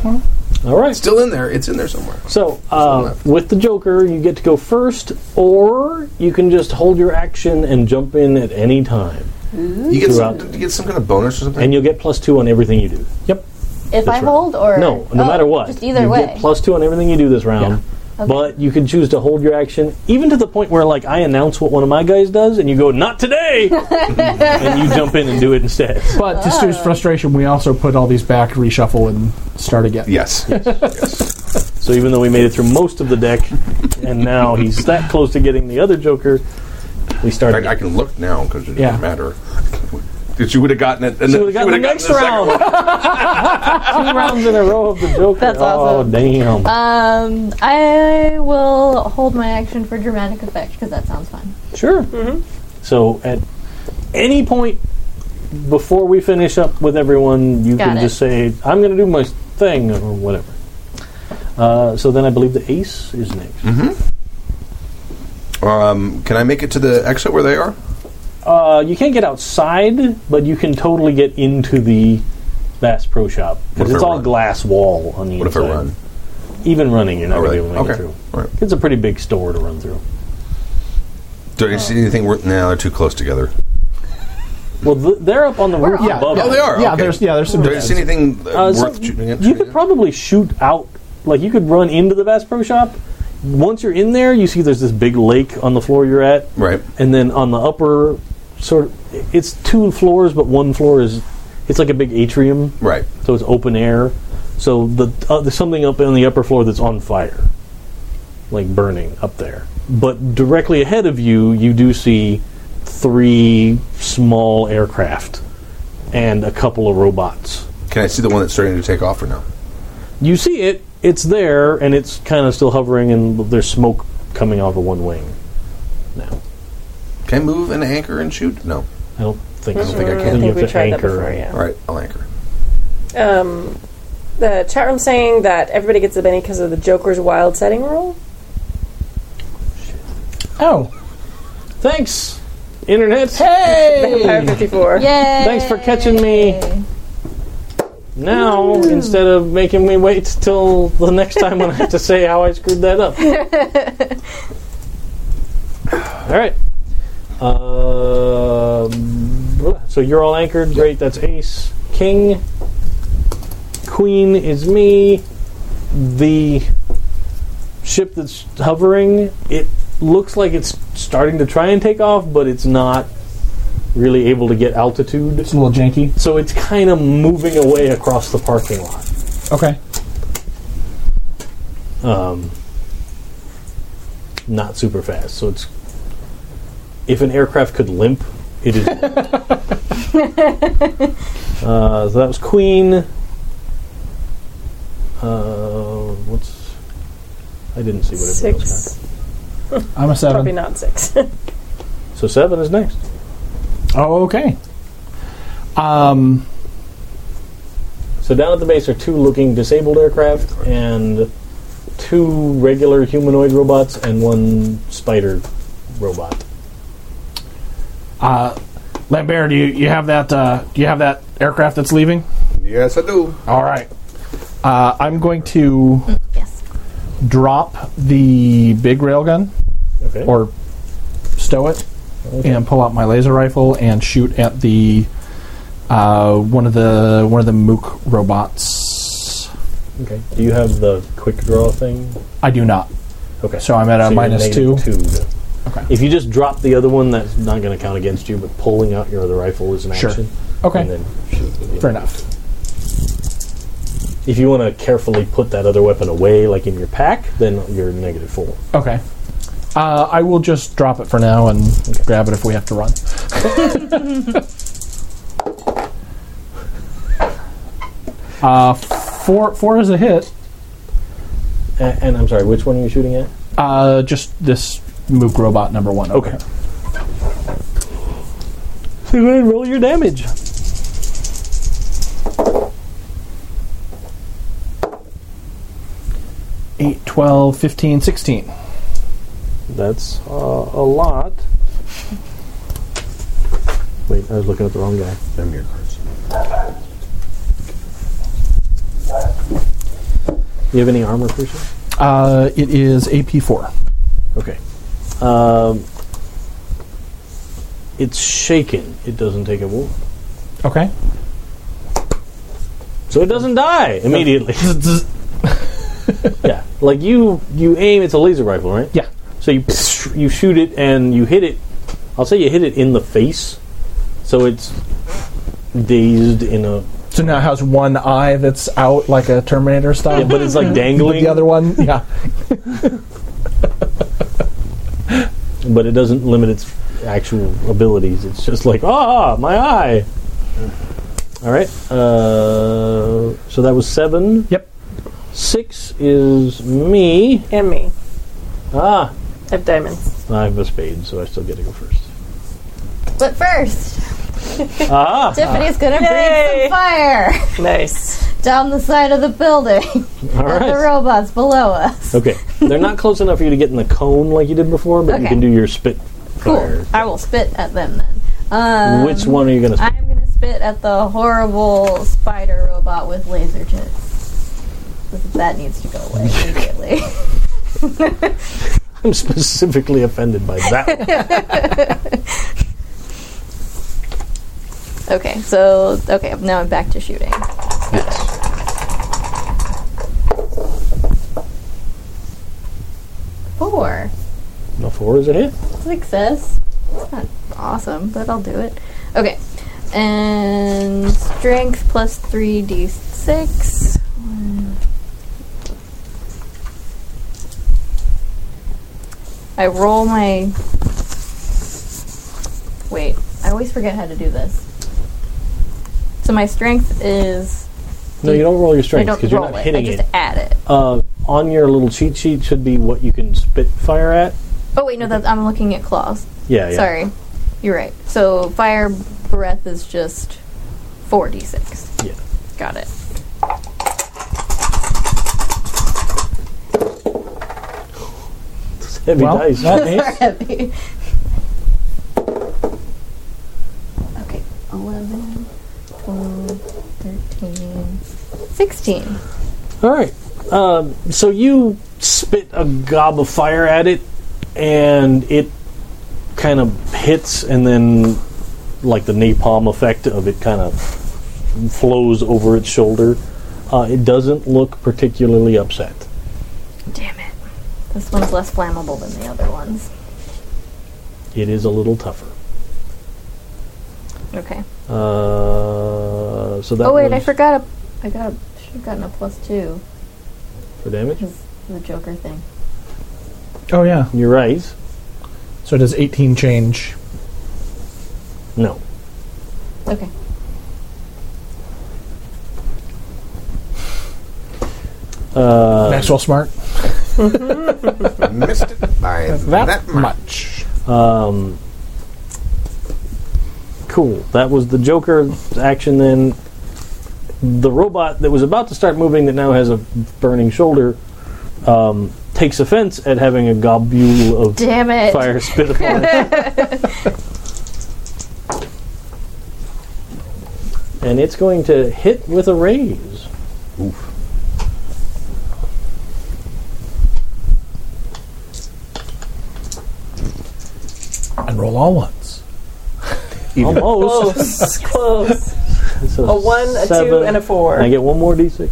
[SPEAKER 1] All right.
[SPEAKER 6] Still in there. It's in there somewhere.
[SPEAKER 1] So uh, with the Joker, you get to go first, or you can just hold your action and jump in at any time,
[SPEAKER 6] You get some,
[SPEAKER 1] Throughout.
[SPEAKER 6] you get some kind of bonus or something.
[SPEAKER 1] and you'll get plus two on everything you do. Yep.
[SPEAKER 3] If I
[SPEAKER 1] right.
[SPEAKER 3] hold or
[SPEAKER 1] No, no
[SPEAKER 3] Oh,
[SPEAKER 1] matter what.
[SPEAKER 3] just either
[SPEAKER 1] you
[SPEAKER 3] way.
[SPEAKER 1] Get plus two on everything you do this round. But you can choose to hold your action, even to the point where, like, I announce what one of my guys does, and you go, "Not today," and you jump in and do it instead.
[SPEAKER 4] But to Stu's frustration, we also put all these back, reshuffle, and start again.
[SPEAKER 6] yes.
[SPEAKER 1] So even though we made it through most of the deck, and now he's that close to getting the other Joker, we start.
[SPEAKER 6] I,
[SPEAKER 1] again.
[SPEAKER 6] I can look now because it doesn't
[SPEAKER 4] Yeah.
[SPEAKER 6] matter. That you would have gotten it. And
[SPEAKER 1] She would have gotten the next round. Two rounds in a row of the Joker.
[SPEAKER 3] That's
[SPEAKER 1] oh,
[SPEAKER 3] awesome.
[SPEAKER 1] damn.
[SPEAKER 3] Um, I will hold my action for dramatic effect because that sounds fun.
[SPEAKER 1] sure.
[SPEAKER 3] Mm-hmm.
[SPEAKER 1] So at any point before we finish up with everyone, you
[SPEAKER 3] Got
[SPEAKER 1] can
[SPEAKER 3] it.
[SPEAKER 1] just say, I'm going to do my thing or whatever. Uh, so then I believe the ace is next.
[SPEAKER 6] Mm-hmm. Um, can I make it to the exit where they are?
[SPEAKER 1] Uh, you can't get outside, but you can totally get into the Bass Pro Shop
[SPEAKER 6] What
[SPEAKER 1] because
[SPEAKER 6] if
[SPEAKER 1] it's
[SPEAKER 6] I
[SPEAKER 1] all
[SPEAKER 6] run?
[SPEAKER 1] glass wall on the
[SPEAKER 6] What if I
[SPEAKER 1] inside.
[SPEAKER 6] run?
[SPEAKER 1] Even running, you're not
[SPEAKER 6] Oh,
[SPEAKER 1] going
[SPEAKER 6] really?
[SPEAKER 1] to be able to make
[SPEAKER 6] Okay.
[SPEAKER 1] it through.
[SPEAKER 6] All right.
[SPEAKER 1] It's a pretty big store to run through.
[SPEAKER 6] Do I see anything worth? No, they're too close together.
[SPEAKER 1] Well, th- they're up on the roof
[SPEAKER 4] Yeah.
[SPEAKER 1] above.
[SPEAKER 6] Oh, they
[SPEAKER 1] us.
[SPEAKER 6] are.
[SPEAKER 4] Yeah,
[SPEAKER 6] okay.
[SPEAKER 4] there's- yeah, there's some
[SPEAKER 6] Do I see anything uh,
[SPEAKER 1] Uh, so
[SPEAKER 6] worth shooting at?
[SPEAKER 1] you could probably shoot out. Like you could run into the Bass Pro Shop. Once you're in there, you see there's this big lake on the floor you're at,
[SPEAKER 6] right.
[SPEAKER 1] and then on the upper sort of it's two floors, but one floor is it's like a big atrium,
[SPEAKER 6] Right.
[SPEAKER 1] so it's open air. So the uh, there's something up on the upper floor that's on fire, like burning up there. But directly ahead of you, you do see three small aircraft and a couple of robots.
[SPEAKER 6] Can I see the one that's starting to take off or no?
[SPEAKER 1] You see it, it's there, and it's kind of still hovering, and there's smoke coming off of one wing. Now,
[SPEAKER 6] Can I move and anchor and shoot? No.
[SPEAKER 1] I don't think
[SPEAKER 6] I don't think I
[SPEAKER 5] I
[SPEAKER 6] can.
[SPEAKER 1] you
[SPEAKER 5] think
[SPEAKER 1] have
[SPEAKER 5] we
[SPEAKER 1] to
[SPEAKER 5] tried that
[SPEAKER 1] anchor.
[SPEAKER 5] before, yeah.
[SPEAKER 6] All right, I'll anchor.
[SPEAKER 5] Um, the chat room saying that everybody gets a Benny because of the Joker's wild setting rule.
[SPEAKER 4] Oh,
[SPEAKER 1] Thanks, internet. Hmm.
[SPEAKER 5] Vampire 54.
[SPEAKER 3] Yay!
[SPEAKER 1] Thanks for catching me. Now, instead of making me wait till the next time when I have to say how I screwed that up. All right. Um, So you're all anchored. Great. That's ace. King. Queen is me. The ship that's hovering, it looks like it's starting to try and take off, but it's not really able to get altitude.
[SPEAKER 4] It's a little janky.
[SPEAKER 1] So it's kind of moving away across the parking lot.
[SPEAKER 4] Okay.
[SPEAKER 1] um, not super fast. So it's if an aircraft could limp, it is. uh, so that was Queen. Uh, what's I didn't see what everybody else
[SPEAKER 5] Six.
[SPEAKER 4] I'm a seven.
[SPEAKER 5] Probably not six.
[SPEAKER 1] got. So seven is next.
[SPEAKER 4] Oh, okay. Um,
[SPEAKER 1] So down at the base are two looking disabled aircraft and two regular humanoid robots and one spider robot.
[SPEAKER 4] uh, Lambert, do you, you have that? Uh, do you have that aircraft that's leaving?
[SPEAKER 6] Yes, I do.
[SPEAKER 4] All right. Uh, I'm going to
[SPEAKER 3] Yes.
[SPEAKER 4] drop the big railgun
[SPEAKER 1] Okay.
[SPEAKER 4] or stow it and pull out my laser rifle and shoot at the uh, one of the one of the mook robots.
[SPEAKER 1] okay. Do you have the quick draw thing?
[SPEAKER 4] I do not.
[SPEAKER 1] Okay.
[SPEAKER 4] So I'm at a
[SPEAKER 1] So you're
[SPEAKER 4] minus two.
[SPEAKER 1] negative
[SPEAKER 4] Okay.
[SPEAKER 1] If you just drop the other one, that's not going to count against you. But pulling out your other rifle is an
[SPEAKER 4] Sure.
[SPEAKER 1] action.
[SPEAKER 4] Okay,
[SPEAKER 1] And then shoot.
[SPEAKER 4] fair enough.
[SPEAKER 1] If you want to carefully put that other weapon away, like in your pack, then you're negative four.
[SPEAKER 4] Okay. Uh, I will just drop it for now and grab it if we have to run. uh, four four is a hit.
[SPEAKER 1] A- And, I'm sorry, which one are you shooting at?
[SPEAKER 4] Uh, just this Mook robot number one.
[SPEAKER 1] Okay. So go ahead and roll your damage.
[SPEAKER 4] Eight, 12, 15, 16.
[SPEAKER 1] That's uh, a lot. Wait, I was looking at the wrong guy.
[SPEAKER 6] Them your cards.
[SPEAKER 1] You have any armor piercing?
[SPEAKER 4] Uh, it is AP four.
[SPEAKER 1] Okay. Um, it's shaken. It doesn't take a wound.
[SPEAKER 4] Okay.
[SPEAKER 1] So it doesn't die immediately. yeah, like you you aim. It's a laser rifle, right?
[SPEAKER 4] Yeah.
[SPEAKER 1] So you you shoot it and you hit it. I'll say you hit it in the face, so it's dazed in a.
[SPEAKER 4] So now it has one eye that's out like a Terminator style,
[SPEAKER 1] Yeah, but it's like
[SPEAKER 4] But
[SPEAKER 1] dangling.
[SPEAKER 4] the other one, yeah.
[SPEAKER 1] but it doesn't limit its actual abilities. It's just like ah, my eye. All right. Uh, so that was seven.
[SPEAKER 4] Yep.
[SPEAKER 1] Six is me.
[SPEAKER 5] and me.
[SPEAKER 1] Ah,
[SPEAKER 5] I have diamonds.
[SPEAKER 1] I have a spade, so I still get to go first.
[SPEAKER 3] But first,
[SPEAKER 1] Ah,
[SPEAKER 3] Tiffany's gonna
[SPEAKER 5] Yay.
[SPEAKER 3] breathe some fire
[SPEAKER 5] Nice.
[SPEAKER 3] down the side of the building
[SPEAKER 1] all
[SPEAKER 3] at
[SPEAKER 1] right.
[SPEAKER 3] the robots below us.
[SPEAKER 1] Okay. They're not close enough for you to get in the cone like you did before, but you
[SPEAKER 3] Okay.
[SPEAKER 1] can do your spit
[SPEAKER 3] Cool.
[SPEAKER 1] fire.
[SPEAKER 3] I will spit at them then. Um,
[SPEAKER 1] Which one are you going to spit?
[SPEAKER 3] I'm gonna spit at the horrible spider robot with laser jets. That needs to go away immediately.
[SPEAKER 1] I'm specifically offended by that one.
[SPEAKER 3] okay, so okay, now I'm back to shooting.
[SPEAKER 1] Yes.
[SPEAKER 3] Four
[SPEAKER 1] No four is a hit.
[SPEAKER 3] success. It's not awesome, but I'll do it. Okay, and strength plus three d six. I roll my. Wait, I always forget how to do this. So my strength is.
[SPEAKER 1] No, you don't roll your
[SPEAKER 3] I
[SPEAKER 1] strength
[SPEAKER 3] don't
[SPEAKER 1] because you're
[SPEAKER 3] roll
[SPEAKER 1] not
[SPEAKER 3] it. I
[SPEAKER 1] hitting
[SPEAKER 3] just
[SPEAKER 1] it.
[SPEAKER 3] add it.
[SPEAKER 1] Uh, on your little cheat sheet should be what you can spit fire at.
[SPEAKER 3] Oh wait, no, that's, I'm looking at claws.
[SPEAKER 1] Yeah, yeah.
[SPEAKER 3] Sorry, you're right. So fire breath is just four d six.
[SPEAKER 1] Yeah.
[SPEAKER 3] Got it.
[SPEAKER 1] Heavy
[SPEAKER 4] Well,
[SPEAKER 1] dice.
[SPEAKER 4] that is-
[SPEAKER 3] Heavy. Okay, 11, 12, 13, 16.
[SPEAKER 1] All right. Um, so you spit a gob of fire at it, and it kind of hits and then like the napalm effect of it kind of flows over its shoulder. Uh, it doesn't look particularly upset.
[SPEAKER 3] Damn it. This one's less flammable than the other ones.
[SPEAKER 1] It is a little tougher.
[SPEAKER 3] Okay.
[SPEAKER 1] Uh, so that
[SPEAKER 3] oh wait, I
[SPEAKER 1] was
[SPEAKER 3] forgot. A, I got. A, should have gotten a plus two
[SPEAKER 1] for damage.
[SPEAKER 3] because the Joker thing.
[SPEAKER 4] Oh yeah.
[SPEAKER 1] You're right.
[SPEAKER 4] So does 18 change?
[SPEAKER 1] No.
[SPEAKER 3] Okay.
[SPEAKER 1] Uh,
[SPEAKER 4] Maxwell Smart.
[SPEAKER 2] Missed it by
[SPEAKER 4] That,
[SPEAKER 2] that, much.
[SPEAKER 4] much.
[SPEAKER 1] Um, cool. That was the Joker action. Then the robot that was about to start moving, that now has a burning shoulder, um, takes offense at having a gobule of
[SPEAKER 3] Damn it.
[SPEAKER 1] fire spit upon it. and it's going to hit with a raise.
[SPEAKER 7] And roll all ones.
[SPEAKER 1] Almost.
[SPEAKER 5] Close, close.
[SPEAKER 1] So
[SPEAKER 5] A one, a two,
[SPEAKER 1] seven.
[SPEAKER 5] and a four.
[SPEAKER 1] And I get one more d6.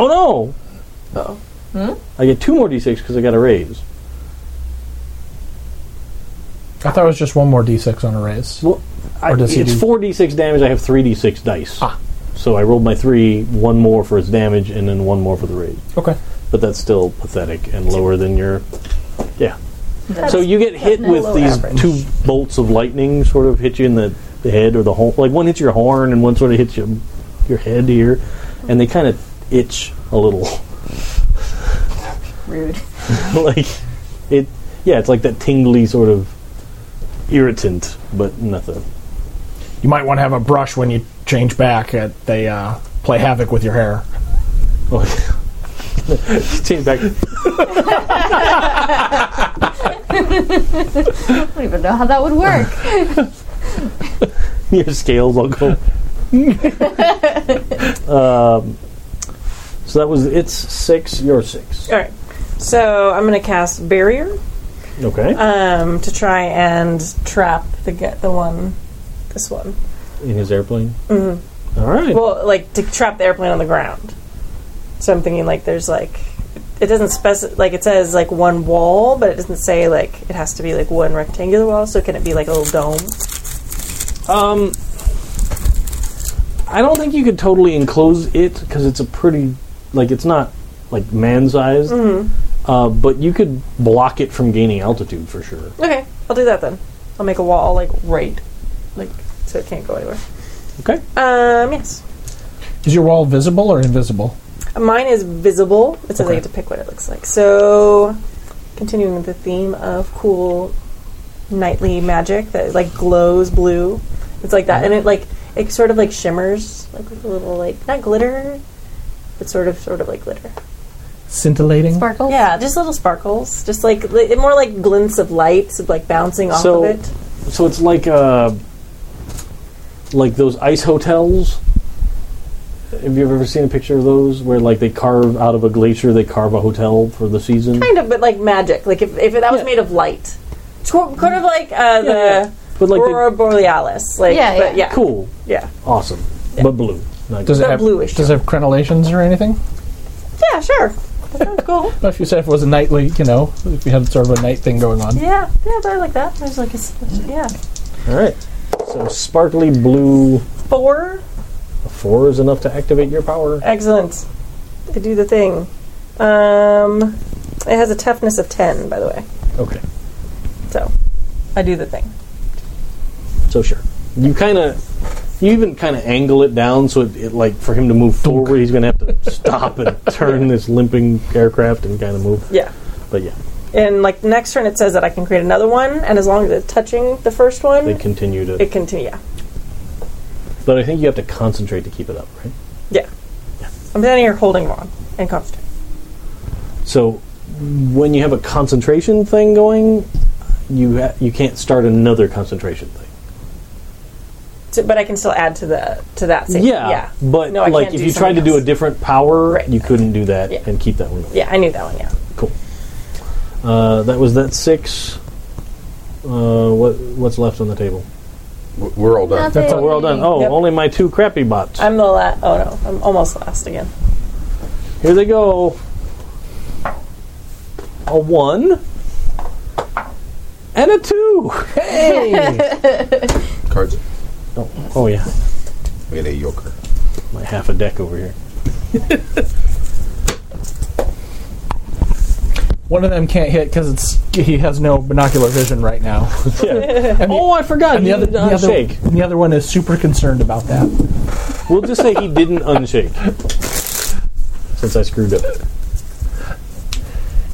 [SPEAKER 1] Oh no!
[SPEAKER 5] Oh.
[SPEAKER 1] I get two more d6 because I got a raise.
[SPEAKER 4] I thought it was just one more d6 on a raise.
[SPEAKER 1] Well, I,
[SPEAKER 4] Or does he
[SPEAKER 1] it's
[SPEAKER 4] do-
[SPEAKER 1] four d6 damage. I have three d6 dice.
[SPEAKER 4] Ah.
[SPEAKER 1] So I rolled my three, one more for its damage, and then one more for the raise.
[SPEAKER 4] Okay.
[SPEAKER 1] But that's still pathetic and lower than your. Yeah.
[SPEAKER 3] That's-
[SPEAKER 1] so you get hit
[SPEAKER 3] definitely
[SPEAKER 1] with
[SPEAKER 3] low
[SPEAKER 1] these
[SPEAKER 3] average.
[SPEAKER 1] two bolts of lightning, sort of hit you in the, the head or the horn. Like one hits your horn, and one sort of hits your your head here, and they kind of itch a little.
[SPEAKER 3] rude.
[SPEAKER 1] like it yeah it's like that tingly sort of irritant but nothing
[SPEAKER 4] You might want to have a brush when you change back. At, they uh, play havoc with your hair.
[SPEAKER 1] Oh, change back
[SPEAKER 3] I don't even know how that would work.
[SPEAKER 1] your scales all go um, so that was it's six your six
[SPEAKER 5] All right. So I'm going to cast barrier
[SPEAKER 1] okay
[SPEAKER 5] um, to try and trap the get the one, this one.
[SPEAKER 1] in his airplane mm-hmm. right
[SPEAKER 5] Well, like to trap the airplane on the ground. So I'm thinking like there's like it doesn't specify like it says like one wall, but it doesn't say like it has to be like one rectangular wall. So can it be like a little dome?
[SPEAKER 1] um i don't think you could totally enclose it because it's a pretty like it's not like man-sized uh, but you could block it from gaining altitude for sure
[SPEAKER 5] Okay, I'll do that then. I'll make a wall like right, like so it can't go anywhere.
[SPEAKER 1] okay
[SPEAKER 5] Um, yes,
[SPEAKER 4] Is your wall visible or invisible?
[SPEAKER 5] mine is visible. It says I get to pick what it looks like. So continuing with the theme of cool nightly magic that like glows blue. It's like that, and it like it sort of like shimmers, like with a little like not glitter, but sort of sort of like glitter.
[SPEAKER 4] Scintillating.
[SPEAKER 3] Sparkles.
[SPEAKER 5] Yeah, just little sparkles, just like li- more like glints of lights, like bouncing off
[SPEAKER 1] So-
[SPEAKER 5] of it.
[SPEAKER 1] So it's like uh, like those ice hotels. Have you ever seen a picture of those where like they carve out of a glacier? They carve a hotel for the season.
[SPEAKER 5] Kind of, but like magic. Like if, if that was
[SPEAKER 1] Yeah.
[SPEAKER 5] made of light, Sort kind of like uh, the
[SPEAKER 1] yeah. But like
[SPEAKER 5] aurora
[SPEAKER 1] they,
[SPEAKER 5] borealis. Like
[SPEAKER 3] Yeah,
[SPEAKER 5] but
[SPEAKER 3] yeah.
[SPEAKER 5] yeah,
[SPEAKER 1] cool,
[SPEAKER 5] yeah,
[SPEAKER 1] awesome, but blue. Not
[SPEAKER 4] Does
[SPEAKER 1] good.
[SPEAKER 4] it
[SPEAKER 5] Not
[SPEAKER 4] have
[SPEAKER 5] bluish,
[SPEAKER 4] Does it have crenellations or anything?
[SPEAKER 5] yeah. Sure, that sounds cool.
[SPEAKER 4] But if you said if it was a nightly, you know, if you had sort of a night thing going on.
[SPEAKER 5] Yeah, yeah, I like that. There's like a s- yeah
[SPEAKER 1] All right. So sparkly blue
[SPEAKER 5] four.
[SPEAKER 1] a four is enough to activate your power.
[SPEAKER 5] Excellent. I do the thing. Um, it has a toughness of ten, by the way.
[SPEAKER 1] Okay.
[SPEAKER 5] So I do the thing.
[SPEAKER 1] So sure. You kind of you even kind of angle it down so it, it like for him to move forward, he's going to have to stop and turn this limping aircraft and kind of move.
[SPEAKER 5] Yeah.
[SPEAKER 1] But yeah.
[SPEAKER 5] And like next turn, it says that I can create another one, and as long as it's touching the first one,
[SPEAKER 1] they continue to.
[SPEAKER 5] it continue. Yeah.
[SPEAKER 1] But I think you have to concentrate to keep it up, right?
[SPEAKER 5] yeah, I'm standing here holding on and constant.
[SPEAKER 1] So when you have a concentration thing going, you ha- you can't start another concentration thing.
[SPEAKER 5] So, but I can still add to the to that. Same.
[SPEAKER 1] yeah,
[SPEAKER 5] yeah.
[SPEAKER 1] but
[SPEAKER 5] No, I
[SPEAKER 1] like
[SPEAKER 5] can't
[SPEAKER 1] if
[SPEAKER 5] do
[SPEAKER 1] you tried to
[SPEAKER 5] something
[SPEAKER 1] do a
[SPEAKER 5] else.
[SPEAKER 1] different power,
[SPEAKER 5] Right.
[SPEAKER 1] you couldn't do that
[SPEAKER 5] Yeah.
[SPEAKER 1] and keep that one.
[SPEAKER 5] yeah, I knew that one. Yeah,
[SPEAKER 1] Cool. Uh, that was that six. Uh, what what's left on the table?
[SPEAKER 6] W- We're all done.
[SPEAKER 3] Nothing.
[SPEAKER 1] So we're all done. Oh,
[SPEAKER 5] Yep.
[SPEAKER 1] only my two crappy bots.
[SPEAKER 5] I'm the last. Oh no, I'm almost last again.
[SPEAKER 1] Here they go. A one and a two. Hey!
[SPEAKER 6] Cards.
[SPEAKER 1] oh, oh yeah,
[SPEAKER 6] We had a yoker.
[SPEAKER 1] my half a deck over here.
[SPEAKER 4] One of them can't hit because it's he has no binocular vision right now.
[SPEAKER 1] Yeah. oh, I forgot.
[SPEAKER 4] And
[SPEAKER 1] he
[SPEAKER 4] the other,
[SPEAKER 1] didn't
[SPEAKER 4] the, other,
[SPEAKER 1] unshake.
[SPEAKER 4] the other one is super concerned about that.
[SPEAKER 1] We'll just say he didn't unshake. Since I screwed up.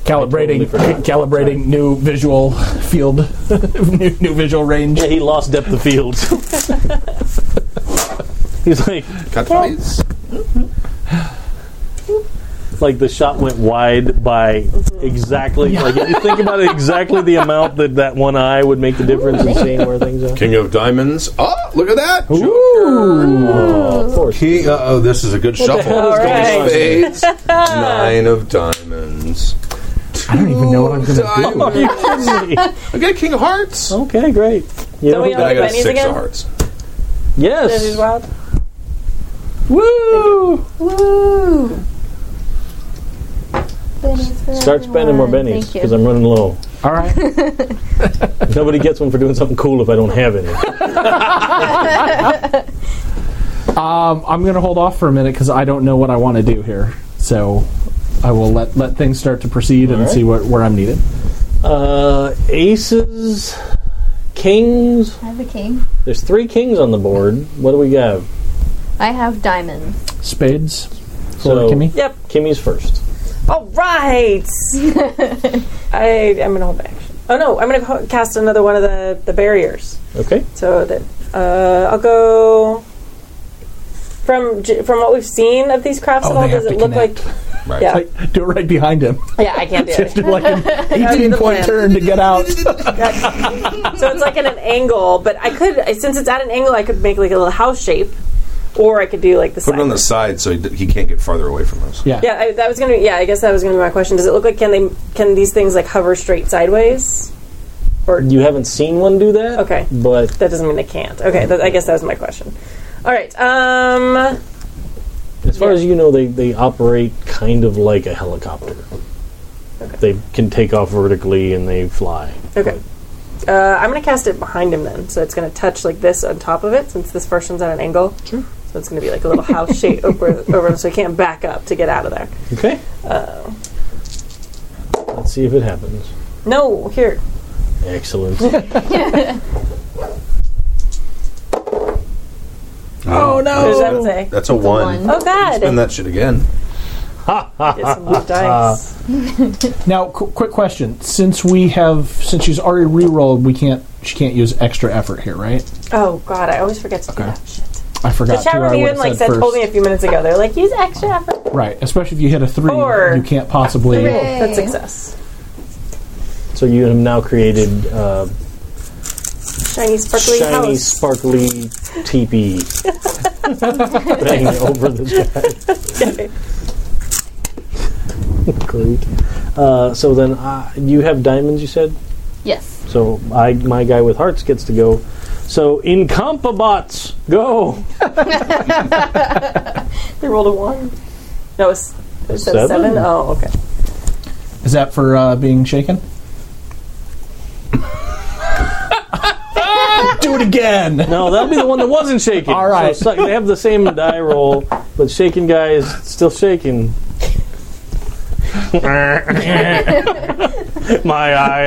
[SPEAKER 4] Calibrating,
[SPEAKER 1] forgot.
[SPEAKER 4] calibrating new visual field, new, new visual range.
[SPEAKER 1] Yeah, he lost depth of field. He's like,
[SPEAKER 6] Cut, please.
[SPEAKER 1] like the shot went wide by exactly,
[SPEAKER 3] Mm-hmm.
[SPEAKER 1] like if you think about it, exactly the amount that that one eye would make the difference in seeing where things are.
[SPEAKER 6] King of Diamonds. Oh, look at that.
[SPEAKER 1] Oh, of course.
[SPEAKER 6] King. Uh oh, this is a good shuffle.
[SPEAKER 1] hell is
[SPEAKER 5] going Alright. on
[SPEAKER 6] Spades. Nine of Diamonds.
[SPEAKER 4] I don't even know what I'm gonna.
[SPEAKER 1] Are
[SPEAKER 6] Diamonds.
[SPEAKER 1] you kidding me?
[SPEAKER 6] I got King of Hearts.
[SPEAKER 1] Okay, great. You
[SPEAKER 5] Don't
[SPEAKER 1] know
[SPEAKER 5] we
[SPEAKER 1] who-
[SPEAKER 5] all-
[SPEAKER 6] Then
[SPEAKER 5] Oh,
[SPEAKER 6] I got a
[SPEAKER 5] Bunnies
[SPEAKER 6] six
[SPEAKER 5] again?
[SPEAKER 6] of Hearts.
[SPEAKER 5] This is
[SPEAKER 1] yes.
[SPEAKER 5] wild.
[SPEAKER 1] Woo!
[SPEAKER 3] Woo! Bennies for
[SPEAKER 1] Start spending more
[SPEAKER 3] everyone.
[SPEAKER 1] bennies
[SPEAKER 3] Thank you.
[SPEAKER 1] because I'm running low.
[SPEAKER 4] All right,
[SPEAKER 1] Nobody gets one for doing something cool if I don't have any.
[SPEAKER 4] um, I'm gonna hold off for a minute because I don't know what I want to do here. So I will let let things start to proceed and
[SPEAKER 1] right.
[SPEAKER 4] see what, where I'm needed.
[SPEAKER 1] Uh, aces, kings.
[SPEAKER 3] I have a king.
[SPEAKER 1] There's three kings on the board. What do we got?
[SPEAKER 3] I have diamonds.
[SPEAKER 4] Spades for
[SPEAKER 1] So-
[SPEAKER 4] Kimmy.
[SPEAKER 5] Yep.
[SPEAKER 1] Kimmy's first.
[SPEAKER 5] All right. I I'm gonna hold my action. Oh no, I'm gonna ho- cast another one of the the barriers.
[SPEAKER 1] Okay.
[SPEAKER 5] So that uh, I'll go from j- from what we've seen of these crafts
[SPEAKER 4] Oh,
[SPEAKER 5] at all.
[SPEAKER 4] they have
[SPEAKER 5] Does it
[SPEAKER 4] to
[SPEAKER 5] look
[SPEAKER 4] connect.
[SPEAKER 5] like?
[SPEAKER 6] Right.
[SPEAKER 5] Yeah,
[SPEAKER 4] Like, do it right behind him.
[SPEAKER 5] yeah, I can't do it.
[SPEAKER 4] Do like an 18 point
[SPEAKER 5] plan.
[SPEAKER 4] turn to get out.
[SPEAKER 5] So it's like at an angle, but I could I- since it's at an angle, I could make like a little house shape, or I could do like the
[SPEAKER 6] Put
[SPEAKER 5] side.
[SPEAKER 6] it on the side so he, d- he can't get farther away from us.
[SPEAKER 4] Yeah.
[SPEAKER 5] yeah, I, that was gonna. Be, yeah, I guess that was gonna be my question. Does it look like can they can these things like hover straight sideways?
[SPEAKER 1] You haven't seen one do that.
[SPEAKER 5] Okay.
[SPEAKER 1] But
[SPEAKER 5] That doesn't mean they can't. Okay, that, I guess that was my question. All right. Um.
[SPEAKER 1] as far
[SPEAKER 5] Yeah.
[SPEAKER 1] as you know, they, they operate kind of like a helicopter. They can take off vertically and they fly.
[SPEAKER 5] Okay. Uh, I'm gonna cast it behind him then, so it's gonna touch like this on top of it, since this first one's at an angle. Sure. So it's gonna be like a little house shape over, over him, so he can't back up to get out of there.
[SPEAKER 1] Okay. Let's see if it happens.
[SPEAKER 5] No, here.
[SPEAKER 1] Excellent.
[SPEAKER 6] Oh,
[SPEAKER 5] What
[SPEAKER 6] no.
[SPEAKER 5] does that say?
[SPEAKER 6] That's a one.
[SPEAKER 3] one.
[SPEAKER 5] Oh God!
[SPEAKER 6] And that shit again.
[SPEAKER 5] Get some more dice.
[SPEAKER 4] Now, qu- quick question: Since we have, since she's already re-rolled, we can't. She can't use extra effort here, right?
[SPEAKER 5] Oh God! I always forget to do
[SPEAKER 4] Okay.
[SPEAKER 5] that shit.
[SPEAKER 4] I
[SPEAKER 5] The
[SPEAKER 4] forgot.
[SPEAKER 5] chat
[SPEAKER 4] to, or I
[SPEAKER 5] room even
[SPEAKER 4] would've
[SPEAKER 5] like said,
[SPEAKER 4] first.
[SPEAKER 5] told me a few minutes ago. They're like, use extra effort.
[SPEAKER 4] right, especially if you hit a three,
[SPEAKER 5] Four.
[SPEAKER 4] you can't possibly.
[SPEAKER 3] Hooray.
[SPEAKER 5] That's success.
[SPEAKER 1] so you have now created uh,
[SPEAKER 5] Shiny sparkly
[SPEAKER 1] shiny,
[SPEAKER 5] house.
[SPEAKER 1] sparkly teepee thing over the guy. Great. Uh, so then, uh, you have diamonds, you said.
[SPEAKER 3] Yes.
[SPEAKER 1] So I, my guy with hearts gets to go. So Incompabots, go.
[SPEAKER 5] they rolled a one. No, it's, it said
[SPEAKER 1] Seven?
[SPEAKER 5] seven. Oh, okay.
[SPEAKER 4] Is that for uh, being shaken? Do it again.
[SPEAKER 1] No, that'll be the one that wasn't shaking.
[SPEAKER 4] All right.
[SPEAKER 1] So, suck- they have the same die roll, but shaking guy is still shaking. my eye,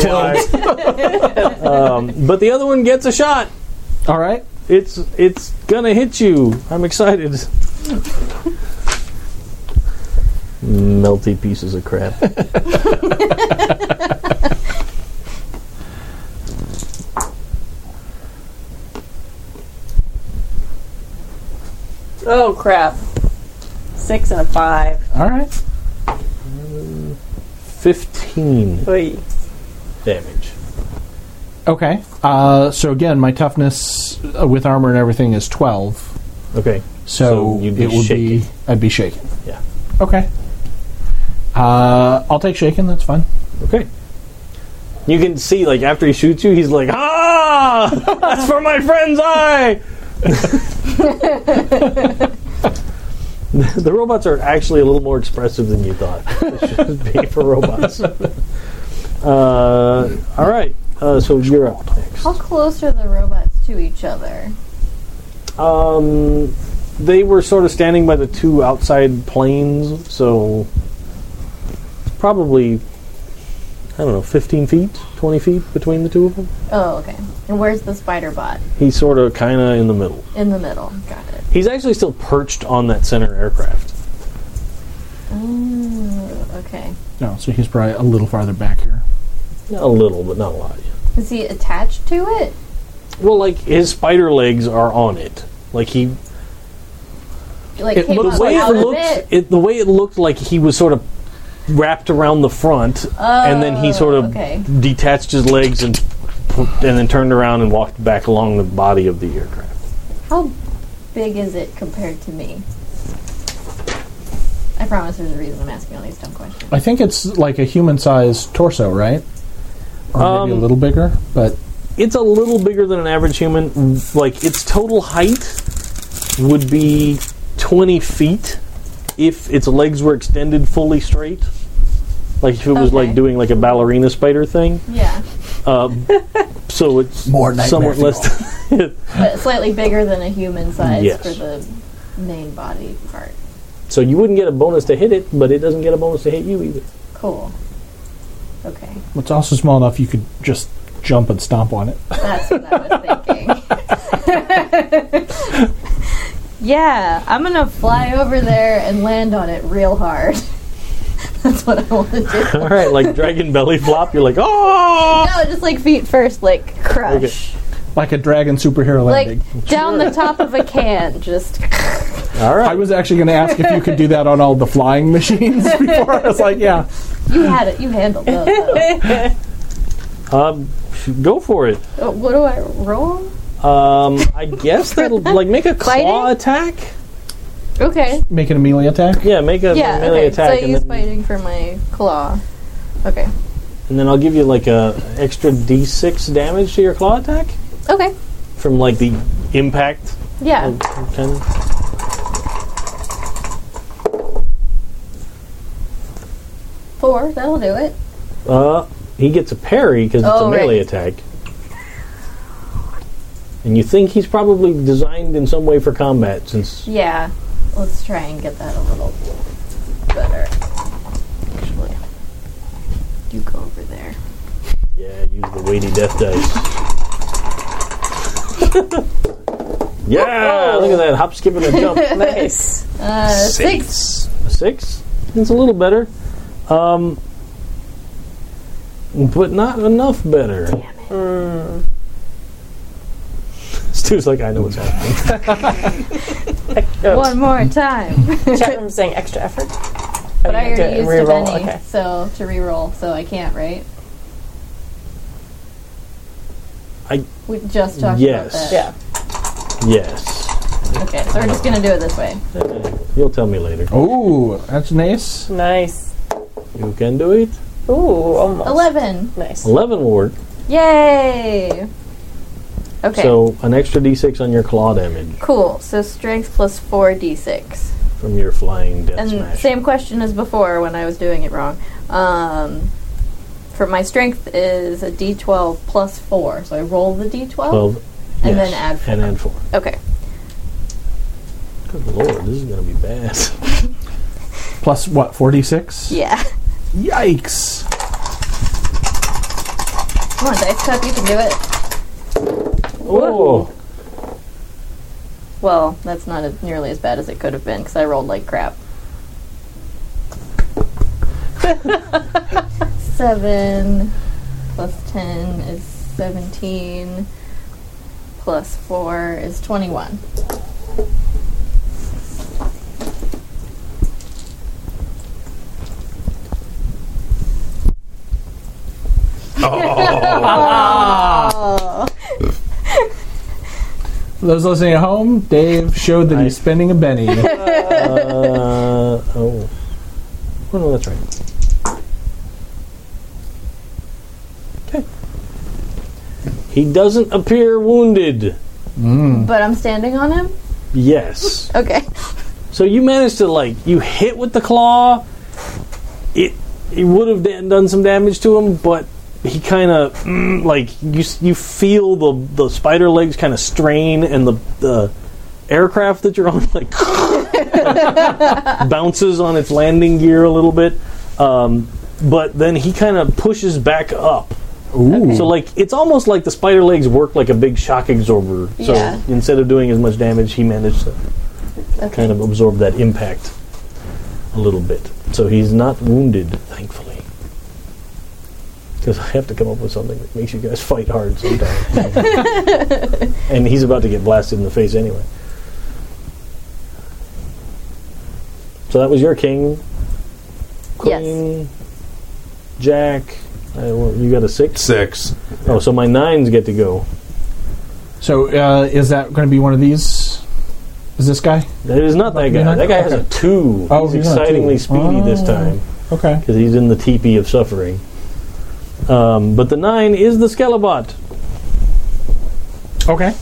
[SPEAKER 1] asshole.
[SPEAKER 4] tilt.
[SPEAKER 1] my- um, but the other one gets a shot.
[SPEAKER 4] All right.
[SPEAKER 1] It's it's gonna hit you. I'm excited. Melty pieces of crap.
[SPEAKER 5] Oh crap! Six and a five.
[SPEAKER 4] All right.
[SPEAKER 1] Fifteen
[SPEAKER 5] Oy.
[SPEAKER 1] damage.
[SPEAKER 4] Okay. Uh, so again, my toughness uh, with armor and everything is twelve.
[SPEAKER 1] Okay.
[SPEAKER 4] So,
[SPEAKER 1] So you'd be
[SPEAKER 4] it would be.
[SPEAKER 1] shaken.
[SPEAKER 4] I'd be shaken.
[SPEAKER 1] Yeah.
[SPEAKER 4] Okay. Uh, I'll take shaken. That's fine.
[SPEAKER 1] Okay. You can see, like, after he shoots you, he's like, ah, that's for my friend's eye. the robots are actually a little more expressive than you thought. It should be for robots. Uh, all right, uh, so you're up next.
[SPEAKER 3] How close are the robots to each other?
[SPEAKER 1] Um, they were sort of standing by the two outside planes, so probably I don't know, fifteen feet, twenty feet between the two of them.
[SPEAKER 3] Oh, okay. And where's the spider bot?
[SPEAKER 1] He's sort of kind of in the middle.
[SPEAKER 3] In the middle. Got it.
[SPEAKER 1] He's actually still perched on that center aircraft.
[SPEAKER 3] Ooh, okay.
[SPEAKER 4] No, so he's probably a little farther back here.
[SPEAKER 1] A little, but not a lot. yeah.
[SPEAKER 3] Is he attached to it?
[SPEAKER 1] Well, like his spider legs are on it. Like he,
[SPEAKER 3] Like
[SPEAKER 1] it
[SPEAKER 3] came
[SPEAKER 1] looked-
[SPEAKER 3] up
[SPEAKER 1] the way it
[SPEAKER 3] out of
[SPEAKER 1] looked,
[SPEAKER 3] it?
[SPEAKER 1] it, the way it looked like he was sort of wrapped around the front, and then he sort of
[SPEAKER 3] Oh, okay.
[SPEAKER 1] detached his legs and and then turned around and walked back along the body of the aircraft.
[SPEAKER 3] How big is it compared to me? I promise there's a reason I'm asking all these dumb questions.
[SPEAKER 4] I think it's like a human-sized torso, right? Or
[SPEAKER 1] Um,
[SPEAKER 4] maybe a little bigger, but
[SPEAKER 1] It's a little bigger than an average human. Like its total height would be 20 feet if its legs were extended fully straight. Like if it was like
[SPEAKER 3] Okay.
[SPEAKER 1] doing like a ballerina spider thing.
[SPEAKER 3] Yeah,
[SPEAKER 1] So it's
[SPEAKER 7] More nightmare
[SPEAKER 1] somewhat
[SPEAKER 7] fuel.
[SPEAKER 1] less. than-
[SPEAKER 3] but slightly bigger than a human size
[SPEAKER 1] Yes.
[SPEAKER 3] for the main body part.
[SPEAKER 1] so you wouldn't get a bonus to hit it, but it doesn't get a bonus to hit you either.
[SPEAKER 3] Cool. Okay,
[SPEAKER 4] it's also small enough you could just jump and stomp on it.
[SPEAKER 3] that's what I was thinking. yeah, I'm gonna fly over there and land on it real hard. that's what I want to do.
[SPEAKER 1] All right, like dragon belly flop. You're like, oh.
[SPEAKER 3] No, just like feet first, like crush.
[SPEAKER 1] Okay.
[SPEAKER 4] Like a dragon superhero
[SPEAKER 3] Like
[SPEAKER 4] landing.
[SPEAKER 3] down the top of a can, just
[SPEAKER 1] All
[SPEAKER 4] I
[SPEAKER 1] right.
[SPEAKER 4] was actually going to ask if you could do that on all the flying machines before. I was like, yeah.
[SPEAKER 3] You had it. You handled those. though.
[SPEAKER 1] Um, go for it.
[SPEAKER 3] Uh, what do I roll?
[SPEAKER 1] Um, I guess that'll like make a claw
[SPEAKER 3] Biting?
[SPEAKER 1] attack.
[SPEAKER 3] Okay.
[SPEAKER 4] Make an melee attack.
[SPEAKER 1] Yeah, make a
[SPEAKER 3] Yeah.
[SPEAKER 1] melee
[SPEAKER 3] Okay.
[SPEAKER 1] attack,
[SPEAKER 3] so I
[SPEAKER 1] and,
[SPEAKER 3] use
[SPEAKER 1] then,
[SPEAKER 3] biting for my claw. Okay.
[SPEAKER 1] and then I'll give you like a extra d6 damage to your claw attack
[SPEAKER 3] Okay.
[SPEAKER 1] from like the impact.
[SPEAKER 3] Yeah.
[SPEAKER 1] of 10.
[SPEAKER 3] Four. That'll do it.
[SPEAKER 1] Uh, he gets a parry because it's
[SPEAKER 3] Oh,
[SPEAKER 1] a
[SPEAKER 3] right.
[SPEAKER 1] melee attack. And you think he's probably designed in some way for combat, since
[SPEAKER 3] Yeah. Let's try and get that a little better. Actually, you go over there.
[SPEAKER 1] yeah, use the weighty death dice. yeah, look at that hop, skip, and a jump.
[SPEAKER 5] nice.
[SPEAKER 3] Uh, six.
[SPEAKER 1] six. It's a little better, um, but not enough better. Hmm. Stu's like, I know what's happening.
[SPEAKER 5] Oh,
[SPEAKER 3] One more time.
[SPEAKER 5] Chat room saying extra effort. Oh,
[SPEAKER 3] But I already used a
[SPEAKER 5] re-roll.
[SPEAKER 3] many,
[SPEAKER 5] Okay.
[SPEAKER 3] so to re-roll, so I can't, right?
[SPEAKER 1] I-
[SPEAKER 3] we just talked
[SPEAKER 1] Yes.
[SPEAKER 3] about that.
[SPEAKER 5] Yeah.
[SPEAKER 1] Yes,
[SPEAKER 3] Okay, so we're just gonna do it this way.
[SPEAKER 1] you'll tell me later.
[SPEAKER 4] Oh, that's an ace.
[SPEAKER 5] Nice.
[SPEAKER 1] You can do it.
[SPEAKER 5] Ooh, almost.
[SPEAKER 3] Eleven.
[SPEAKER 5] Nice.
[SPEAKER 1] Eleven will work.
[SPEAKER 3] Yay! Okay.
[SPEAKER 1] So an extra d6 on your claw damage
[SPEAKER 3] cool. So strength plus four d six.
[SPEAKER 1] from your flying death
[SPEAKER 3] And
[SPEAKER 1] smash.
[SPEAKER 3] same question as before when I was doing it wrong. Um, for my strength is a d twelve plus four, so I roll the d twelve.
[SPEAKER 1] Twelve.
[SPEAKER 3] And
[SPEAKER 1] yes,
[SPEAKER 3] then add four.
[SPEAKER 1] and add four.
[SPEAKER 3] Okay.
[SPEAKER 1] Good lord, this is gonna be bad.
[SPEAKER 4] Plus what? Forty-six.
[SPEAKER 3] Yeah.
[SPEAKER 4] Yikes.
[SPEAKER 3] Come on, dice cup, you can do it.
[SPEAKER 1] oh,
[SPEAKER 3] Well, that's not as nearly as bad as it could have been because I rolled like crap. Seven plus ten is seventeen. Plus four is twenty-one.
[SPEAKER 4] For those listening at home, Dave showed that he's spending a penny.
[SPEAKER 1] uh, oh. Oh no, that's right. He doesn't appear wounded.
[SPEAKER 3] But I'm standing on him?
[SPEAKER 1] Yes.
[SPEAKER 3] Okay.
[SPEAKER 1] So you managed to like you hit with the claw. It it would have dan- done some damage to him, but he kind of mm, like you s- you feel the the spider legs kind of strain and the the aircraft that you're on like bounces on its landing gear a little bit. Um, but then he kind of pushes back up. So like it's almost like the spider legs work like a big shock absorber. So
[SPEAKER 3] Yeah.
[SPEAKER 1] instead of doing as much damage, he managed to kind of absorb that impact a little bit. So he's not wounded, thankfully. Because I have to come up with something that makes you guys fight hard sometimes. and he's about to get blasted in the face anyway. So that was your king,
[SPEAKER 3] Yes.
[SPEAKER 1] queen, jack. I, well, you got a six?
[SPEAKER 6] Six.
[SPEAKER 1] Oh, so my nines get to go.
[SPEAKER 7] So uh, is that going to be one of these? Is this guy?
[SPEAKER 1] That is not that guy.
[SPEAKER 7] You're not-
[SPEAKER 1] That guy has a two.
[SPEAKER 7] Oh,
[SPEAKER 1] he's
[SPEAKER 7] he's on a two.
[SPEAKER 1] excitingly speedy this
[SPEAKER 7] Oh.
[SPEAKER 1] time.
[SPEAKER 7] Okay.
[SPEAKER 1] because he's in the teepee of suffering. Um, but the nine is the Skelebot,
[SPEAKER 7] Okay.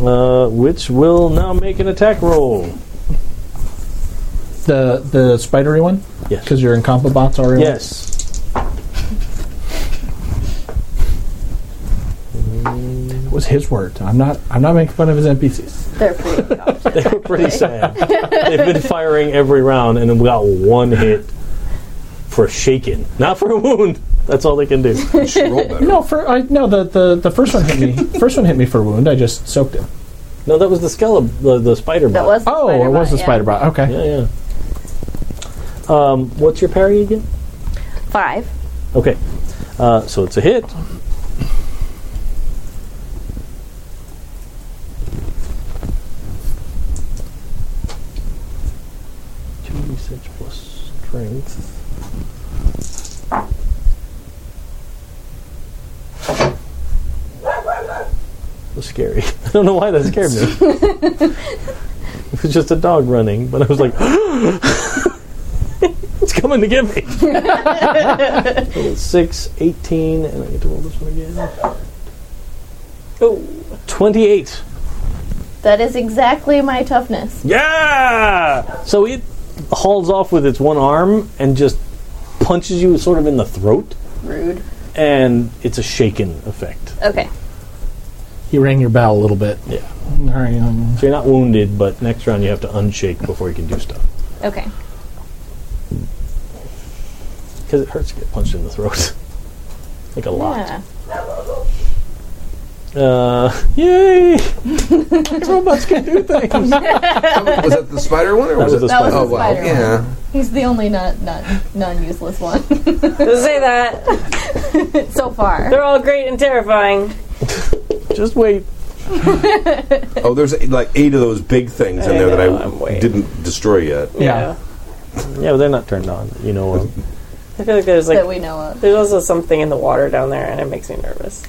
[SPEAKER 1] uh, which will now make an attack roll.
[SPEAKER 7] The the spidery one
[SPEAKER 1] Yes.
[SPEAKER 7] because you're in combo bots already.
[SPEAKER 1] Yes.
[SPEAKER 7] It was his word. I'm not I'm not making fun of his NPCs.
[SPEAKER 3] They're pretty soft.
[SPEAKER 1] They were pretty sad. They've been firing every round and we got one hit for a shaken, not for a wound. That's all they can do.
[SPEAKER 6] Should roll better.
[SPEAKER 7] No, for I no the, the, the first one hit me. first one hit me for a wound. I just soaked it.
[SPEAKER 1] No, that was the Skeleb, the, the spider bot.
[SPEAKER 3] That was the
[SPEAKER 7] Oh,
[SPEAKER 3] spider
[SPEAKER 7] it was
[SPEAKER 3] bot,
[SPEAKER 7] the
[SPEAKER 3] yeah.
[SPEAKER 7] spider bot. Okay.
[SPEAKER 1] Yeah, yeah. Um, what's your parry again?
[SPEAKER 3] Five.
[SPEAKER 1] Okay. Uh, so it's a hit. Two d six plus strength. That's scary. I don't know why that scared me. it was just a dog running, but I was like, it's coming to get me. It's 6, 18, and I get to roll this one again.
[SPEAKER 5] Oh,
[SPEAKER 1] 28.
[SPEAKER 3] That is exactly my toughness.
[SPEAKER 1] Yeah! So it hauls off with its one arm and just punches you sort of in the throat,
[SPEAKER 3] Rude.
[SPEAKER 1] and it's a shaken effect.
[SPEAKER 3] Okay.
[SPEAKER 7] He rang your bell a little bit.
[SPEAKER 1] Yeah.
[SPEAKER 7] All right. um,
[SPEAKER 1] So you're not wounded, but next round you have to unshake before you can do stuff.
[SPEAKER 3] Okay.
[SPEAKER 1] Because it hurts to get punched in the throat. like a lot.
[SPEAKER 3] Yeah.
[SPEAKER 1] Uh, yay! Robots can do things!
[SPEAKER 6] was that the spider one or
[SPEAKER 1] That
[SPEAKER 6] was,
[SPEAKER 1] was the
[SPEAKER 6] it?
[SPEAKER 1] That was
[SPEAKER 3] spider the
[SPEAKER 6] oh
[SPEAKER 3] one.
[SPEAKER 6] wow,
[SPEAKER 3] spider
[SPEAKER 6] yeah.
[SPEAKER 3] He's the only not not non useless one
[SPEAKER 5] don't say that.
[SPEAKER 3] so far.
[SPEAKER 5] They're all great and terrifying.
[SPEAKER 1] Just wait.
[SPEAKER 6] Oh, there's like eight of those big things in
[SPEAKER 5] I
[SPEAKER 6] there that
[SPEAKER 5] know, Oh, I'm
[SPEAKER 6] I
[SPEAKER 5] waiting.
[SPEAKER 6] didn't destroy yet.
[SPEAKER 7] Yeah.
[SPEAKER 1] Yeah, but they're not turned on, you know. Um,
[SPEAKER 5] I feel like there's
[SPEAKER 3] That
[SPEAKER 5] like
[SPEAKER 3] we know of.
[SPEAKER 5] there's also something in the water down there, and it makes me nervous.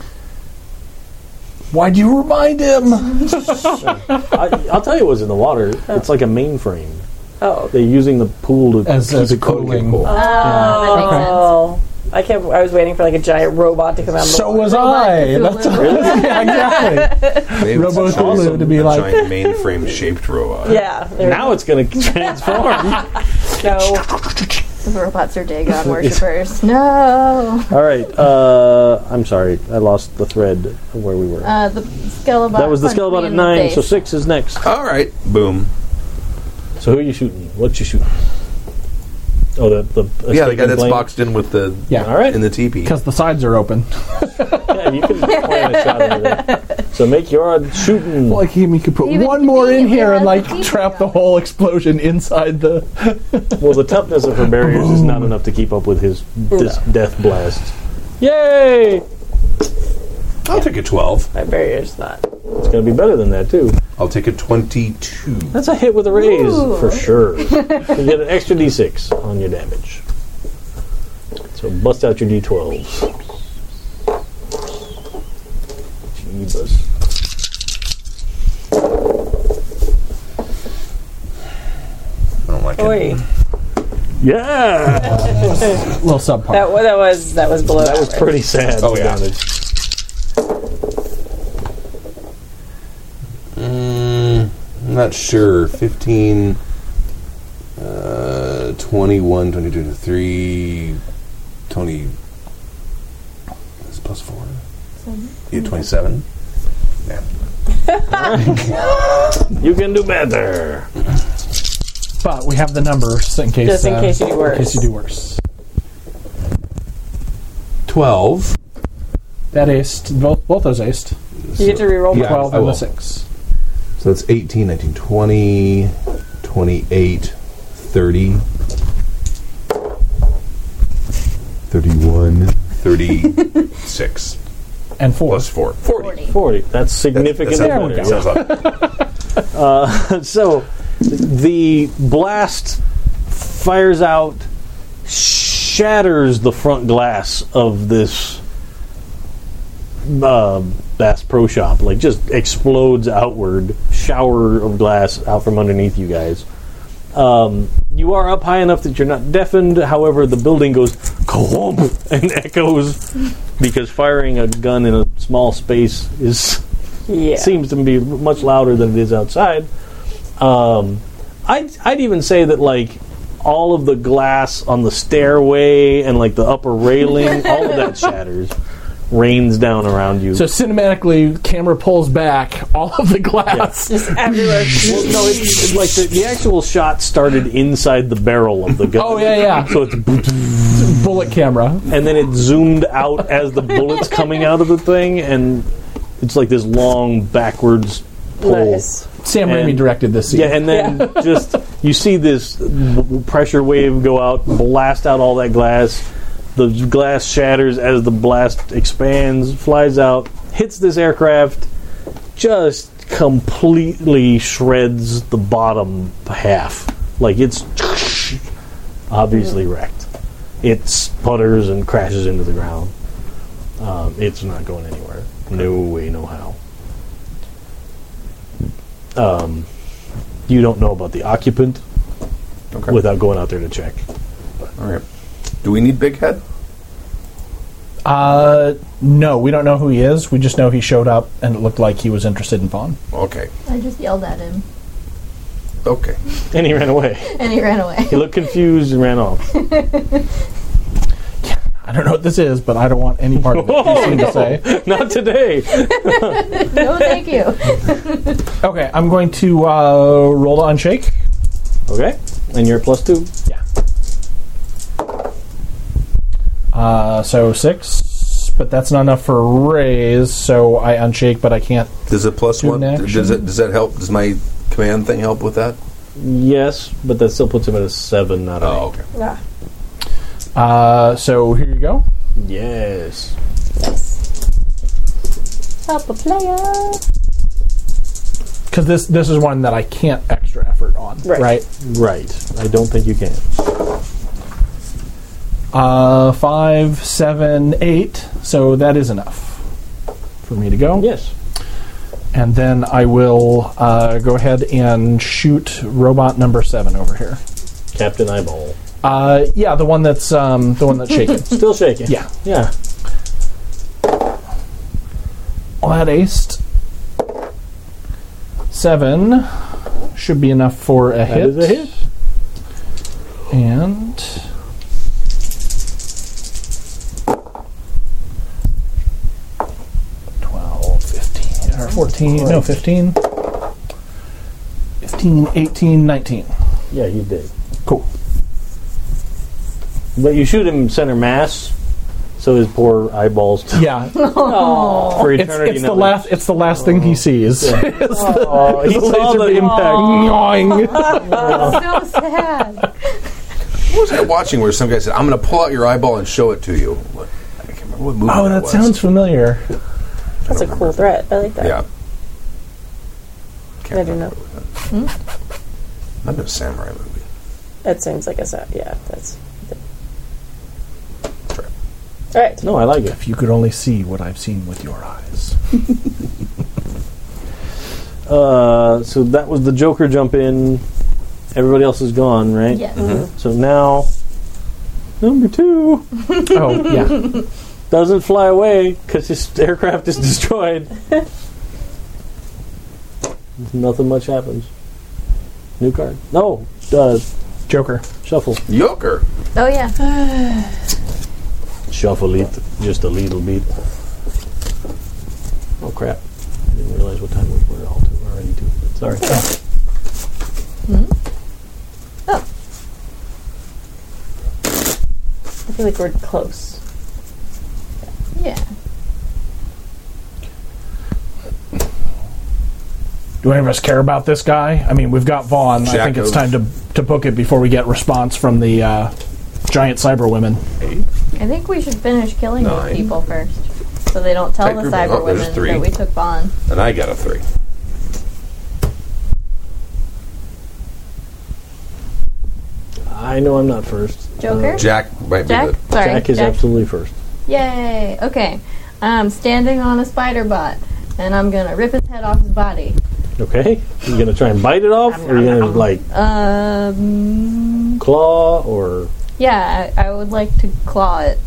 [SPEAKER 7] Why'd you remind him?
[SPEAKER 1] I, I'll tell you what's in the water. It's like a mainframe.
[SPEAKER 5] Oh,
[SPEAKER 1] They're using the pool to
[SPEAKER 7] As
[SPEAKER 1] keep
[SPEAKER 7] as
[SPEAKER 1] it
[SPEAKER 7] cooling.
[SPEAKER 6] Cool.
[SPEAKER 5] Uh,
[SPEAKER 3] Oh, that makes sense.
[SPEAKER 5] oh, I kept. I was waiting for like a giant robot to come out. Of the
[SPEAKER 7] So
[SPEAKER 5] water.
[SPEAKER 7] was I. That's yeah, exactly.
[SPEAKER 6] Maybe it's
[SPEAKER 7] Robo
[SPEAKER 6] awesome,
[SPEAKER 7] Hulu to be
[SPEAKER 6] a
[SPEAKER 7] like-
[SPEAKER 6] giant mainframe shaped robot.
[SPEAKER 5] Yeah. there
[SPEAKER 1] Now it's going to transform.
[SPEAKER 5] no.
[SPEAKER 3] The robots are Dagon worshippers. No.
[SPEAKER 1] All right. Uh, I'm sorry. I lost the thread of where we were.
[SPEAKER 3] Uh, the Skelebot.
[SPEAKER 1] that was the
[SPEAKER 3] punched me
[SPEAKER 1] Skelebot at
[SPEAKER 3] in the
[SPEAKER 1] nine, so
[SPEAKER 3] face.
[SPEAKER 1] six is next.
[SPEAKER 6] All right. Boom.
[SPEAKER 1] So who are you shooting? What you shooting? Oh, the the
[SPEAKER 6] yeah, the guy
[SPEAKER 1] escaping
[SPEAKER 6] that's
[SPEAKER 1] plane?
[SPEAKER 6] boxed in with the
[SPEAKER 7] Yeah.
[SPEAKER 1] All right.
[SPEAKER 6] in the teepee.
[SPEAKER 7] Because the sides are open.
[SPEAKER 1] yeah, you can plan a shot over there. So make your shooting.
[SPEAKER 7] Like he, he could put
[SPEAKER 3] Even
[SPEAKER 7] one more
[SPEAKER 3] if
[SPEAKER 7] in
[SPEAKER 3] he
[SPEAKER 7] here and
[SPEAKER 3] has
[SPEAKER 7] like
[SPEAKER 3] the
[SPEAKER 7] trap the
[SPEAKER 3] detail.
[SPEAKER 7] whole explosion inside the.
[SPEAKER 1] Well, the toughness of her barriers is not enough to keep up with his dis- death blast. Yay!
[SPEAKER 6] I'll take a twelve.
[SPEAKER 5] My barrier's not.
[SPEAKER 1] It's going to be better than that too.
[SPEAKER 6] I'll take a twenty-two.
[SPEAKER 1] That's a hit with a raise
[SPEAKER 3] Ooh.
[SPEAKER 1] for sure. you get an extra d6 on your damage. So bust out your d12s. Jesus.
[SPEAKER 6] I don't like it.
[SPEAKER 5] Oi.
[SPEAKER 1] Yeah,
[SPEAKER 4] little subpar.
[SPEAKER 5] That, wa- that was that was below.
[SPEAKER 1] that was
[SPEAKER 5] average.
[SPEAKER 1] pretty sad.
[SPEAKER 6] Oh, yeah.
[SPEAKER 1] damage.
[SPEAKER 6] Mm, I'm not sure. 15, uh, 21, 22, 23, 20. That's plus 4. Yeah, 27.
[SPEAKER 1] You can do better.
[SPEAKER 4] But we have the numbers in case.
[SPEAKER 5] Just in
[SPEAKER 4] uh,
[SPEAKER 5] case you do worse.
[SPEAKER 4] In case you do worse.
[SPEAKER 6] 12.
[SPEAKER 4] That aced. Both, both those aced.
[SPEAKER 5] You get to reroll.
[SPEAKER 6] Yeah,
[SPEAKER 5] Yeah.
[SPEAKER 4] 12
[SPEAKER 6] I
[SPEAKER 4] and the
[SPEAKER 6] will.
[SPEAKER 4] 6.
[SPEAKER 6] So that's 18, 19, 20, 28, 30, 31, 36.
[SPEAKER 4] And 4.
[SPEAKER 6] Plus 4. 40.
[SPEAKER 1] Forty. That's significantly
[SPEAKER 6] That sounds-
[SPEAKER 1] better.
[SPEAKER 6] that sounds up.
[SPEAKER 1] so the blast fires out, shatters the front glass of this uh, Bass Pro Shop. Like, just explodes outward, shower of glass out from underneath you guys. Um, you are up high enough that you're not deafened. However, the building goes kahoomp and echoes because firing a gun in a small space is seems to be much louder than it is outside. Um, I'd, I'd even say that like all of the glass on the stairway and like the upper railing, all of that shatters, rains down around you.
[SPEAKER 4] So cinematically, camera pulls back all of the glass.
[SPEAKER 5] Just everywhere.
[SPEAKER 1] Well, no, it's, it's like the, the actual shot started inside the barrel of the gun.
[SPEAKER 4] Oh yeah, yeah.
[SPEAKER 1] So it's
[SPEAKER 4] Bullet camera.
[SPEAKER 1] and then it zoomed out as the bullets coming out of the thing, and it's like this long backwards pull.
[SPEAKER 5] nice.
[SPEAKER 4] Sam
[SPEAKER 1] And-
[SPEAKER 4] Raimi directed this scene.
[SPEAKER 1] Yeah, and then just you see this w- pressure wave go out, blast out all that glass. The glass shatters as the blast expands, flies out, hits this aircraft, just completely shreds the bottom half. Like it's obviously wrecked. It sputters and crashes into the ground. Um, it's not going anywhere. No way, no how. You don't know about the occupant
[SPEAKER 8] Okay.
[SPEAKER 1] without going out there to check.
[SPEAKER 8] All right. Do we need Big Head?
[SPEAKER 4] Uh, no, we don't know who he is. We just know he showed up and it looked like he was interested in Vaughn.
[SPEAKER 8] Okay.
[SPEAKER 3] I just yelled at him,
[SPEAKER 8] Okay.
[SPEAKER 1] And he ran away.
[SPEAKER 3] and he ran away.
[SPEAKER 1] He looked confused and ran off.
[SPEAKER 4] I don't know what this is, but I don't want any part of it. he
[SPEAKER 1] Oh,
[SPEAKER 4] seemed to say.
[SPEAKER 1] not today.
[SPEAKER 3] no, thank you.
[SPEAKER 4] Okay, I'm going to uh, roll to unshake.
[SPEAKER 1] Okay. And you're at plus two.
[SPEAKER 4] Uh, so six, but that's not enough for a raise. So I unshake, but I can't.
[SPEAKER 8] Does it plus
[SPEAKER 4] Do
[SPEAKER 8] one?
[SPEAKER 4] an
[SPEAKER 8] Does it? Does that help? Does my command thing help with that?
[SPEAKER 1] Yes, but that still puts him at a seven, not an
[SPEAKER 8] Oh, okay.
[SPEAKER 5] Yeah.
[SPEAKER 4] Uh, so here you go.
[SPEAKER 1] eight. Yes.
[SPEAKER 3] Help a player.
[SPEAKER 4] Because this this is one that I can't extra effort on, right?
[SPEAKER 5] Right.
[SPEAKER 1] Right. I don't think you can.
[SPEAKER 4] Uh, five, seven, eight. So that is enough for me to go.
[SPEAKER 1] Yes.
[SPEAKER 4] And then I will uh, go ahead and shoot robot number seven over here.
[SPEAKER 1] Captain Eyeball.
[SPEAKER 4] Uh, yeah, the one that's um, the one that's shaking.
[SPEAKER 1] Still shaking.
[SPEAKER 4] Yeah.
[SPEAKER 1] Yeah.
[SPEAKER 4] Well, that aced. Seven should be enough for a
[SPEAKER 1] That
[SPEAKER 4] hit.
[SPEAKER 1] is a hit.
[SPEAKER 4] And twelve, fifteen, or fourteen? No, fifteen. 15, 18, 19.
[SPEAKER 1] Yeah, you did.
[SPEAKER 4] Cool.
[SPEAKER 1] But you shoot him center mass, so his poor eyeballs
[SPEAKER 4] Yeah,
[SPEAKER 5] Oh,
[SPEAKER 1] for
[SPEAKER 4] it's,
[SPEAKER 1] eternity.
[SPEAKER 4] it's the
[SPEAKER 1] now.
[SPEAKER 4] last. It's the last thing he sees. It's the-
[SPEAKER 1] Oh, he
[SPEAKER 4] it's the
[SPEAKER 1] saw
[SPEAKER 4] laser
[SPEAKER 1] the
[SPEAKER 4] beam.
[SPEAKER 1] impact.
[SPEAKER 4] Yoing.
[SPEAKER 3] so sad.
[SPEAKER 8] What was I watching where some guy said, "I'm going to pull out your eyeball and show it to you"? What, I can't remember what movie.
[SPEAKER 4] Oh, that
[SPEAKER 8] was.
[SPEAKER 4] sounds familiar.
[SPEAKER 5] that's a cool threat. I like that.
[SPEAKER 8] Yeah. Can't
[SPEAKER 5] I don't know.
[SPEAKER 8] remember what it was. Might have been a samurai movie.
[SPEAKER 5] That seems like a sa- yeah. That's. All right.
[SPEAKER 1] No, I like it.
[SPEAKER 4] If you could only see what I've seen with your eyes.
[SPEAKER 1] Uh, so that was the Joker jump in. Everybody else is gone, right?
[SPEAKER 3] Yes.
[SPEAKER 1] So now, number two
[SPEAKER 7] Oh, yeah.
[SPEAKER 1] doesn't fly away because his aircraft is destroyed. Nothing much happens. New card. No, uh,
[SPEAKER 7] Joker.
[SPEAKER 1] shuffle.
[SPEAKER 8] Yoker.
[SPEAKER 3] Oh yeah.
[SPEAKER 1] Shuffle it just a little bit. Oh crap! I didn't realize what time we were all to already. Too. Sorry.
[SPEAKER 5] I feel like we're close.
[SPEAKER 3] Yeah.
[SPEAKER 7] Do any of us care about this guy? I mean, we've got Vaughn. I think it's time to to book it before we get response from the uh, giant cyber women.
[SPEAKER 5] Oh
[SPEAKER 3] I think we should finish killing
[SPEAKER 6] Nine.
[SPEAKER 3] these people first, so they don't tell
[SPEAKER 6] Tight
[SPEAKER 3] the
[SPEAKER 6] group.
[SPEAKER 3] cyber
[SPEAKER 6] Oh, there's
[SPEAKER 3] women
[SPEAKER 6] three.
[SPEAKER 3] that we took Vaughn.
[SPEAKER 6] And I got a three.
[SPEAKER 1] I know I'm not first. Uh,
[SPEAKER 3] Joker.
[SPEAKER 6] Jack might be
[SPEAKER 3] Jack.
[SPEAKER 6] the.
[SPEAKER 3] Sorry.
[SPEAKER 1] Jack is absolutely first.
[SPEAKER 3] Yay! Okay, I'm standing on a spider bot, and I'm gonna rip his head off his body.
[SPEAKER 1] Okay, you gonna try and bite it off, or you gonna like
[SPEAKER 3] Um,
[SPEAKER 1] claw or
[SPEAKER 3] yeah, I, I would like to claw it.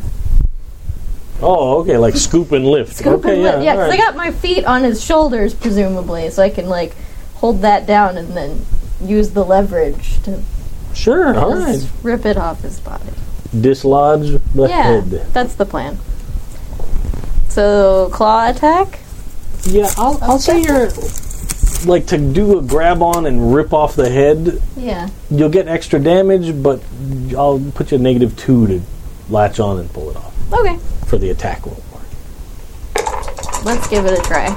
[SPEAKER 1] oh, okay, like scoop and lift.
[SPEAKER 3] Scoop
[SPEAKER 1] okay,
[SPEAKER 3] and lift. Yeah,
[SPEAKER 1] all
[SPEAKER 3] 'cause
[SPEAKER 1] right.
[SPEAKER 3] I got my feet on his shoulders, presumably, so I can like hold that down and then use the leverage to
[SPEAKER 1] sure. All
[SPEAKER 3] just
[SPEAKER 1] right,
[SPEAKER 3] rip it off his body.
[SPEAKER 1] dislodge the
[SPEAKER 3] yeah,
[SPEAKER 1] head.
[SPEAKER 3] that's the plan. So claw attack.
[SPEAKER 1] Yeah, I'll, I'll say you're like to do a grab on and rip off the head.
[SPEAKER 3] Yeah.
[SPEAKER 1] You'll get extra damage, but I'll put you a negative two to latch on and pull it off
[SPEAKER 3] Okay,
[SPEAKER 1] for the attack roll.
[SPEAKER 3] let's give it a try.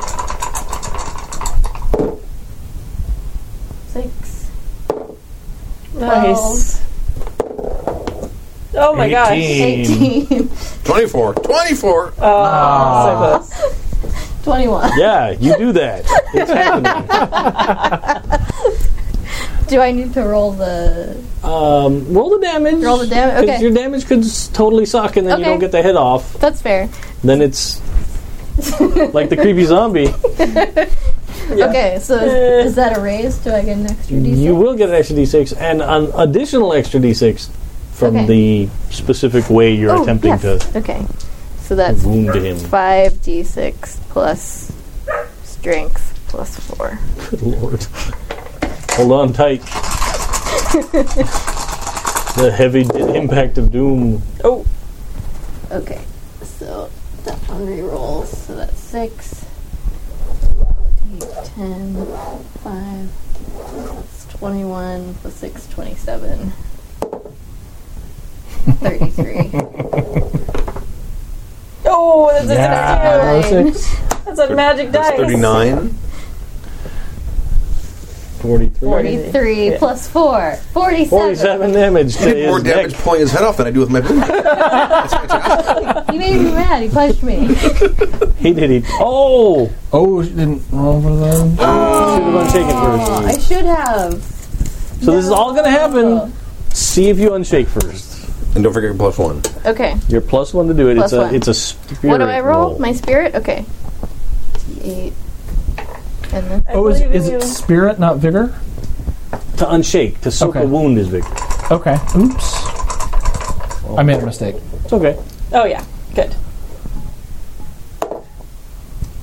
[SPEAKER 3] Six.
[SPEAKER 5] Nice. Oh my gosh.
[SPEAKER 3] 18.
[SPEAKER 8] 24. 24.
[SPEAKER 5] Oh, so close.
[SPEAKER 3] 21.
[SPEAKER 1] Yeah, you do that. It's happening.
[SPEAKER 3] Do I need to roll the.
[SPEAKER 1] Um, roll the damage.
[SPEAKER 3] Roll the dam-
[SPEAKER 1] 'cause
[SPEAKER 3] okay.
[SPEAKER 1] Your damage could s- totally suck, and then you
[SPEAKER 3] Okay.
[SPEAKER 1] don't get the head off.
[SPEAKER 3] That's fair.
[SPEAKER 1] Then it's like the creepy zombie.
[SPEAKER 3] Okay, so is, is that a raise? Do I get an extra d6?
[SPEAKER 1] Eh. You will get an extra d6 and an additional extra d6 from
[SPEAKER 3] Okay.
[SPEAKER 1] the specific way you're
[SPEAKER 3] oh,
[SPEAKER 1] attempting
[SPEAKER 3] yes.
[SPEAKER 1] to
[SPEAKER 3] Okay. So that's
[SPEAKER 1] wound him.
[SPEAKER 3] 5d6 plus strength plus 4.
[SPEAKER 1] Good lord. Hold on tight. the heavy d- impact of doom.
[SPEAKER 5] Oh,
[SPEAKER 3] Okay, so that one rerolls, so that's 6. 8, 10, 5, that's 21, plus 6, 27. 33.
[SPEAKER 5] oh, that's,
[SPEAKER 1] Ah,
[SPEAKER 5] a-
[SPEAKER 3] Yeah.
[SPEAKER 5] that's a magic dice.
[SPEAKER 6] 39.
[SPEAKER 1] 43.
[SPEAKER 3] 43 plus 4. 47.
[SPEAKER 1] 47 damage to
[SPEAKER 8] Did more
[SPEAKER 1] his
[SPEAKER 8] damage
[SPEAKER 1] neck.
[SPEAKER 8] pulling his head off than I do with my boot.
[SPEAKER 3] He made me mad. He punched me.
[SPEAKER 1] He did it. Oh!
[SPEAKER 7] Oh, she didn't roll for them.
[SPEAKER 1] Should have unshaken
[SPEAKER 3] Oh, I should have.
[SPEAKER 1] first. So this is all going to happen. See if you unshake first.
[SPEAKER 6] And don't forget your plus one.
[SPEAKER 3] Okay.
[SPEAKER 1] You're plus one to do it.
[SPEAKER 3] Plus
[SPEAKER 1] it's a
[SPEAKER 3] one.
[SPEAKER 1] it's a spirit
[SPEAKER 3] What do I roll?
[SPEAKER 1] roll.
[SPEAKER 3] My spirit? Okay. D8. And then.
[SPEAKER 5] I
[SPEAKER 7] Oh, is,
[SPEAKER 5] believe
[SPEAKER 7] is
[SPEAKER 5] in
[SPEAKER 7] it
[SPEAKER 5] you.
[SPEAKER 7] spirit, not vigor?
[SPEAKER 1] to unshake to soak
[SPEAKER 7] Okay.
[SPEAKER 1] a wound is big.
[SPEAKER 7] Okay. Oops. I made a mistake.
[SPEAKER 1] It's okay.
[SPEAKER 5] Oh yeah, good.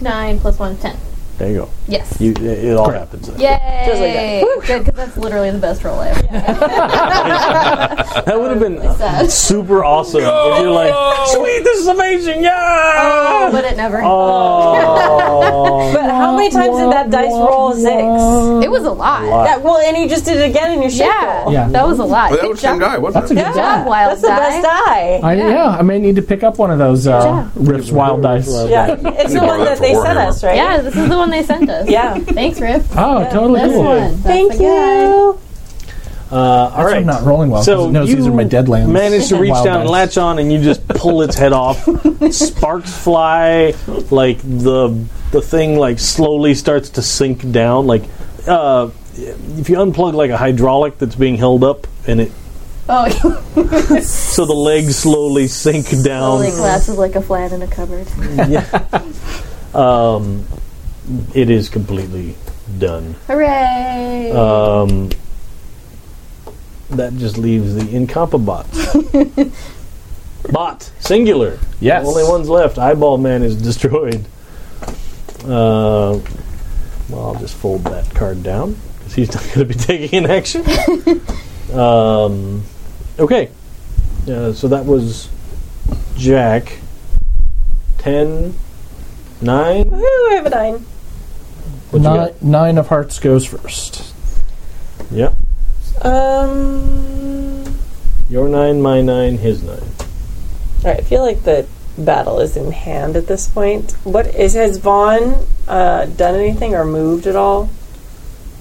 [SPEAKER 3] 9 plus 1 is 10.
[SPEAKER 1] There you go.
[SPEAKER 3] Yes.
[SPEAKER 1] You, it, it all
[SPEAKER 7] Great.
[SPEAKER 1] happens.
[SPEAKER 3] Yay!
[SPEAKER 5] Just
[SPEAKER 3] Good, 'cause that's literally the best roll I ever had.
[SPEAKER 1] That would have been
[SPEAKER 3] Sad.
[SPEAKER 1] super awesome. If you're like, sweet, this is amazing. Yeah. Uh,
[SPEAKER 3] But it never
[SPEAKER 1] Oh.
[SPEAKER 5] But how many times did that dice roll a six?
[SPEAKER 3] It was a lot.
[SPEAKER 5] That well, and you just did it again in your shit
[SPEAKER 3] Yeah,
[SPEAKER 5] roll.
[SPEAKER 7] Yeah.
[SPEAKER 3] that was a lot.
[SPEAKER 8] But that
[SPEAKER 3] Good
[SPEAKER 8] was the same
[SPEAKER 3] job.
[SPEAKER 8] guy, wasn't
[SPEAKER 7] That's a
[SPEAKER 8] it?
[SPEAKER 7] good
[SPEAKER 5] Yeah.
[SPEAKER 3] job, Wild
[SPEAKER 5] That's the
[SPEAKER 3] Die.
[SPEAKER 5] best die.
[SPEAKER 7] I, yeah. I may need to pick up one of those uh,
[SPEAKER 3] job.
[SPEAKER 7] riffs, wild dice.
[SPEAKER 5] Yeah, it's the
[SPEAKER 8] borrow
[SPEAKER 5] one
[SPEAKER 8] that
[SPEAKER 5] that
[SPEAKER 8] for
[SPEAKER 5] they sent
[SPEAKER 8] Warhammer.
[SPEAKER 5] us, right?
[SPEAKER 3] Yeah, this is the one they sent us.
[SPEAKER 5] Yeah.
[SPEAKER 3] Thanks, Rip.
[SPEAKER 7] Oh, totally
[SPEAKER 3] This
[SPEAKER 7] cool.
[SPEAKER 3] one. That's
[SPEAKER 5] Thank
[SPEAKER 3] the guy.
[SPEAKER 5] you.
[SPEAKER 1] Uh, all
[SPEAKER 7] That's why
[SPEAKER 1] right.
[SPEAKER 7] I'm not rolling well. 'cause
[SPEAKER 1] So
[SPEAKER 7] it knows these
[SPEAKER 1] you
[SPEAKER 7] are my deadlands.
[SPEAKER 1] Manage to reach
[SPEAKER 7] Wild
[SPEAKER 1] down, and
[SPEAKER 7] dice.
[SPEAKER 1] latch on, and you just pull its head off. Sparks fly, like the the thing like slowly starts to sink down. Like uh, if you unplug like a hydraulic that's being held up, and it Um,
[SPEAKER 3] Oh,
[SPEAKER 1] so the legs slowly sink down.
[SPEAKER 3] only glasses like a flat in a cupboard.
[SPEAKER 1] It is completely done. Uh,
[SPEAKER 3] Hooray!
[SPEAKER 1] Um, That just leaves the Incompa bot. bot, singular.
[SPEAKER 4] Yes.
[SPEAKER 1] The only ones left. Eyeball Man is destroyed. Uh, well, I'll just fold that card down because he's not going to be taking an action. um, okay. Uh, so that was Jack. 10, 9. What'd
[SPEAKER 5] Ooh, I have a nine.
[SPEAKER 1] you
[SPEAKER 4] Nine,
[SPEAKER 1] get?
[SPEAKER 4] nine of hearts goes first.
[SPEAKER 1] Yep.
[SPEAKER 5] Um.
[SPEAKER 1] Your 9, my 9, his 9.
[SPEAKER 5] All right, I feel like the battle is in hand at this point. What is has Vaughn uh, done anything or moved at all?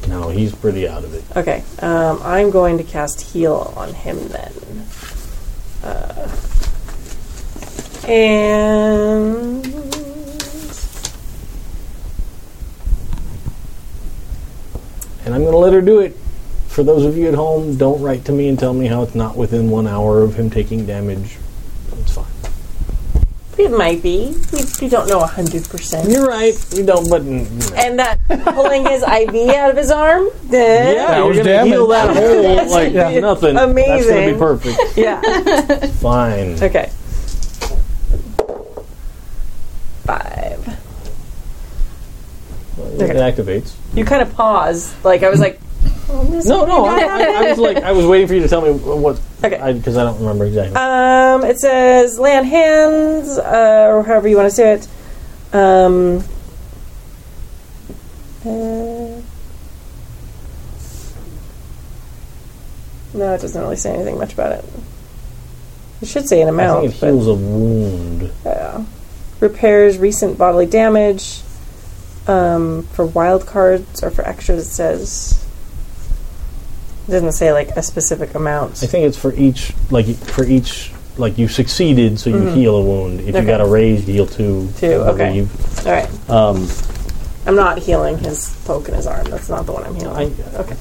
[SPEAKER 1] No, he's pretty out of it.
[SPEAKER 5] Okay, um, I'm going to cast heal on him then. Uh, and
[SPEAKER 1] And I'm going to let her do it. For those of you at home, don't write to me and tell me how it's not within one hour of him taking damage. It's fine.
[SPEAKER 5] it might be. We, we don't know hundred percent.
[SPEAKER 1] You're right. You don't, but. mm, you know.
[SPEAKER 5] And that pulling his IV out of his arm. Then
[SPEAKER 1] Yeah, you're
[SPEAKER 4] was
[SPEAKER 1] gonna heal that
[SPEAKER 4] damage.
[SPEAKER 1] hole like
[SPEAKER 5] Yeah.
[SPEAKER 1] nothing. That's gonna
[SPEAKER 5] Amazing.
[SPEAKER 1] be perfect.
[SPEAKER 5] yeah.
[SPEAKER 1] Fine.
[SPEAKER 5] Okay. Five.
[SPEAKER 1] It activates.
[SPEAKER 5] You kind of pause. Like I was like,
[SPEAKER 1] No, no. I, I, I was like, I was waiting for you to tell me what,
[SPEAKER 5] Okay.
[SPEAKER 1] because I, don't remember exactly.
[SPEAKER 5] um, it says lay on hands, uh, or however you want to say it. Um, uh, no, it doesn't really say anything much about it. It should say an
[SPEAKER 1] I
[SPEAKER 5] amount.
[SPEAKER 1] think it heals a wound.
[SPEAKER 5] Yeah. Repairs recent bodily damage. Um, for wild cards or for extras, it says. It doesn't say like a specific amount.
[SPEAKER 1] I think it's for each, like for each, like you succeeded, so you heal a wound. If you
[SPEAKER 5] Mm-hmm. Okay.
[SPEAKER 1] got a raised, heal two.
[SPEAKER 5] Two,
[SPEAKER 1] I
[SPEAKER 5] okay.
[SPEAKER 1] believe.
[SPEAKER 5] All right.
[SPEAKER 1] Um,
[SPEAKER 5] I'm not healing his poke in his arm. That's not the one I'm
[SPEAKER 1] I,
[SPEAKER 5] healing. okay.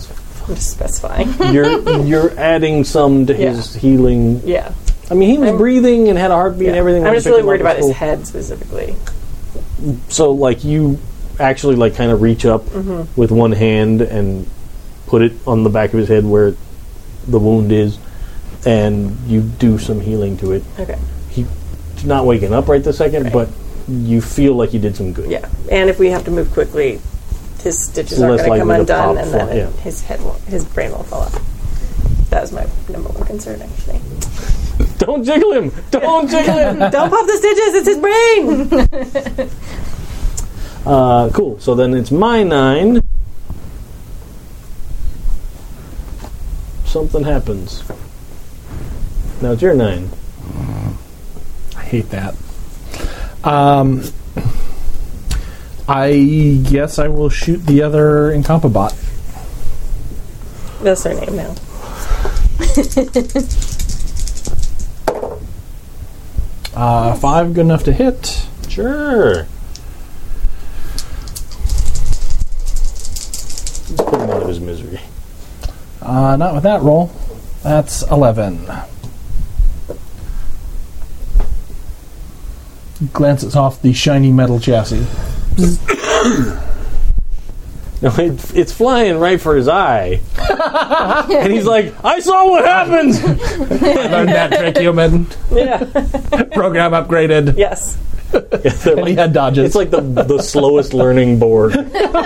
[SPEAKER 5] I'm just specifying.
[SPEAKER 1] you're you're adding some to his healing.
[SPEAKER 5] yeah.
[SPEAKER 1] I mean, he was
[SPEAKER 5] I'm-
[SPEAKER 1] breathing and had a heartbeat
[SPEAKER 5] yeah.
[SPEAKER 1] and everything. when
[SPEAKER 5] I'm
[SPEAKER 1] I
[SPEAKER 5] just
[SPEAKER 1] picked
[SPEAKER 5] really
[SPEAKER 1] him
[SPEAKER 5] worried
[SPEAKER 1] up at
[SPEAKER 5] about his
[SPEAKER 1] school.
[SPEAKER 5] head specifically.
[SPEAKER 1] So, like, you actually like kind of reach up
[SPEAKER 5] Mm-hmm.
[SPEAKER 1] with one hand and put it on the back of his head where the wound is, and you do some healing to it.
[SPEAKER 5] Okay.
[SPEAKER 1] He's not waking up right this second, but you feel like you did some good.
[SPEAKER 5] Yeah. And if we have to move quickly, his stitches
[SPEAKER 1] Less
[SPEAKER 5] aren't going to come
[SPEAKER 1] likely to
[SPEAKER 5] undone,
[SPEAKER 1] pop
[SPEAKER 5] and then
[SPEAKER 1] fly- yeah.
[SPEAKER 5] his head, won't, his brain will fall out. That was my number one concern, actually.
[SPEAKER 1] Don't jiggle him. Don't jiggle him.
[SPEAKER 5] Don't pop the stitches. It's his brain.
[SPEAKER 1] Uh, cool. So then it's my nine. Something happens. Now it's your nine.
[SPEAKER 4] I hate that. Um, I guess I will shoot the other Incompabot.
[SPEAKER 5] That's their name now.
[SPEAKER 4] Uh, five, good enough to hit.
[SPEAKER 1] Sure. Let's Put him out of his misery.
[SPEAKER 4] Uh, not with that roll. That's 11. Glances off the shiny metal chassis.
[SPEAKER 1] No, it, it's flying right for his eye, and he's like, "I saw what happens."
[SPEAKER 4] Learned that trick, human.
[SPEAKER 5] Yeah.
[SPEAKER 4] Program upgraded.
[SPEAKER 5] yes.
[SPEAKER 1] They're
[SPEAKER 4] And he
[SPEAKER 1] like-
[SPEAKER 4] had dodges.
[SPEAKER 1] it's like the the slowest learning board.
[SPEAKER 5] Incomparable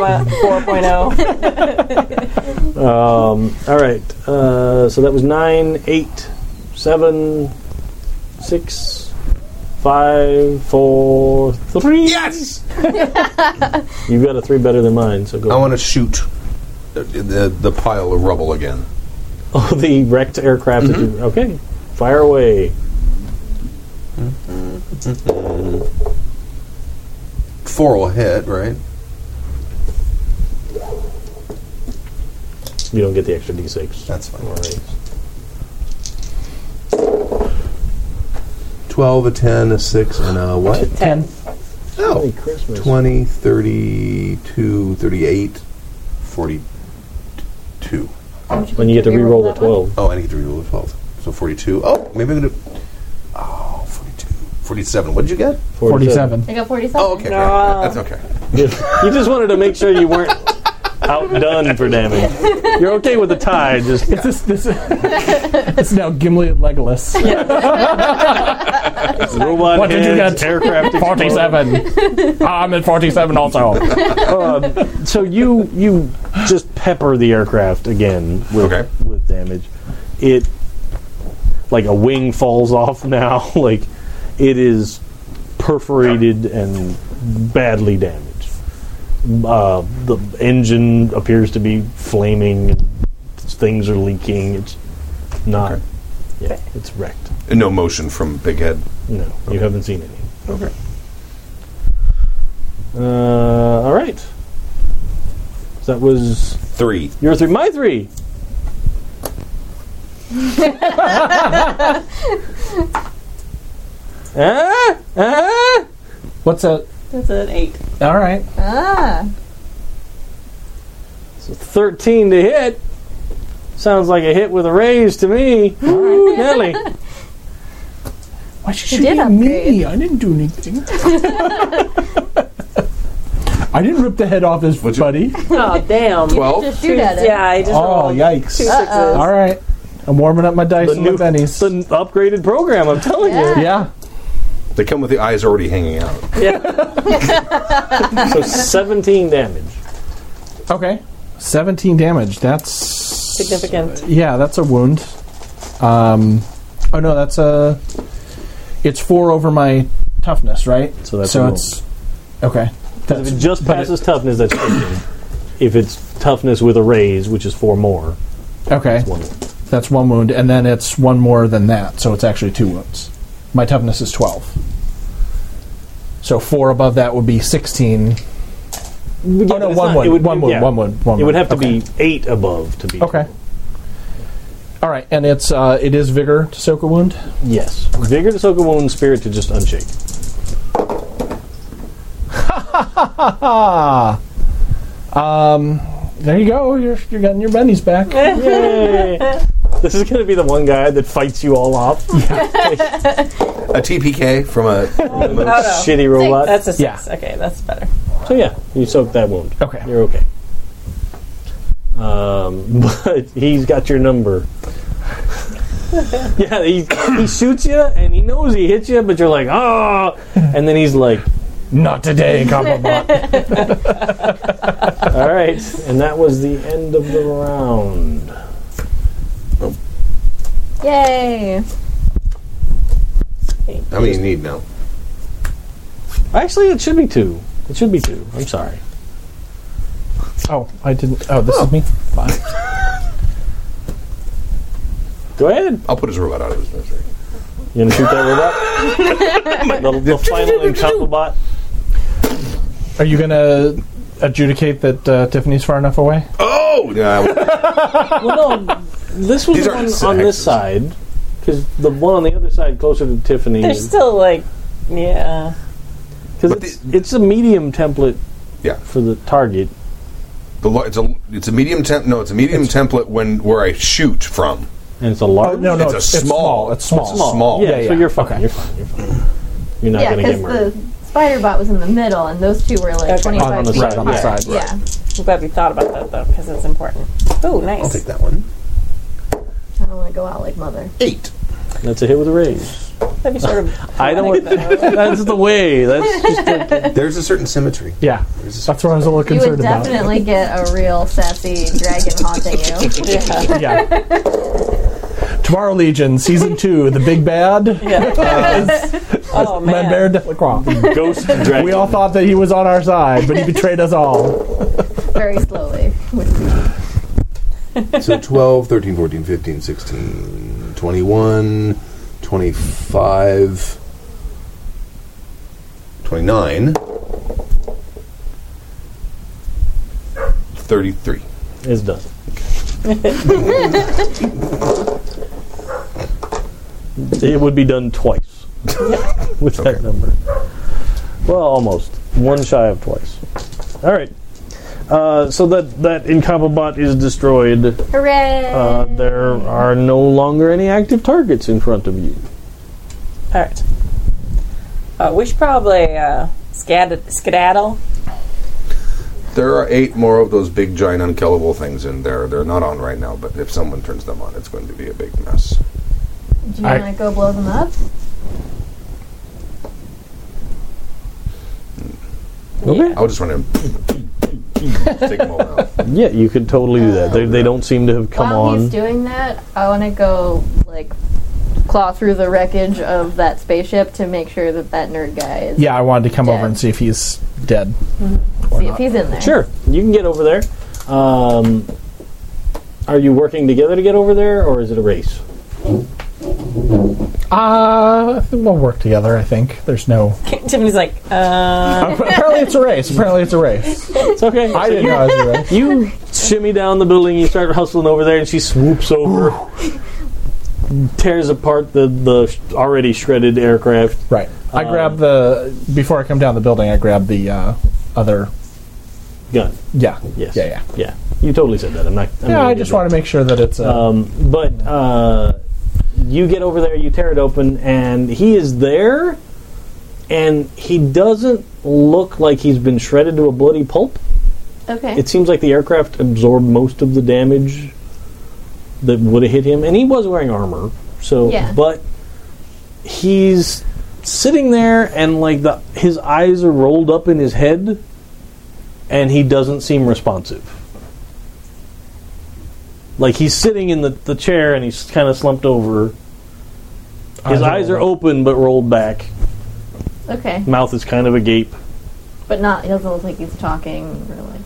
[SPEAKER 5] 4.0.
[SPEAKER 1] Um, all right. Uh, so that was nine, eight, seven, six, five, four, three.
[SPEAKER 6] Yes!
[SPEAKER 1] You've got a three better than mine, so go.
[SPEAKER 6] I want to shoot the, the, the pile of rubble again.
[SPEAKER 1] Oh, the wrecked aircraft. that you- okay. Fire away.
[SPEAKER 6] Four will hit, right?
[SPEAKER 1] You don't get the extra d6.
[SPEAKER 6] That's fine.
[SPEAKER 1] All right.
[SPEAKER 6] 12, a 10, a 6, and a what?
[SPEAKER 4] 10.
[SPEAKER 1] Merry
[SPEAKER 6] Oh,
[SPEAKER 1] Christmas.
[SPEAKER 6] 20, 32, 38, 42.
[SPEAKER 1] When you get to re-roll the 12.
[SPEAKER 6] Oh, I need to reroll the 12. So 42. Oh, maybe I'm going to. Oh, 42. 47. What did you get?
[SPEAKER 4] 47.
[SPEAKER 3] I got 47.
[SPEAKER 6] Oh, okay.
[SPEAKER 5] No.
[SPEAKER 6] That's okay.
[SPEAKER 1] you just wanted to make sure you weren't outdone for damage. You're okay with the tie, just
[SPEAKER 4] It's this this it's now Gimli and Legolas.
[SPEAKER 1] robot
[SPEAKER 4] What did you
[SPEAKER 1] heads,
[SPEAKER 4] get?
[SPEAKER 1] aircraft explode.
[SPEAKER 4] Forty-seven. I'm at forty-seven also.
[SPEAKER 1] Uh, so you you just pepper the aircraft again with
[SPEAKER 8] Okay.
[SPEAKER 1] with damage. It like a wing falls off now. like it is perforated and badly damaged. Uh, the engine appears to be flaming. And things are leaking. It's not. Yeah, it's wrecked.
[SPEAKER 6] Uh,
[SPEAKER 8] And no motion from Big Head.
[SPEAKER 1] No, you haven't seen any.
[SPEAKER 8] Okay.
[SPEAKER 1] Uh, all right. So that was
[SPEAKER 8] Three.
[SPEAKER 1] your three. My three. ah, ah.
[SPEAKER 4] What's a?
[SPEAKER 5] That's an eight.
[SPEAKER 4] All right.
[SPEAKER 3] Ah,
[SPEAKER 1] So 13 to hit. Sounds like a hit with a raise to me. Ooh, Nelly.
[SPEAKER 4] Why should
[SPEAKER 3] He
[SPEAKER 4] she
[SPEAKER 3] did
[SPEAKER 4] be
[SPEAKER 3] upgrade.
[SPEAKER 4] me? I didn't do anything. I didn't rip the head off his
[SPEAKER 8] Would you-
[SPEAKER 4] buddy.
[SPEAKER 5] Oh damn.
[SPEAKER 8] Twelve.
[SPEAKER 3] just shoot at it.
[SPEAKER 5] Yeah, I just
[SPEAKER 4] Oh
[SPEAKER 5] rolled
[SPEAKER 4] yikes!
[SPEAKER 5] two sixes.
[SPEAKER 4] All right, I'm warming up my dice
[SPEAKER 1] The
[SPEAKER 4] and
[SPEAKER 1] new,
[SPEAKER 4] my pennies.
[SPEAKER 1] the n- upgraded program, I'm telling you.
[SPEAKER 4] yeah,
[SPEAKER 8] They come with the eyes already hanging out.
[SPEAKER 1] So 17 damage.
[SPEAKER 4] Okay. 17 damage. That's
[SPEAKER 5] Significant.
[SPEAKER 4] Yeah, that's a wound. Um, oh no, that's a. It's four over my toughness, right?
[SPEAKER 1] So that's a
[SPEAKER 4] it's okay.
[SPEAKER 1] If
[SPEAKER 4] That's,
[SPEAKER 1] it just
[SPEAKER 4] but
[SPEAKER 1] passes toughness, that's 15. if it's toughness with a raise, which is four more,
[SPEAKER 4] okay.
[SPEAKER 1] one.
[SPEAKER 4] That's one wound, and then it's one more than that, so it's actually two wounds. My toughness is 12. So four above that would be 16.
[SPEAKER 1] Yeah,
[SPEAKER 4] oh
[SPEAKER 1] but
[SPEAKER 4] no,
[SPEAKER 1] it's
[SPEAKER 4] one
[SPEAKER 1] not-
[SPEAKER 4] wound,
[SPEAKER 1] it would-
[SPEAKER 4] one wound,
[SPEAKER 1] yeah.
[SPEAKER 4] one wound, one wound.
[SPEAKER 1] It would have to
[SPEAKER 4] Okay.
[SPEAKER 1] be eight above to be
[SPEAKER 4] okay. All right, and it's uh, it is vigor to soak a wound.
[SPEAKER 1] Yes, vigor to soak a wound, spirit to just unshake.
[SPEAKER 4] Ah. Um, there you go. You're, you're getting your bennies back.
[SPEAKER 3] Eh.
[SPEAKER 1] Yay! this is going to be the one guy that fights you all off.
[SPEAKER 8] A TPK from a. from a-
[SPEAKER 5] Oh, no.
[SPEAKER 1] Shitty robot.
[SPEAKER 5] That's a six.
[SPEAKER 4] Yeah.
[SPEAKER 5] Okay, that's better.
[SPEAKER 1] So Oh, yeah, you soak that wound.
[SPEAKER 4] Okay.
[SPEAKER 1] You're okay. Um, but he's got your number. yeah, he, he shoots you and he knows he hits you, but you're like, ah, and then he's like,
[SPEAKER 4] Not today, Cobblepot.
[SPEAKER 1] all right, and that was the end of the round.
[SPEAKER 3] Yay!
[SPEAKER 6] How many you need now?
[SPEAKER 1] Actually, it should be two. It should be two. I'm sorry.
[SPEAKER 4] oh, I didn't. Oh, this is me. Fine.
[SPEAKER 1] Go ahead.
[SPEAKER 8] I'll put his robot out of his misery.
[SPEAKER 1] You gonna shoot that robot? the, the final encounter bot.
[SPEAKER 4] Are you gonna adjudicate that uh, Tiffany's far enough away?
[SPEAKER 8] Oh! Yeah,
[SPEAKER 1] Well, no, this was
[SPEAKER 8] These
[SPEAKER 1] the one
[SPEAKER 8] aren't
[SPEAKER 1] on this
[SPEAKER 8] sexes.
[SPEAKER 1] side because the one on the other side, closer to Tiffany,
[SPEAKER 5] They're still like, yeah.
[SPEAKER 1] Because
[SPEAKER 8] But
[SPEAKER 1] it's, it's a medium template
[SPEAKER 8] Yeah.
[SPEAKER 1] for the target.
[SPEAKER 8] the, lo- it's a it's a medium temp. No, it's a medium template when where I shoot from.
[SPEAKER 1] And it's a large.
[SPEAKER 4] no,
[SPEAKER 8] Oh, it's a small.
[SPEAKER 4] It's small.
[SPEAKER 8] It's small. small.
[SPEAKER 1] Oh, Yeah,
[SPEAKER 4] Yeah,
[SPEAKER 1] so
[SPEAKER 4] yeah.
[SPEAKER 1] you're fine.
[SPEAKER 4] Okay.
[SPEAKER 1] You're fine. You're fine. You're not
[SPEAKER 3] yeah,
[SPEAKER 1] going to get
[SPEAKER 3] because
[SPEAKER 1] murdered.
[SPEAKER 3] the spider bot was in the middle, and those two were like
[SPEAKER 5] Okay.
[SPEAKER 3] twenty-five
[SPEAKER 1] On the
[SPEAKER 3] feet
[SPEAKER 1] side, on the
[SPEAKER 3] apart.
[SPEAKER 4] side,
[SPEAKER 3] Yeah.
[SPEAKER 5] I'm glad we thought about that though, because it's important. Oh,
[SPEAKER 6] I'll
[SPEAKER 5] nice.
[SPEAKER 6] take that one.
[SPEAKER 3] I don't want to go out like mother.
[SPEAKER 6] Eight.
[SPEAKER 1] That's a hit with a raise.
[SPEAKER 5] That'd be sort of.
[SPEAKER 1] I don't. that's the way. That's just the,
[SPEAKER 6] There's a certain symmetry.
[SPEAKER 4] Yeah,
[SPEAKER 6] There's a
[SPEAKER 4] that's what I was a little
[SPEAKER 3] You would
[SPEAKER 4] concerned about.
[SPEAKER 3] definitely get a real sassy dragon haunting you.
[SPEAKER 5] yeah.
[SPEAKER 4] Yeah. Tomorrow Legion season two, the big bad.
[SPEAKER 5] Oh man.
[SPEAKER 4] Lambert de Lacroix.
[SPEAKER 1] ghost dragon.
[SPEAKER 4] We all thought that he was on our side, but he betrayed us all.
[SPEAKER 3] very slowly.
[SPEAKER 6] So 12, 13, 14, 15, 16, 21, 25, 29.
[SPEAKER 8] 33.
[SPEAKER 1] is done. it would be done twice with that number. Well, almost one shy of twice. All right. Uh, so that that Incapabot is destroyed.
[SPEAKER 3] Hooray!
[SPEAKER 1] Uh, there are no longer any active targets in front of you.
[SPEAKER 5] All right. Uh, we should probably uh, scad- skedaddle.
[SPEAKER 8] there are eight more of those big, giant, unkillable things in there. They're not on right now, but if someone turns them on, it's going to be a big mess.
[SPEAKER 3] Do you
[SPEAKER 4] I-
[SPEAKER 3] want to go blow them up?
[SPEAKER 1] Okay.
[SPEAKER 8] I'll just run in. Take them all out.
[SPEAKER 1] Yeah, you could totally do that. They, they don't seem to have come
[SPEAKER 3] While he's
[SPEAKER 1] on.
[SPEAKER 3] doing that, I want to go like claw through the wreckage of that spaceship to make sure that that nerd guy is.
[SPEAKER 4] Yeah, I wanted to come
[SPEAKER 3] Dead.
[SPEAKER 4] over and see if he's dead.
[SPEAKER 3] See if he's in there.
[SPEAKER 1] Sure, you can get over there. Um, are you working together to get over there, or is it a race?
[SPEAKER 4] Uh, we'll work together, I think. There's no.
[SPEAKER 5] Tiffany's like, uh,
[SPEAKER 4] apparently, it's a race. Apparently, it's a race.
[SPEAKER 1] It's okay.
[SPEAKER 4] I didn't know it was a race.
[SPEAKER 1] You shimmy down the building, you start hustling over there, and she swoops over, tears apart the, the sh- already shredded aircraft.
[SPEAKER 4] Right. I grabbed the. Before I come down the building, I grabbed the uh, other.
[SPEAKER 1] Gun.
[SPEAKER 4] Yeah.
[SPEAKER 1] Yes.
[SPEAKER 4] Yeah, yeah.
[SPEAKER 1] Yeah. You totally said that. I'm not. I'm
[SPEAKER 4] Yeah,
[SPEAKER 1] not
[SPEAKER 4] I just want to make sure that it's a.
[SPEAKER 1] Um, but uh, you get over there, you tear it open, and he is there, and he doesn't look like he's been shredded to a bloody pulp.
[SPEAKER 3] Okay.
[SPEAKER 1] It seems like the aircraft absorbed most of the damage that would have hit him, and he was wearing armor. So,
[SPEAKER 3] Yeah.
[SPEAKER 1] but he's sitting there, and like the his eyes are rolled up in his head, and he doesn't seem responsive. Like he's sitting in the, the chair, and he's kind of slumped over. His
[SPEAKER 4] Eyes are
[SPEAKER 1] eyes are
[SPEAKER 4] rolled
[SPEAKER 1] open but rolled back.
[SPEAKER 3] okay.
[SPEAKER 1] Mouth is kind of agape.
[SPEAKER 3] But not. He doesn't look like he's talking really.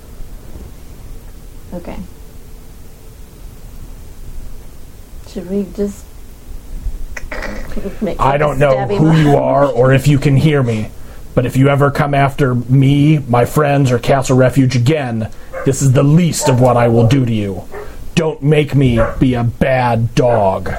[SPEAKER 3] Okay. Should we just? Make
[SPEAKER 7] I don't know
[SPEAKER 3] stab him?
[SPEAKER 7] who you are or if you can hear me, but if you ever come after me, my friends, or Castle Refuge again, this is the least of what I will do to you. Don't make me be a bad dog.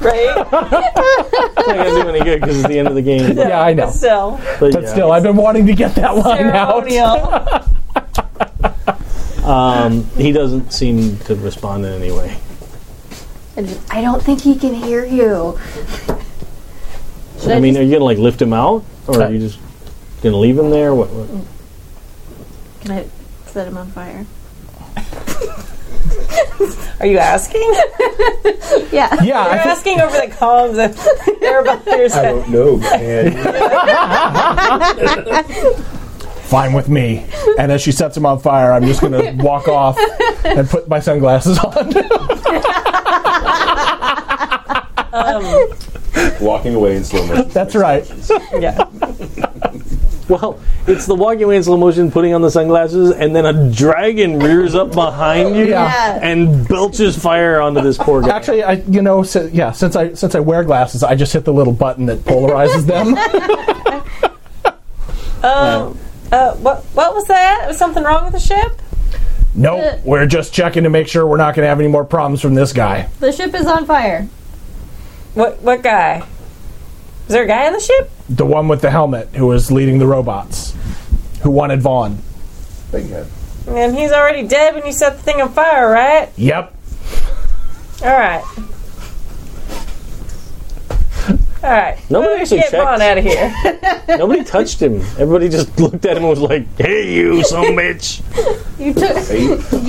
[SPEAKER 5] right?
[SPEAKER 1] It's not gonna do any good because it's the end of the game.
[SPEAKER 4] yeah, I know.
[SPEAKER 5] Still,
[SPEAKER 1] But
[SPEAKER 4] But
[SPEAKER 1] yeah.
[SPEAKER 4] still, I've been wanting to get that line out.
[SPEAKER 5] ceremonial.
[SPEAKER 1] Um, he doesn't seem to respond in any way.
[SPEAKER 3] And just, I don't think he can hear you. Should
[SPEAKER 1] I mean, are you gonna like lift him out, or are you just gonna leave him there? What? what?
[SPEAKER 3] just- can I set him on fire?
[SPEAKER 5] Are you asking?
[SPEAKER 3] Yeah.
[SPEAKER 4] Yeah,
[SPEAKER 5] You're
[SPEAKER 4] I
[SPEAKER 5] asking
[SPEAKER 4] think
[SPEAKER 5] over the comms and they're about
[SPEAKER 6] I
[SPEAKER 5] yourself.
[SPEAKER 6] don't know, man.
[SPEAKER 4] fine with me. And as she sets him on fire, I'm just gonna walk off and put my sunglasses on.
[SPEAKER 6] Walking away in slow motion.
[SPEAKER 4] That's right.
[SPEAKER 5] Yeah.
[SPEAKER 1] Well, it's the walking away in slow motion, putting on the sunglasses, and then a dragon rears up behind you
[SPEAKER 4] Yeah.
[SPEAKER 1] and belches fire onto this poor guy.
[SPEAKER 4] Actually, I you know si- yeah since I since I wear glasses, I just hit the little button that polarizes them.
[SPEAKER 5] Um, uh, what, what was that? Was something wrong with the ship?
[SPEAKER 7] Nope, we're just checking to make sure we're not going to have any more problems from this guy.
[SPEAKER 3] The ship is on fire.
[SPEAKER 5] What, what guy? Is there a guy on the ship?
[SPEAKER 7] The one with the helmet who was leading the robots, who wanted Vaughn.
[SPEAKER 6] Big head.
[SPEAKER 5] And he's already dead when you set the thing on fire, right?
[SPEAKER 7] Yep,
[SPEAKER 5] All right. All right.
[SPEAKER 1] Nobody
[SPEAKER 5] Let's
[SPEAKER 1] actually
[SPEAKER 5] get
[SPEAKER 1] checked.
[SPEAKER 5] Vaughn out of here.
[SPEAKER 1] Nobody touched him. Everybody just looked at him and was like, "Hey, you, some bitch."
[SPEAKER 3] You took.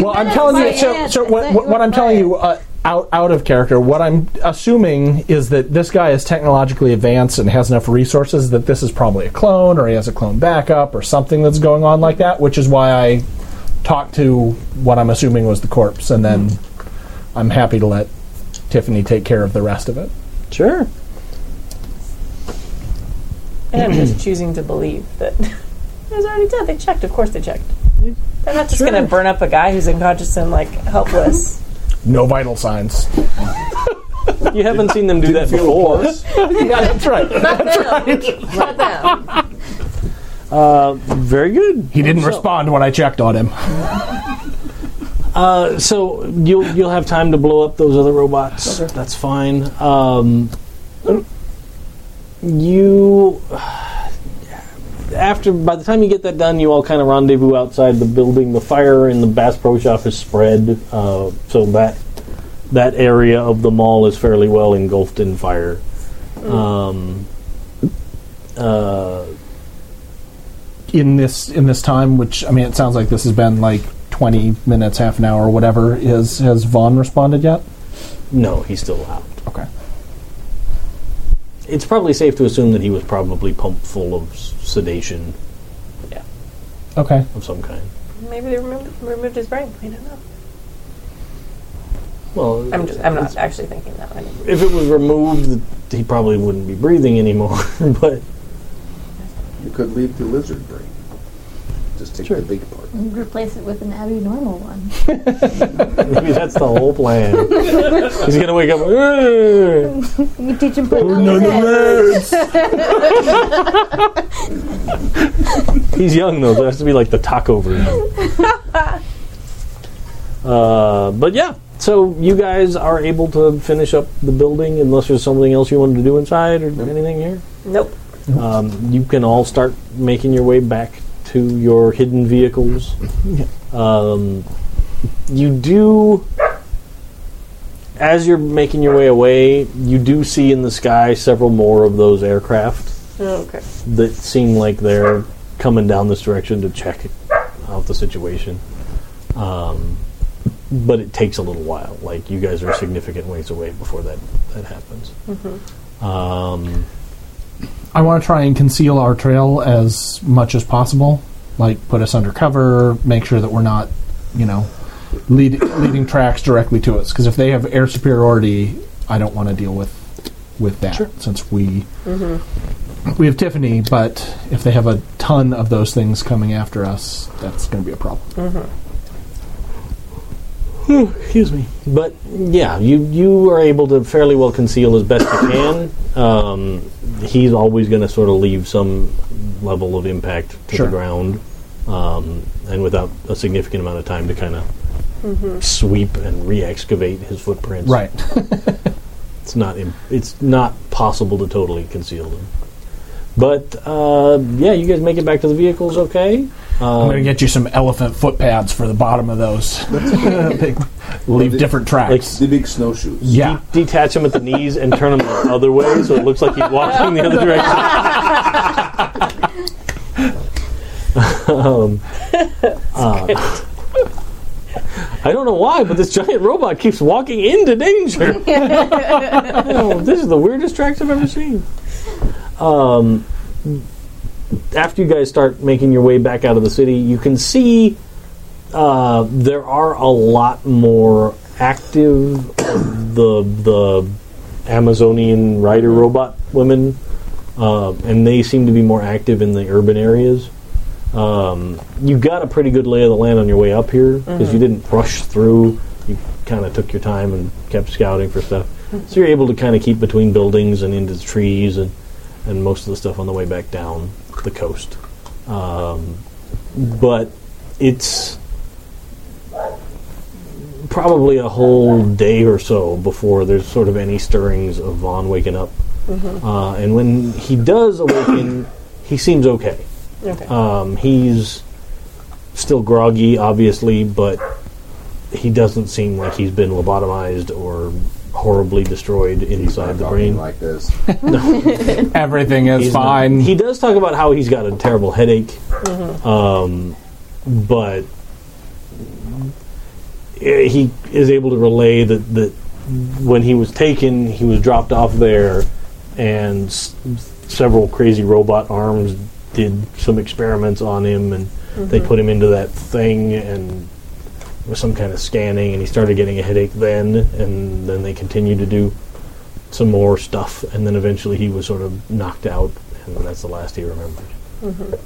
[SPEAKER 4] well, I'm telling you.
[SPEAKER 3] that's
[SPEAKER 4] So,
[SPEAKER 3] right.
[SPEAKER 4] so
[SPEAKER 3] That's
[SPEAKER 4] what,
[SPEAKER 3] right, you
[SPEAKER 4] what, what
[SPEAKER 3] were
[SPEAKER 4] I'm telling
[SPEAKER 3] right.
[SPEAKER 4] you uh, out out of character, what I'm assuming is that this guy is technologically advanced and has enough resources that this is probably a clone, or he has a clone backup, or something that's going on like that. Which is why I talked to what I'm assuming was the corpse, and then I'm happy to let Tiffany take care of the rest of it.
[SPEAKER 1] Sure.
[SPEAKER 5] And I'm just choosing to believe that it was already dead. They checked. Of course they checked. They're not just going to burn up a guy who's unconscious and like helpless.
[SPEAKER 7] no vital signs.
[SPEAKER 1] You haven't seen them do that before.
[SPEAKER 4] yeah, that's right.
[SPEAKER 3] Not them.
[SPEAKER 1] Very good.
[SPEAKER 7] He didn't respond when I checked on him.
[SPEAKER 1] so you'll you'll have time to blow up those other robots. That's fine. Um, you after by the time you get that done, you all kind of rendezvous outside the building. The fire in the Bass Pro Shop is spread, uh, so that that area of the mall is fairly well engulfed in fire. Um, uh,
[SPEAKER 4] in this in this time, which I mean, it sounds like this has been like twenty minutes, half an hour, whatever. Is has Vaughn responded yet?
[SPEAKER 1] No, he's still out.
[SPEAKER 4] Okay.
[SPEAKER 1] It's probably safe to assume that he was probably pumped full of s- sedation
[SPEAKER 4] Okay.
[SPEAKER 1] of some kind.
[SPEAKER 5] Maybe they removed, removed his brain. We don't know.
[SPEAKER 1] Well,
[SPEAKER 5] I'm just. I'm not actually thinking that. I mean,
[SPEAKER 1] if it was removed, he probably wouldn't be breathing anymore. but
[SPEAKER 8] You could leave the lizard brain. Just take the big part.
[SPEAKER 3] And replace it with an abnormal one.
[SPEAKER 1] maybe that's the whole plan. he's gonna wake up. "Ugh."
[SPEAKER 3] You teach
[SPEAKER 1] Oh,
[SPEAKER 3] him putting on his head.
[SPEAKER 1] He's young though. so It has to be like the taco version. uh, but yeah. So you guys are able to finish up the building, unless there's something else you wanted to do inside or anything here.
[SPEAKER 5] nope.
[SPEAKER 1] Um, you can all start making your way back to your hidden vehicles. Um, you do, as you're making your way away, you do see in the sky several more of those aircraft
[SPEAKER 5] Okay.
[SPEAKER 1] that seem like they're coming down this direction to check out the situation. Um, but it takes a little while. Like you guys are a significant ways away before that that happens. Um,
[SPEAKER 4] I want to try and conceal our trail as much as possible. Like, put us under cover, make sure that we're not, you know, lead, leading tracks directly to us. Because if they have air superiority, I don't want to deal with with that. Since we we have Tiffany, but if they have a ton of those things coming after us, that's going to be a problem.
[SPEAKER 1] Excuse me. But yeah, you you are able to fairly well conceal as best you can. Um, he's always going to sort of leave some level of impact to
[SPEAKER 4] Sure.
[SPEAKER 1] the ground, um, and without a significant amount of time to kind of sweep and re-excavate his footprints.
[SPEAKER 4] Right.
[SPEAKER 1] It's not im- it's not possible to totally conceal them. But uh, yeah, you guys make it back to the vehicles, okay?
[SPEAKER 4] I'm
[SPEAKER 1] Um,
[SPEAKER 4] going to get you some elephant foot pads for the bottom of those. They leave different tracks.
[SPEAKER 8] The big snowshoes.
[SPEAKER 4] yeah.
[SPEAKER 1] Detach him at the knees and turn him the other way, so it looks like he's walking the other direction. Um, uh, I don't know why, but this giant robot keeps walking into danger. You know, this is the weirdest tracks I've ever seen. Um, after you guys start making your way back out of the city, you can see uh, there are a lot more active of the the Amazonian rider robot women, uh, and they seem to be more active in the urban areas. Um, you got a pretty good lay of the land on your way up here because you didn't rush through. You kind of took your time and kept scouting for stuff. So you're able to kind of keep between buildings and into the trees and, and most of the stuff on the way back down the coast. Um, but it's probably a whole day or so before there's sort of any stirrings of Vaughn waking up. Uh, and when he does awaken, he seems okay.
[SPEAKER 5] Okay.
[SPEAKER 1] Um, he's still groggy, obviously, but he doesn't seem like he's been lobotomized or horribly destroyed inside the brain.
[SPEAKER 8] like this.
[SPEAKER 4] Everything is
[SPEAKER 1] He's not-
[SPEAKER 4] fine.
[SPEAKER 1] he does talk about how he's got a terrible headache, um, but eh, he is able to relay that, that when he was taken, he was dropped off there, and s- several crazy robot arms did some experiments on him, and they put him into that thing and with some kind of scanning, and he started getting a headache then, and then they continued to do some more stuff, and then eventually he was sort of knocked out, and that's the last he remembered.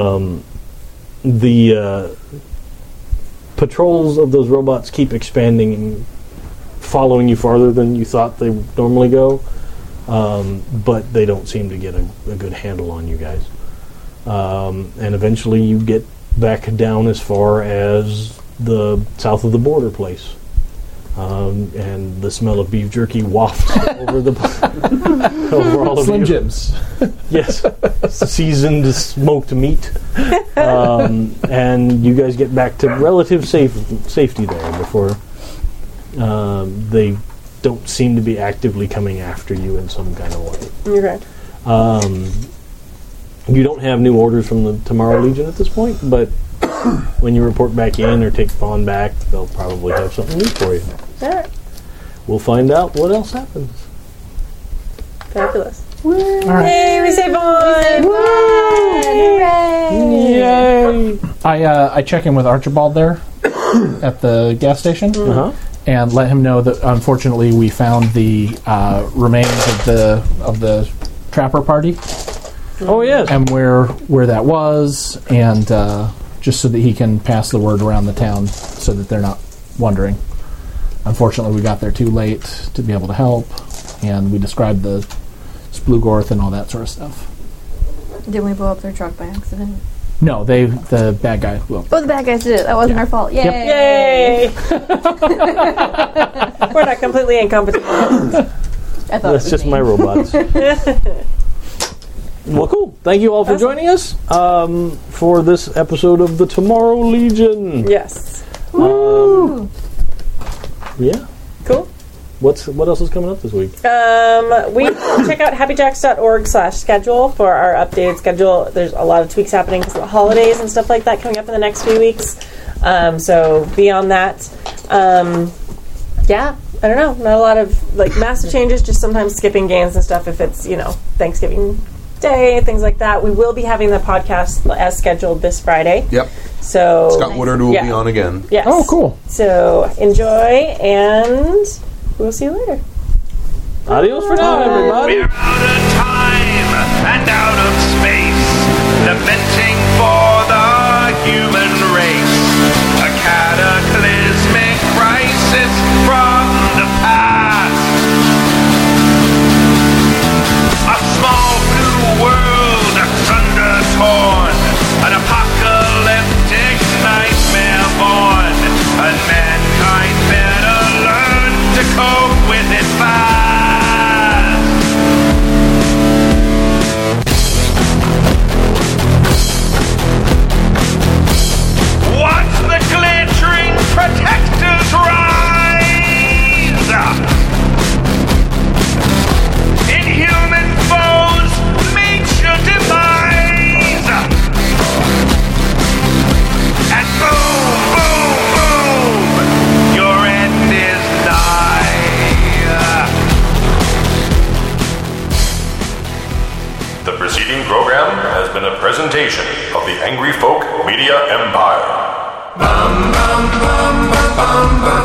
[SPEAKER 1] Um, the uh, patrols of those robots keep expanding and following you farther than you thought they would normally go, um, but they don't seem to get a, a good handle on you guys. Um, and eventually you get back down as far as the south of the border place um, and the smell of beef jerky wafts over the over all of
[SPEAKER 4] Slim
[SPEAKER 1] you.
[SPEAKER 4] Jims.
[SPEAKER 1] Yes, seasoned smoked meat, um, and you guys get back to relative safe safety there before um, they don't seem to be actively coming after you in some kind of way.
[SPEAKER 5] Okay.
[SPEAKER 1] Um, You don't have new orders from the Tomorrow Legion at this point, but when you report back in or take Fawn back, they'll probably have something new for you.
[SPEAKER 5] Alright.
[SPEAKER 1] We'll find out what else happens.
[SPEAKER 5] Fabulous.
[SPEAKER 4] right.
[SPEAKER 5] Yay, we saved one!
[SPEAKER 1] Yay!
[SPEAKER 4] I uh, I check in with Archibald there at the gas station
[SPEAKER 1] Uh-huh.
[SPEAKER 4] and let him know that unfortunately we found the uh, remains of the of the trapper party
[SPEAKER 1] Oh, yes.
[SPEAKER 4] and where where that was and uh, just so that he can pass the word around the town so that they're not wondering. Unfortunately, we got there too late to be able to help, and we described the Splugorth and all that sort of stuff.
[SPEAKER 3] Didn't we blow up their truck by accident?
[SPEAKER 4] No, they the bad guy. Well,
[SPEAKER 3] Oh, the bad guys did it. That wasn't
[SPEAKER 4] Yeah.
[SPEAKER 3] our fault. Yay!
[SPEAKER 4] Yep.
[SPEAKER 5] Yay! We're not completely incompetent.
[SPEAKER 3] I thought
[SPEAKER 1] That's
[SPEAKER 3] it was
[SPEAKER 1] just
[SPEAKER 3] me.
[SPEAKER 1] my robots. well, cool. Thank you all for
[SPEAKER 5] Awesome.
[SPEAKER 1] joining us um, for this episode of the Tomorrow Legion. Um,
[SPEAKER 5] Yes.
[SPEAKER 1] Yeah.
[SPEAKER 5] Cool.
[SPEAKER 1] What's what else is coming up this week?
[SPEAKER 5] Um, we check out happyjacks.org slash schedule for our updated schedule. There's a lot of tweaks happening because of the holidays and stuff like that coming up in the next few weeks. Um, so be on that. Um, yeah, I don't know. Not a lot of like massive changes, just sometimes skipping games and stuff if it's, you know, Thanksgiving Day, things like that. We will be having the podcast as scheduled this Friday.
[SPEAKER 8] Yep.
[SPEAKER 5] So
[SPEAKER 8] Scott Woodard will be
[SPEAKER 5] Yeah.
[SPEAKER 8] on again.
[SPEAKER 5] Yes.
[SPEAKER 4] oh, cool.
[SPEAKER 5] So enjoy, and we'll see you later.
[SPEAKER 1] Adios for now, everybody.
[SPEAKER 9] We're out of time and out of space, lamenting for the human race. A cataclysmic crisis from the past. A small blue world asunder torn, an apocalyptic nightmare born, and mankind better learn to cope with it fast. Watch the glittering protectors rise! Inhuman foes meet your demise! And boom, boom, boom! Your end is nigh!
[SPEAKER 10] The preceding program has been a presentation of the Angry Folk Media Empire.
[SPEAKER 9] bum, bum, bum, bum, bum.